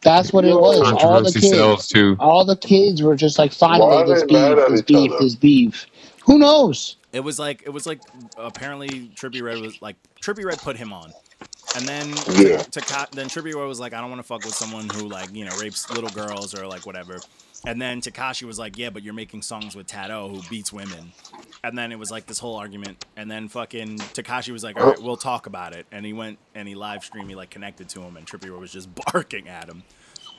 C: That's what it was. All the
E: Controversy
C: kids,
E: sells too.
C: all the kids were just like, finally,
D: Why
C: this
D: they mad
C: beef,
D: at
C: this
D: each
C: beef,
D: other?
C: this beef. Who knows?
B: It was like it was like apparently Trippy Red was like Trippy Red put him on, and then
D: Yeah.
B: to, then Trippy Red was like, I don't want to fuck with someone who like you know rapes little girls or like whatever, and then Takashi was like, Yeah, but you're making songs with Tato who beats women, and then it was like this whole argument, and then fucking Takashi was like, All right, we'll talk about it, and he went and he live streamed, he like connected to him, and Trippy Red was just (laughs) barking at him,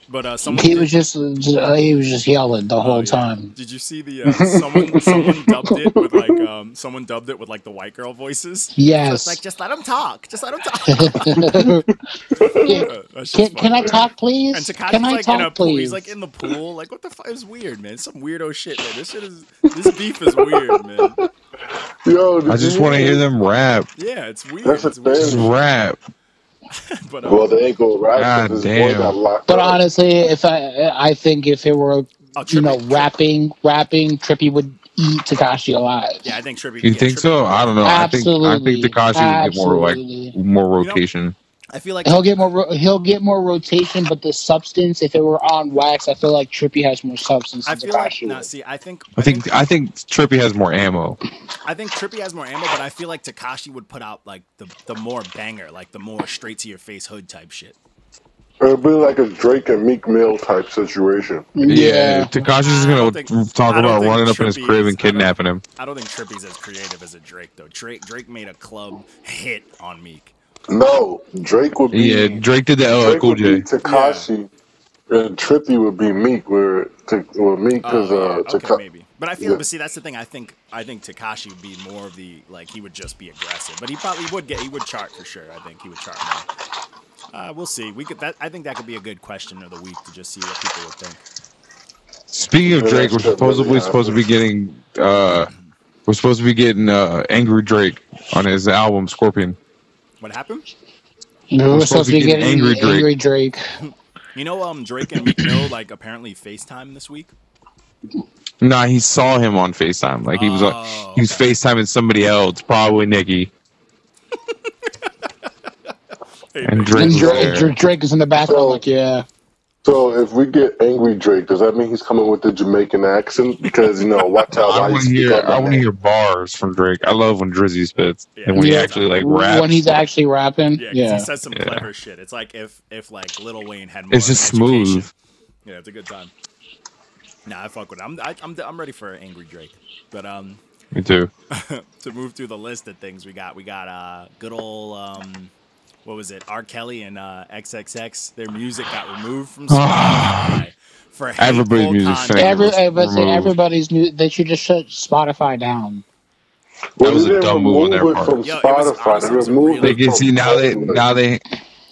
B: but uh, someone
C: He
B: did-
C: was just, uh, he was just yelling the
B: Oh,
C: whole
B: yeah.
C: time.
B: Did you see the uh,
C: (laughs)
B: someone someone dubbed it with like um someone dubbed it with like the white girl voices? So it's
C: Yes.
B: like just let him talk, just let him
C: (laughs)
B: talk.
C: can,
B: That's just
C: can, can I
B: funny.
C: talk,
B: And
C: please?
B: Takashi's
C: Can I
B: like in a
C: talk,
B: pool. He's
C: please?
B: like in the pool. Like what the fuck is weird, man? Some weirdo shit, man. This shit is this beef is weird, man.
D: (laughs) Yo,
E: I just want to hear them rap.
B: Yeah, it's weird.
D: That's a
B: it's weird.
E: Just rap.
B: But um,
D: (laughs) Well, they ain't gonna ride
E: God
D: because this boy
E: damn.
D: got locked
C: But
D: up.
C: honestly, if I, I think if it were,
B: oh,
C: you know,
B: Trippy, Tripp-
C: rapping, rapping, Trippy would eat Takashi alive.
B: yeah, I think Trippy.
E: You
B: yeah,
E: think
B: Trippy
E: so?
B: would-
E: I don't know. I think I think
C: Absolutely,
E: Takashi would get more like
C: absolutely.
E: more
B: You know,
E: rotation.
B: I feel like
C: He'll get more. Ro- he'll get more rotation, but the substance, if it were on wax, I feel like Trippy has more substance
B: I
C: than
B: feel like
C: Takashi.
B: no.
C: would.
B: See, I think
E: I
B: I think
E: think I think Trippy has more ammo.
B: I think Trippy has more ammo, but I feel like Takashi would put out like the, the more banger, like the more straight to your face hood type shit.
D: It'd be like a Drake and Meek Mill type situation.
E: Yeah,
C: Yeah,
E: Takashi's
B: I
E: gonna
B: don't think-
E: talk
B: I don't
E: about
B: think
E: running up in his
B: Trippy
E: crib
B: is-
E: and kidnapping him.
B: I don't think Trippy's as creative as a Drake though. Drake Drake made a club hit on Meek.
D: No, Drake would be.
E: Yeah, Drake did that. uh, LL
D: Drake
E: Cool
D: would be
E: J.
D: Takashi, and Trippy would be Meek. Where t- well, Meek because
B: Oh yeah,
D: uh,
B: okay,
D: Taka-
B: maybe. But I feel,
D: yeah.
B: but see, that's the thing. I think I think Takashi would be more of the like he would just be aggressive, but he probably would get he would chart for sure. I think he would chart more. Uh, we'll see. We could that. I think that could be a good question of the week to just see what people would think.
E: Speaking of
D: Yeah,
E: Drake,
D: that
E: we're
D: shit really
E: supposedly supposed to be getting uh we're supposed to be getting uh angry Drake on his album Scorpion.
B: What happened?
C: we
E: I'm
C: were supposed to be getting angry Drake.
B: You know, um, Drake and Meek Mill like apparently FaceTime this week.
E: Nah, he saw him on Facetime. Like he was on,
B: Oh,
E: he was
B: okay.
E: Facetiming somebody else, probably Nikki.
B: Hey,
E: And
B: babe.
E: Drake
C: And
E: was
C: Drake,
E: there.
C: Drake, Drake is in the background,
D: So-
C: like, yeah.
D: So if we get angry Drake, does that mean he's coming with the
E: (laughs)
D: Jamaican accent? Because you know, watch
E: Oh,
D: out
E: I
D: why you
E: want to
D: speak
E: hear.
D: like
E: I
D: that.
E: want to hear bars from Drake. I love when Drizzy spits and when he
C: Yeah.
E: actually like raps.
C: When he's actually rapping,
B: Yeah, 'cause he
C: yeah.
B: says some
E: Yeah.
B: clever shit. It's like if if like Lil Wayne had more
E: it's
B: of an
E: just
B: education.
E: smooth.
B: Yeah, it's a good time. Nah, I fuck with it. I'm I, I'm I'm ready for angry Drake. But um,
E: Me too.
B: to move through the list of things we got, we got uh good old um. What was it? R. Kelly and uh, XXX, their music got removed from Spotify for hateful
E: Ah. Everybody's music's
B: content.
E: fake.
C: Every, I would say
E: Removed.
C: everybody's new. They should just shut Spotify down.
D: Well,
E: That was
D: they
E: a
D: didn't
E: dumb move on
D: remove
E: their
D: it
E: part.
D: from
B: Yo, it was-
D: Spotify.
B: honestly, it was
D: They
B: a
D: removed
B: really-
E: They
D: it
E: can
D: from
E: see now. They
D: Netflix.
E: now they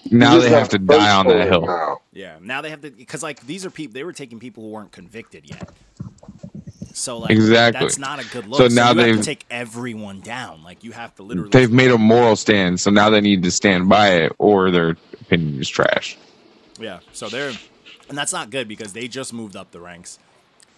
E: Now
D: just
E: they
D: got
E: have to
D: burnt
E: die on
D: for
E: that
D: it
E: hill.
D: now.
B: Yeah. Now they have to because like these are people they were taking people who weren't convicted yet. So like
E: Exactly.
B: that's not a good look.
E: So
B: So,
E: now
B: now they have
E: they've-
B: to take everyone down. Like you have to literally
E: They've made a moral stand, so now they need to stand by it, or their opinion is trash.
B: Yeah. So they're and that's not good because they just moved up the ranks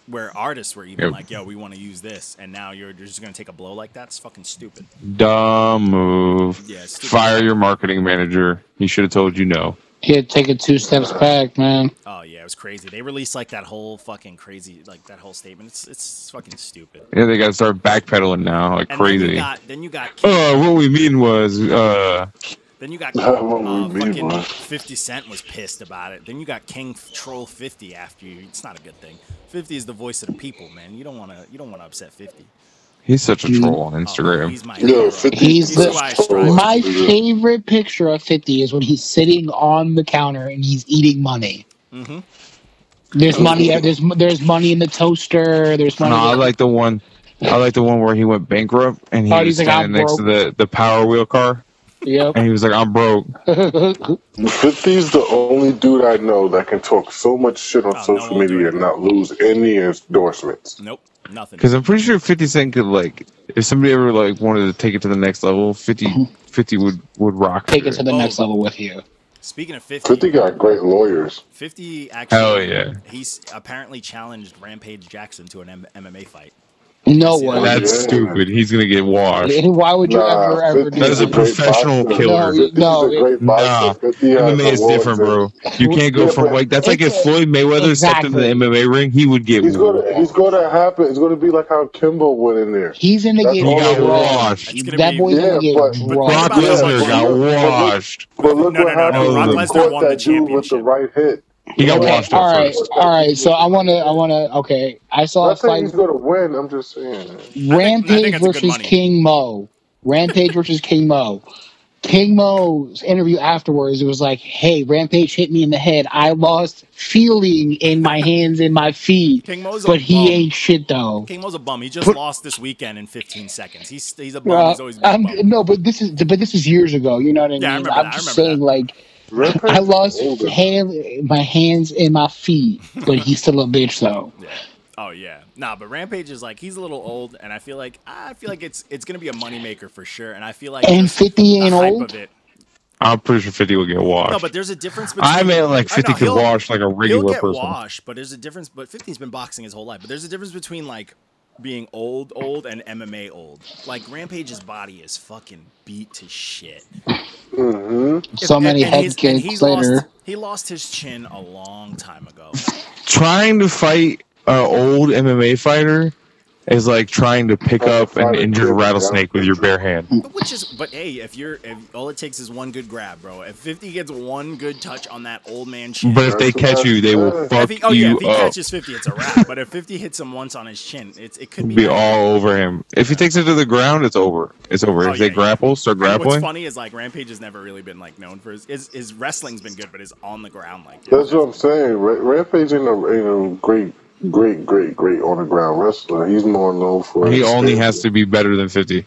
B: where artists were even
E: Yep.
B: like, yo, we want to use this and now you're, you're just gonna take a blow like that? It's fucking stupid.
E: Dumb move.
B: Yeah, it's stupid.
E: Fire your marketing manager. He should have told you no.
C: He'd take it two steps back, man.
B: Oh yeah, it was crazy. They released like that whole fucking crazy like that whole statement. It's it's fucking stupid.
E: Yeah, they got to start backpedaling now, like
B: And Then you
E: crazy.
B: got then you got
E: uh, what we mean was, uh,
B: Then you
D: (laughs)
B: got
D: Not what
B: uh,
D: we mean,
B: fucking
D: boy.
B: 50 Cent was pissed about it. Then you got King F- Troll 50 after you. It's not a good thing. 50 is the voice of the people, man. You don't want to you don't want to upset 50.
E: he's such a
C: Mm.
E: troll on
B: Oh,
E: Instagram.
B: he's my
D: Yeah,
B: hero.
D: 50
C: He's
B: He's
C: the,
B: who I strive
D: to
C: my
D: be.
C: favorite picture of 50 is when he's sitting on the counter and he's eating money.
B: Mhm.
C: There's
D: Oh.
C: money. There's there's money in the toaster. There's money.
E: No, I like the one. I like the one where he went bankrupt and he
C: Oh,
E: was
C: he's like, I'm
E: standing next to the, the power wheel car
C: Yep.
E: and he was like, I'm broke.
D: 50's the only dude I know that can talk so much shit on
B: Oh, no
D: social
B: one
D: media
B: doing
D: and not lose any endorsements.
B: Nope. Nothing.
E: Because I'm pretty sure 50 Cent could like, if somebody ever like wanted to take it to the next level, 50, 50 would would rock.
C: Take it to the next
B: Oh.
C: level with you.
B: Speaking of
D: 50
B: 50,
D: got great lawyers.
B: 50 actually
E: Hell yeah.
B: he's apparently challenged Rampage Jackson to an M- MMA fight.
C: No
B: Yeah.
C: one.
E: That's
D: Yeah.
E: stupid. He's gonna get washed.
C: And Why would you
D: Nah,
C: ever ever
D: 50
C: do
E: That is a
C: that?
D: great
E: professional
D: boxer.
C: No,
E: killer.
D: 50's
C: no,
D: a great
E: Nah,
D: boxer. 50 has
E: MMA is
D: awards
E: different,
D: and-
E: bro. You can't go
D: Yeah,
E: from
D: but-
E: like that's like if
C: It's a-
E: Floyd Mayweather stepped into the
C: Exactly.
E: MMA ring, he would get
D: He's gonna, he's
E: washed.
D: gonna happen. It's gonna be like how Kimbo went in there.
C: He's gonna
D: That's
C: get
E: He
D: all
E: got
D: it was.
E: washed.
B: It's gonna
C: that
B: be-
C: boy's
D: Yeah,
C: Oh, gonna get
D: but-
B: But think
C: raw.
E: Brock
B: about how
E: Lesnar
B: much
E: got
D: but look-
E: washed.
D: But look
B: No,
D: what
B: no, no,
D: happened.
B: no. Brock
E: Oh, the-
D: he
B: Lesnar
D: caught
B: won the
D: that dude with the
B: championship.
D: right hit.
E: He got
C: Okay,
E: washed
C: all
E: up
C: right,
E: first.
C: all right. So I wanna, I wanna. Okay, I saw a
D: Not saying
C: fight
D: he's gonna win. I'm just saying.
B: I think I think
C: Rampage
B: that's good
C: versus
B: money.
C: King Mo. Rampage versus King Mo. King Mo's interview afterwards, it was like, "Hey, Rampage hit me in the head. I lost feeling in my hands and my feet,
B: King Mo's a
C: but he
B: bum.
C: ain't shit though."
B: King Mo's a bum. He just
C: But-
B: lost this weekend in 15 seconds. He's he's a bum.
C: Uh,
B: he's always been a
C: I'm,
B: bum.
C: no, but this is but this is years ago. You know what I
B: Yeah, I
C: mean?
B: remember
C: I'm
B: that. I
C: just
B: remember
C: saying,
B: that.
C: like, (laughs) I
D: Rampage is
C: lost
D: older.
C: hand, my hands and my feet, but he's still a bitch though.
B: Yeah. Oh yeah. Nah, but Rampage is like he's a little old, and I feel like I feel like it's it's gonna be a moneymaker for sure. And I feel like
C: And
B: just
C: Fifty
B: the
C: ain't
B: hype
C: old.
B: of it.
E: I'm pretty sure 50 will get
B: No,
E: washed.
B: but there's a difference between.
E: I meant like
B: I
E: 50
B: know,
E: could
B: he'll-
E: wash like a
B: He'll
E: regular
B: get
E: person.
B: washed, but there's a difference. But 15's been boxing his whole life. But there's a difference between like being old, old, and MMA old. Like Rampage's body is fucking beat to shit.
D: Mm-hmm.
B: If-
C: So many
B: and, and
C: head
B: his, and he
C: kicks later.
B: lost he lost his chin a long time ago.
E: Trying to fight an old MMA fighter is like trying to pick
D: Trying to
E: up an
D: fight a
E: injured
D: kid without
E: rattlesnake with your bare hand.
B: But which is, but hey, if you're, if all it takes is one good grab, bro. If 50 gets one good touch on that old man chin,
E: But if they catch you, they will
B: if
E: fuck
B: he, oh yeah,
E: you
B: if he
E: up.
B: catches 50, it's a wrap. but if 50 hits him once on his chin, it's it could be.
E: Be
B: bad.
E: all over him. If he takes it to the ground, it's over. It's over.
B: Oh,
E: if they
B: yeah, yeah.
E: grapple, start
B: And what's
E: grappling.
B: funny is like Rampage has never really been like known for his his, his wrestling's been good, but his on the ground like that.
D: That's what I'm saying. Ra- Rampage ain't a, ain't a great, great, great, great on the ground wrestler. He's more known for.
E: He
D: his
E: only
D: stand.
E: has to be better than 50.
B: Yeah.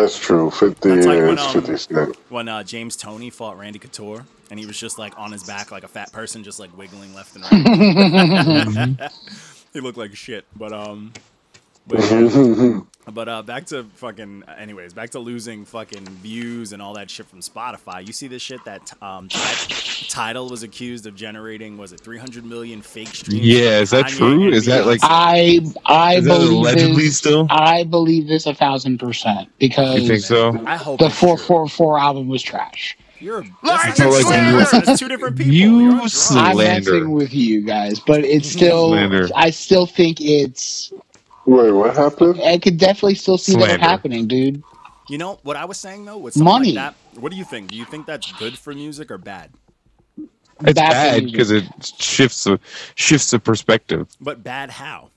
D: That's true. Fifty
B: That's like when,
D: is
B: um,
D: fifty cent.
B: When uh, James Tony fought Randy Couture, and he was just like on his back like a fat person, just like wiggling left and right.
E: (laughs)
B: (laughs) he looked like shit, but um, but yeah. But uh, back to fucking. Anyways, back to losing fucking views and all that shit from Spotify. You see this shit that um, Ti- Tidal was accused of generating. Was it 300 million fake streams?
E: Yeah,
B: from
E: is that
B: Kanye
E: true?
B: and
E: Is that, like,
B: Beyonce?
C: I I
E: Is that
C: believe
E: allegedly
C: this.
E: still?
C: I believe this a thousand percent
E: You
C: because
E: think so?
B: I hope
C: the
B: it's true.
C: four four four album was trash.
B: You're a this
A: Lies
B: is
E: and
B: two
E: slander.
B: different- That's two different people.
E: You
B: You're on
E: sl-
B: drugs.
C: I'm
E: Slander.
C: messing with you guys, but it's still.
E: Slander.
C: I still think it's.
D: (laughs) Wait, what happened?
C: I could definitely still see that
E: Slander.
C: happening, dude.
B: You know what I was saying though with something
C: Money.
B: like that. What do you think? Do you think that's good for music or bad?
E: It's
C: Bad for
E: bad
C: music.
E: because it shifts the shifts the perspective
B: But bad how?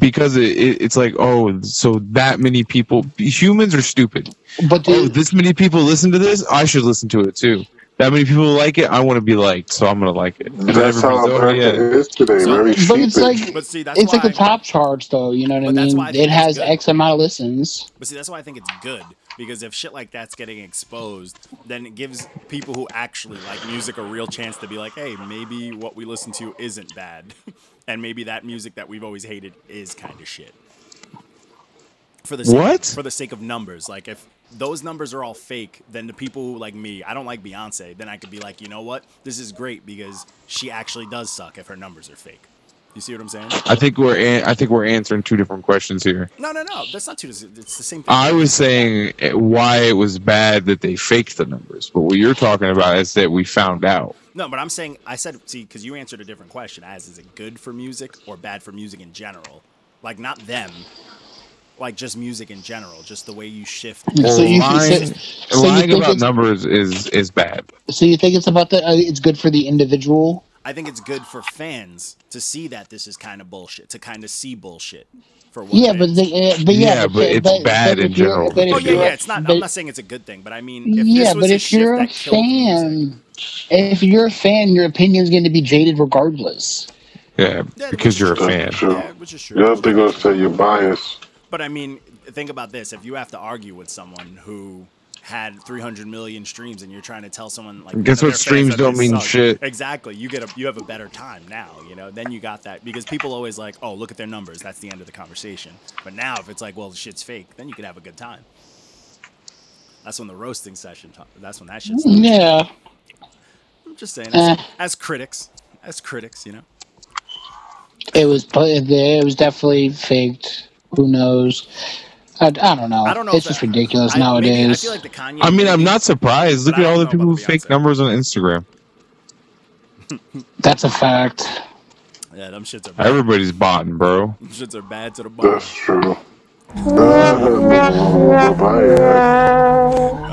E: because it, it it's like oh so that many people humans are stupid
C: But
E: oh
C: dude,
E: this many people listen to this I should listen to it too that many people like it I want to be liked so I'm gonna like it And
D: That's how
E: everybody's, oh,
D: America
E: yeah.
D: is today.
B: So-
D: Very sheepish.
C: but it's like
B: But see, that's
C: it's
B: why
C: like the top charts, though. You know what I
B: But that's
C: mean?
B: why I
C: It
B: think it's
C: has
B: good.
C: X amount of listens.
B: But see, that's why I think it's good because if shit like that's getting exposed, then it gives people who actually like music a real chance to be like, hey, maybe what we listen to isn't bad, (laughs) and maybe that music that we've always hated is kind of shit. For the sake,
E: What?
B: For the sake of numbers, like if those numbers are all fake, then the people who like me, I don't like Beyonce, then I could be like, you know what, this is great because she actually does suck if her numbers are fake. You see what I'm saying?
E: I think we're an- I think we're answering two different questions here.
B: No, no, no. That's not too. It's the same thing.
E: I was saying eh, why it was bad that they faked the numbers, but what you're talking about is that we found out.
B: No, but I'm saying I said see because you answered a different question. As is it good for music or bad for music in general? Like not them, like just music in general. Just the way you shift.
C: So you,
E: lying
C: so, so you
E: lying
C: think
E: about
C: it's,
E: numbers is is bad.
C: so you think it's about the uh, it's good for the individual?
B: I think it's good for fans to see that this is kind of bullshit. To kind of see bullshit for what.
C: Yeah,
B: it
C: but
B: is.
C: the, uh, but yeah,
E: Yeah, but it's bad in
C: if you're-
E: general.
C: but if
B: Oh yeah,
C: you're-
B: yeah. It's not.
C: but-
B: I'm not saying it's a good thing, but I mean, if
C: yeah,
B: this was
C: but
B: a
C: if
B: shift
C: you're a
B: that killed music,
C: fan, if you're a fan, your opinion's going to be jaded regardless.
E: Yeah,
B: Yeah,
E: because
B: which is
E: you're a
B: true.
E: fan.
D: True.
B: yeah, which is true.
D: You have to go say you're biased.
B: But I mean, think about this: if you have to argue with someone who had 300 million streams, and you're trying to tell someone like,
E: Guess
B: none of their
E: what?
B: fans
E: Streams
B: that they
E: don't mean
B: suck.
E: shit.
B: Exactly. You get a you have a better time now. You know, then you got that because people always like, oh, look at their numbers. That's the end of the conversation. But now, if it's like, well, shit's fake, then you could have a good time. That's when the roasting session. to- That's when that shit. starts.
C: Yeah,
B: I'm just saying, as,
C: Uh.
B: as critics, as critics, you know.
C: it was put in there. It was definitely faked. Who knows? I, I don't know.
B: I don't know.
C: Uh, It's
B: if
C: just
B: the-
C: ridiculous
B: I,
C: nowadays.
B: Maybe, I feel like the Kanye.
E: I mean, I'm
B: maybe-
E: not surprised.
B: But
E: Look
B: I
E: at all
B: don't
E: the
B: know
E: people who
B: about
E: fake
B: Beyonce.
E: numbers on Instagram.
C: That's a fact.
B: Yeah, them shits are bad.
E: Everybody's botting, bro.
B: Them shits are bad to the bone.
D: That's true. Bias.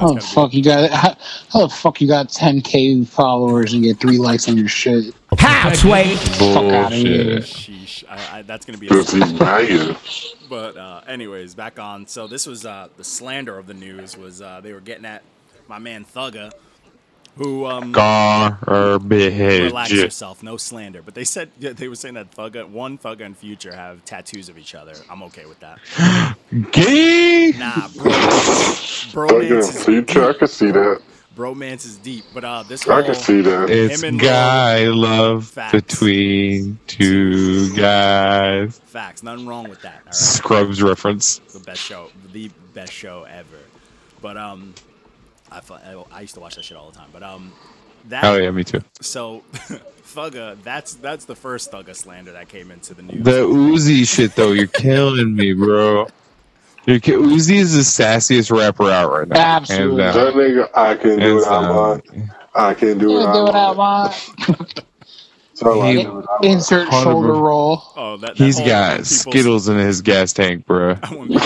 C: Oh fuck! You got how, how the fuck you got 10k followers and get three likes on your shit? Fuck out of here!
E: Bullshit.
B: Sheesh, I, I, that's gonna be. A,
D: Just be biased.
B: but uh, anyways, back on. So this was uh, the slander of the news was uh, they were getting at my man Thugga, who um, relax
E: Garbage.
B: yourself, no slander. But they said yeah, they were saying that Thugga, one Thugga and Future have tattoos of each other. I'm okay with that.
E: Gay.
B: Nah, bro, bromance
D: Thugger
B: is
D: and Future, (laughs) I
B: deep.
D: can see that.
B: Bromance is deep. But uh, this
D: I
B: whole
D: can see that.
E: It's
B: Him and
E: guy love
B: Facts.
E: between two guys.
B: facts, nothing wrong with that. All right?
E: Scrubs reference.
B: the best show, the best show ever. But um, I fu- I- I used to watch that shit all the time. But um, that
E: Oh yeah, me too.
B: so (laughs) Thugga, that's that's the first Thugga slander that came into the news.
E: The Uzi shit though, you're killing me, bro. You're ki- Uzi is the sassiest rapper out right now. uh, hands
C: Absolutely.
E: down.
D: That nigga, I can do
E: Hands
D: what I
E: down.
D: want. I can do what
C: Yeah,
D: I
C: do what I
D: want.
C: want.
D: So I
E: He-
D: do what I want.
C: Insert
E: Hundred
C: shoulder
E: bro-
C: roll.
B: oh, that, that
E: He's
B: whole
E: got
B: people's- Oh,
E: Skittles in his gas tank, bro.
B: When people,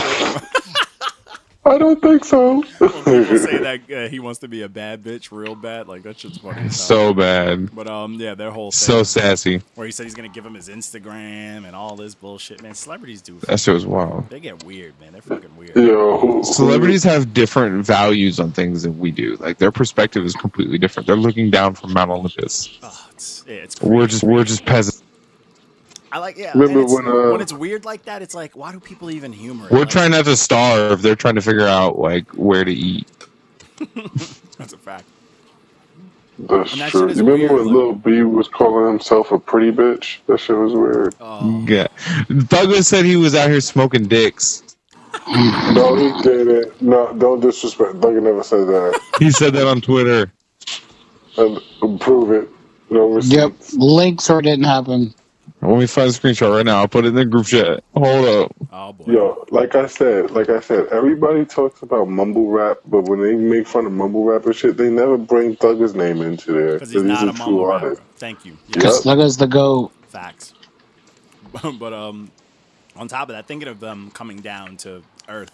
D: I don't think so. (laughs)
B: when people say that (laughs) uh, he wants to be a bad bitch, real bad, like that shit's funny. as hell.
E: So bad.
B: but um, yeah, their whole thing
E: So sassy.
B: where he said he's gonna give him his Instagram and all this bullshit. Man, celebrities do.
E: That shit was wild.
B: They get weird, man. They're fucking weird.
D: Yo, who-
E: Celebrities have different values on things than we do. Like their perspective is completely different. They're looking down from Mount Olympus.
B: Oh, it's yeah, it's
E: We're
B: crazy.
E: just we're just peasants.
B: I like yeah.
D: Remember
B: and it's,
D: when, uh,
B: when it's weird like that, it's like why do people even humor it?
E: We're
B: Like,
E: trying not to starve. They're trying to figure out like where to eat.
B: That's a fact.
D: That's
B: And that
D: true.
B: shit is
D: You remember
B: weird,
D: when Lil B was calling himself a pretty bitch? That shit was weird.
B: Oh,
E: Yeah. Douglas said he was out here smoking dicks.
D: No, he didn't. No, don't disrespect. Thugger never said
B: (laughs)
D: that.
E: He said that on Twitter.
D: And prove it. No
C: Yep,
D: receipts.
C: links or it didn't happen.
E: Let me find a screenshot right now. I'll put it in the group chat. Hold up.
B: oh boy.
D: Yo, like I said, like I said, everybody talks about mumble rap, but when they make fun of mumble rap and shit, they never bring Thugger's name into there.
B: Because he's not a mumble rapper. Thank you. Yeah,
D: Yep.
C: Because Thugga's the goat.
B: Facts. (laughs) but um, on top of that, thinking of them coming down to earth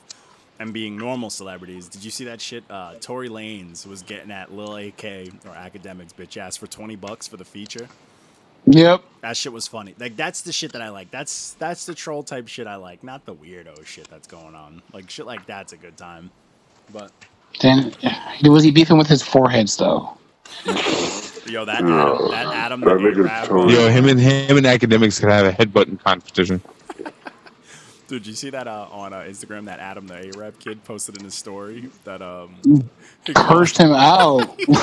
B: and being normal celebrities, did you see that shit? Uh, Tory Lanez was getting at Lil AK or Academics bitch ass for twenty bucks for the feature.
C: Yep.
B: That shit was funny. Like that's the shit that I like. That's that's the troll type shit I like, not the weirdo shit that's going on. Like shit like that's a good time. But
C: Then was he beefing with his foreheads though?
B: yo, that Adam,
D: No.
B: that Adam,
D: That
B: the
D: nigga's
B: Arab
D: trolling.
B: one,
E: Yo, him and him and academics could have a headbutting competition.
B: Dude, you see that uh, on uh, Instagram that Adam the Arab kid posted in his story that um he called-
C: Cursed him out.
B: (laughs) he
C: (laughs)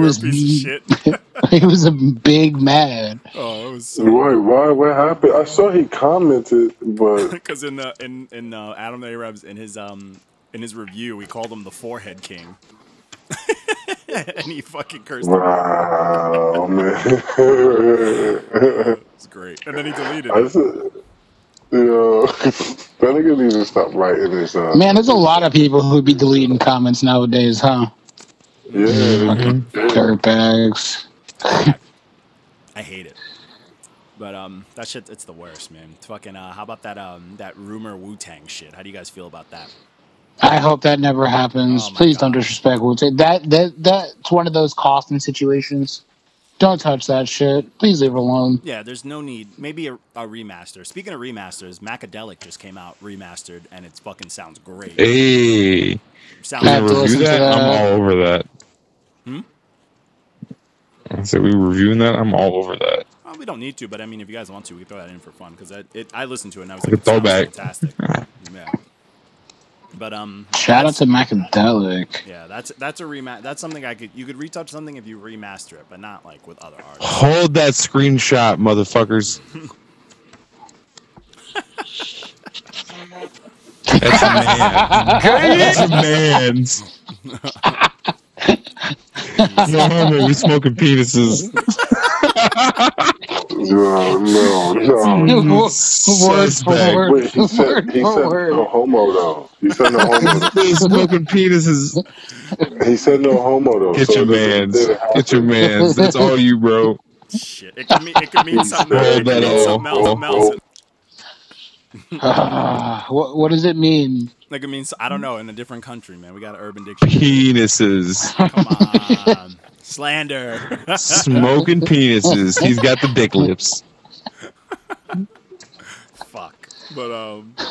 B: was
C: was
B: a piece of shit.
C: (laughs) he was a big mad.
B: Oh, it was so (laughs)
D: Why? Why? What happened? I saw he commented,
B: (laughs)
D: but
B: because in the in in uh, Adam the Arab's in his um in his review we called him the Forehead King, (laughs) and he fucking cursed him. out.
D: wow, man. (laughs)
B: It's great, and then he deleted
D: I
B: it.
D: just, you know, (laughs) that nigga needs to stop writing this. Uh,
C: Man, there's a lot of people who be deleting comments nowadays, huh?
D: yeah, it's-
C: Dirtbags.
B: I hate it. But um, that shit, it's the worst, man. It's fucking. Uh, how about that um, that rumor Wu Tang shit? How do you guys feel about that?
C: I hope that never happens.
B: Oh my
C: Please don't
B: God.
C: disrespect Wu Tang. That that that's one of those costing situations. Don't touch that shit. Please leave it alone.
B: Yeah, there's no need. Maybe a, a remaster. Speaking of remasters, Macadelic just came out remastered, and it fucking sounds great.
E: Hey,
B: sounds
E: we
C: I have to
E: review
C: listen to
E: that. I'm
C: that.
E: all over that.
B: Hmm?
E: I said we reviewing that. I'm all over that.
B: Well, we don't need to, but I mean, if you guys want to, we can throw that in for fun because I, it, I listened to it and I was
E: Like
B: like,
E: a
B: it sounds
E: throwback.
B: fantastic. Yeah. But um,
C: Shout out
B: that's-
C: to Macadelic.
B: yeah, that's that's a remat. That's something I could you could retouch something if you remaster it, but not like with other
E: (laughs)
B: artists.
E: Hold that screenshot, motherfuckers. That's a man. That's a man's. No homo, we smoking penises. (laughs)
D: no, no, no.
C: Word
E: Suspect.
C: for (laughs)
D: Wait, he said
C: Word for
D: he said oh.
C: word.
D: no homo though. He said
E: (laughs)
D: no homo.
E: They smoking penises.
D: He said no homo though.
E: Get your
D: so it doesn't-
E: man's.
D: didn't happen.
E: Get your man's. That's all you, bro.
B: Shit, it could mean it could mean
D: He
B: something. Else.
D: said
B: It could mean
E: Hello.
B: something else.
D: no
B: something else.
D: homo.
B: It,
C: Ah, what what does it mean?
B: like it means I don't know in a different country, man. We got an urban dictionary.
E: Penises.
B: Come on, slander.
E: Smoking penises. He's got the dick lips.
B: Fuck. But
E: (laughs)
B: um, all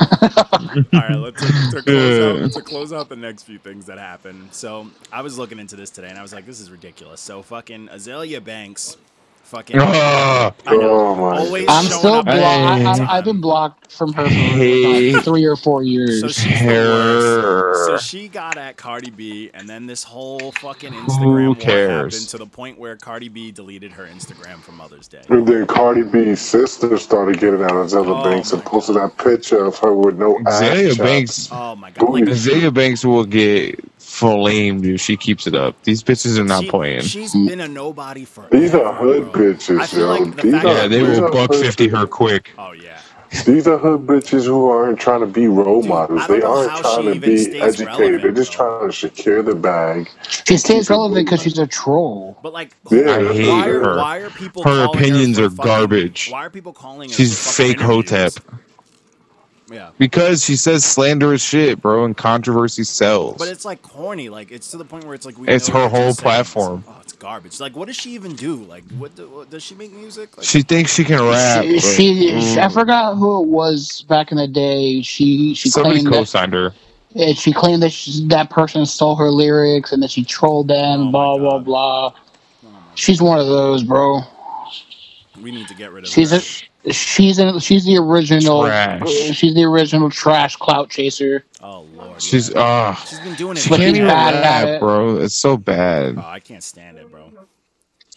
B: right, let's to, to close out to close out the next few things that happened. So I was looking into this today, and I was like, this is ridiculous. So fucking Azalea Banks, fucking
E: Ah,
B: I know,
D: Oh my
B: always
C: I'm
B: showing
C: still
B: up. at
C: blocked.
B: the wrong
C: I,
E: Hey.
C: I, I've been
B: time.
C: blocked from her for
E: Hey.
C: like three or four
B: So
C: years.
B: she's the worst. So
E: Terror.
B: she got at Cardi B, and then this whole fucking
E: Who
B: Instagram war happened
E: cares?
B: to the point where Cardi B deleted her Instagram for Mother's Day.
D: And then Cardi B's sister started getting out of Zella
B: Oh
D: Banks and
B: my
D: posted that picture of her with no ass
E: Zaya
D: chops.
E: Banks.
B: Oh my god! Like
D: Booty.
E: Zaya Banks will get flamed if she keeps it up. These bitches are not
B: she
E: playing.
B: she's been a nobody forever.
D: These are hood
B: bro. I
D: bitches,
B: feel
D: yo.
B: like the
D: These
B: fact
E: Yeah,
D: are
B: that
E: they
D: these
E: will
D: are
E: buck
D: hood.
E: fifty her quick.
B: oh yeah,
D: These are hood bitches who aren't trying to be role
B: dude, I
D: models.
B: don't
D: They
B: know
D: aren't
B: how she
D: trying to
B: even
D: be
B: stays
D: educated. They're
B: relevant,
D: just
B: bro.
D: trying to secure the bag
C: She
D: and keep
C: stays
D: it
C: relevant because
D: moving.
C: she's a troll.
B: But like, who,
D: Yeah,
E: I
D: that's
E: hate
B: why
D: what
B: are
D: it is.
E: her.
B: why are people
E: Her
B: calling her
E: opinions
B: for
E: are
B: fucking?
E: garbage.
B: Why are people calling her for
E: She's
B: fucking
E: fake Hotep
B: interviews? Yeah,
E: because she says slanderous shit, bro, and controversy
B: but
E: sells.
B: it's like corny. Like it's to the point where it's like we
E: It's
B: know
E: her
B: you're
E: whole
B: just saying this.
E: platform.
B: Oh, it's garbage. Like, what does she even do? Like, what, do, what does she make music? Like,
E: She thinks she can rap,
C: She,
E: but
C: she, she, I
E: mm,
C: forgot who it was back in the day. She, she
E: somebody
C: claimed that
E: co-signed her.
C: eh, she claimed that she, that person stole her lyrics and that she trolled them.
B: oh my
C: Blah blah
B: god,
C: blah.
B: oh my god,
C: She's one of those, bro.
B: we need to get rid of
C: She's
B: her.
C: a, she's a, she's the original.
E: Trash.
C: She's the original trash clout chaser.
B: Oh lord, yeah.
E: She's uh
B: She's been doing it
E: she
C: But
B: for
E: can't
C: she's
E: even
C: bad
B: forever.
C: about
E: rap,
C: it.
E: bro. It's so
B: Oh,
E: (laughs) bad.
B: I can't stand it, bro.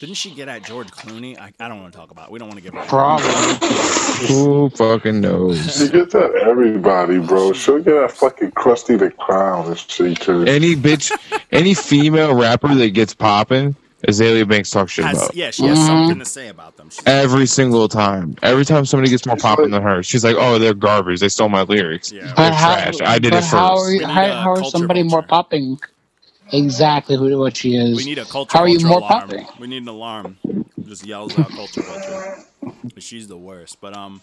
B: Didn't she get at George Clooney? I, I don't want to talk about. It. We don't want to give her any
C: Probably.
E: Who fucking
D: She
E: knows?
D: gets at everybody,
B: Oh,
D: bro.
B: she's the
D: She'll get at
B: worst.
D: fucking Krusty the Clown and shit too.
E: Any bitch, any female rapper that gets popping, Azalea Banks talks shit
B: Has
E: about
B: yeah, she has something
C: Mhm.
B: to say about them. She's
E: Mm-hmm. every single time. Every time somebody gets more
D: It's
E: popping
D: like
E: than her, she's like, "Oh, they're garbage. They stole my lyrics.
B: yeah.
E: They're
C: But
E: trash.
C: how?
E: I did
C: But
E: it
C: how are
E: first.
C: you,
B: We need
C: how,
B: a
C: how is
B: culture
C: somebody more
B: vulture.
C: popping? Exactly who what she
B: We
C: is.
B: need a culture
C: How are you
B: vulture
C: more
B: alarm.
C: popping?
B: We need an alarm. that Just yells out culture vulture. She's the worst. But um,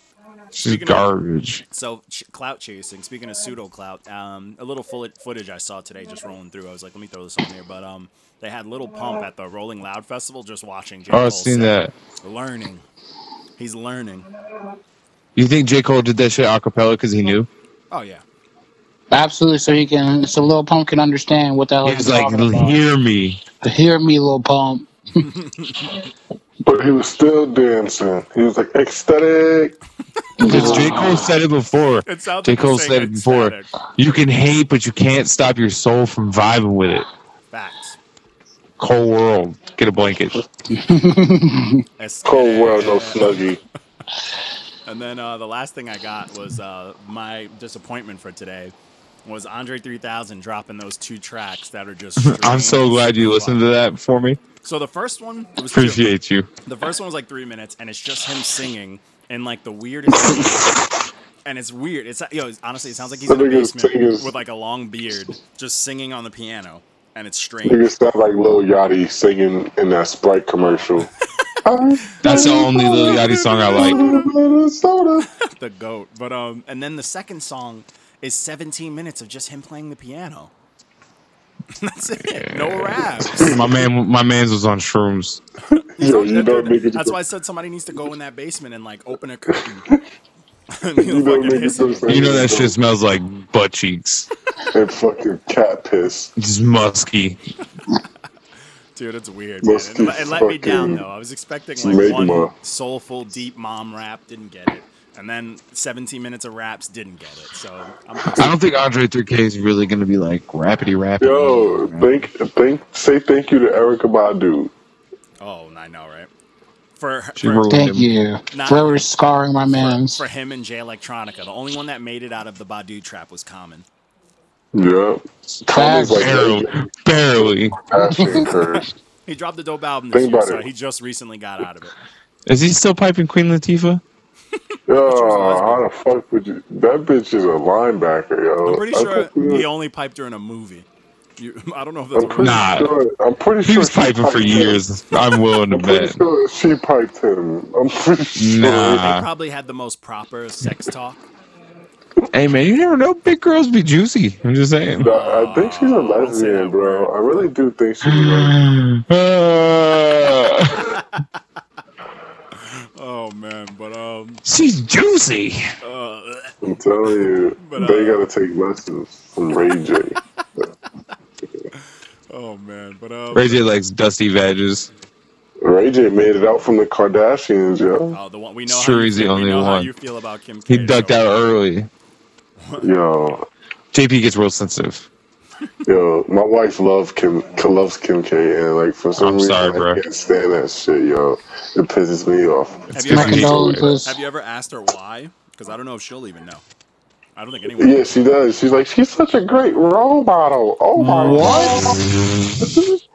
E: She's
B: speaking of
E: garbage."
B: so ch- clout chasing. Speaking of pseudo clout, um, a little full- footage I saw today just rolling through. I was like, let me throw this on here. But um, they had Little Pump at the Rolling Loud Festival, just watching J
E: Oh, I've
B: Cole
E: seen
B: set,
E: that.
B: learning. He's learning.
E: You think J Cole did that shit a cappella because he knew?
B: Oh yeah.
C: Absolutely. So he can, so Lil Pump can Oh, understand what the hell
E: He
C: he's
E: was like,
C: talking about.
E: "Hear me."
C: Hear me, Lil Pump.
D: but he was still dancing. He was like ecstatic.
E: Because J. Cole said it before.
B: It sounds
E: J.
B: like
E: Cole
B: you're
E: said
B: saying
E: it before.
B: ecstatic.
E: You can hate, but you can't stop your soul from vibing with it.
B: Facts.
E: Cole World, get a blanket.
D: Cold world, no
B: Aesthetic.
D: snuggie.
B: And then uh, the last thing I got was uh, my disappointment for today was Andre 3000 dropping those two tracks that are just.
E: (laughs) I'm so glad you listened to that for me.
B: So the first one, it was two.
E: Appreciate you.
B: The first one was like three minutes, and it's just him singing in like the weirdest. (laughs) and it's weird. It's yo, it's, honestly, it sounds like he's
D: The
B: in a
D: biggest
B: basement
D: thing is-
B: with like a long beard, just singing on the piano, and it's strange.
D: Nigga sound like Lil Yachty singing in that Sprite commercial.
E: That's the only Lil Yachty song I like.
D: Minnesota.
B: the goat. But um, and then the second song is 17 minutes of just him playing the piano. (laughs) That's it. No raps.
E: My man, my man's was on shrooms.
D: Yo, you
B: That
D: know,
B: dude-
D: niggas.
B: that's why I said somebody needs to go in that basement and like open a
D: (laughs)
B: curtain. (laughs) And he'll
D: You know,
B: fucking
D: niggas
B: hiss
D: don't
B: it.
D: say
E: You know that shit smells like butt cheeks.
D: (laughs) And fucking cat piss.
E: It's musky.
B: Dude, it's weird. Man.
D: Must
B: It,
D: be
B: le- it let me down
D: fucking
B: though. I was expecting like one
D: stigma.
B: soulful, deep mom rap, didn't get it, and then 17 minutes of raps didn't get it. So I'm
E: I don't think Andre 3K is really gonna be like rapidy rapping.
D: Yo, thank, thank, say thank you to Erica Badu.
B: oh, I know, right? For,
E: She
B: for
E: wrote
C: Thank
E: him.
C: you.
B: Nah.
C: Forever scarring my
B: for,
C: man's.
B: for him and Jay Electronica, the only one that made it out of the Badu trap was Common.
D: Yeah. Connie's like,
E: Barely,
D: hey,
E: barely.
D: passion curse.
E: (laughs)
B: He dropped the dope album this
D: Think
B: year,
D: about
B: so
D: it.
B: he just recently got out of
D: (laughs)
B: it.
E: Is he still piping Queen Latifah?
D: Yo, how the fuck would you? That bitch is a linebacker, yo.
B: I'm pretty
D: I
B: sure
D: think we-
B: he only piped during a movie. You, (laughs) I don't know if that's
D: I'm
B: a
D: pretty
B: real.
E: Nah.
D: sure. I'm pretty
E: He
D: sure
E: was
D: she
E: piping for
D: piped him.
E: years. I'm willing to
D: I'm pretty
E: bet.
D: sure she piped him. I'm pretty sure.
E: Nah.
B: They probably had the most proper sex talk.
E: Hey man, you never know. Big girls be juicy. I'm just saying.
D: Nah, I think she's a
B: say that
D: lesbian, bro.
B: word.
D: I really do think she's a lesbian.
E: Uh,
B: Oh man, but um,
E: she's juicy.
B: uh,
E: (sighs)
D: I'm telling you,
B: But,
D: they
B: uh,
D: gotta take lessons from Ray J.
B: oh man, but um,
E: Ray J likes dusty veggies.
D: Ray J made it out from the Kardashians, yo.
B: oh, the one we know.
E: Sure,
B: how you
E: he's the
B: feel- we
E: only
B: know How
E: one.
B: you feel about Kim?
E: He
B: K,
E: ducked
B: so-
E: out early.
D: Yo,
E: JP gets real sensitive.
D: yo, my wife loves Kim, loves Kim K, and like for some
E: I'm
D: reason
E: sorry,
D: I
E: bro.
D: can't stand that shit, yo. It pisses me off.
B: Have you,
E: It's
C: My
E: gonna
B: ever,
E: be
C: condolences.
B: have you ever asked her why? Because I don't know if she'll even know. I don't think anyone.
D: Yeah, she does. She's like, she's such a great role model. Oh my god. (laughs)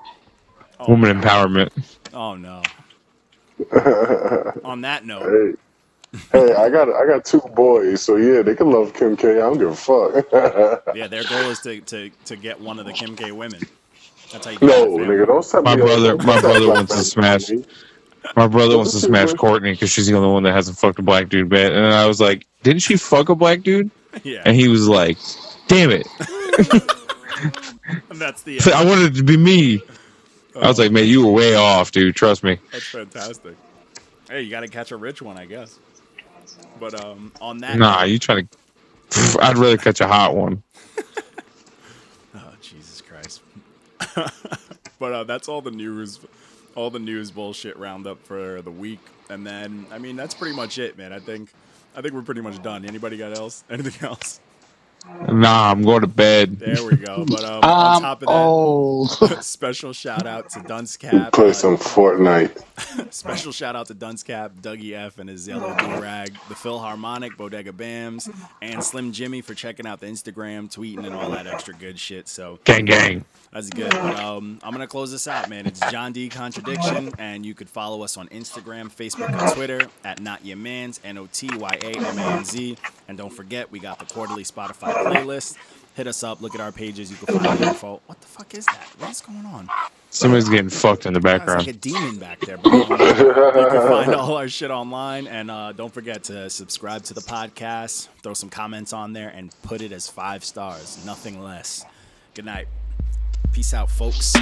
B: Oh,
E: Woman empowerment.
B: Oh
E: (laughs)
B: no. On that note,
D: Hey, hey, I got I got two boys, so yeah, they can love Kim K. I don't give a fuck. (laughs)
B: yeah, their goal is to, to, to get one of the Kim K women. That's how you get
D: no,
B: that family.
D: nigga, don't set
E: My
D: me up.
E: brother-
D: Don't
E: my
D: put that
E: brother
D: black
E: wants to
D: man
E: smash-
D: on me.
E: My brother wants to smash Courtney because she's the only one that hasn't fucked a black dude bad. And I was like, didn't she fuck a black dude?
B: (laughs) Yeah,
E: And he was like, damn it. (laughs)
B: that's the.
E: I wanted it to be me. I was like, man, you were way off, dude. Trust me.
B: That's fantastic. Hey, you got to catch a rich one, I guess. But um, on that.
E: Nah,
B: note-
E: you trying to. Pff, (laughs) I'd rather catch a hot one.
B: Oh Jesus Christ! (laughs) but uh, that's all the news, all the news bullshit roundup for the week, and then I mean that's pretty much it, man. I think, I think we're pretty much done. Anybody got else? (laughs) Anything else?
E: Nah, I'm going to bed.
B: There we go. But um, on
C: I'm
B: top of that,
C: old.
B: (coughs)
C: (laughs)
B: special shout out to Dunce Cap.
D: Play
B: uh,
D: some Fortnite.
B: Special shout out to Dunce Cap, Dougie F, and his yellow do rag, the Philharmonic, Bodega Bams, and Slim Jimmy for checking out the Instagram, tweeting, and all that extra good shit. So
E: Gang, gang.
B: that's good. But, um, I'm gonna close this out, man. It's John D Contradiction, and you could follow us on Instagram, Facebook, and Twitter at Not Your Mans, N O T Y A M A N Z. And don't forget, we got the quarterly Spotify playlist. Hit us up, look at our pages. You can find the info. What the fuck is that? What is going on?
E: Somebody's getting fucked in the
B: It's like a
E: background.
B: demon back there. But, um, you can find all our shit online, and uh, don't forget to subscribe to the podcast. Throw some comments on there and put it as five stars, nothing less. Good night. Peace out, folks.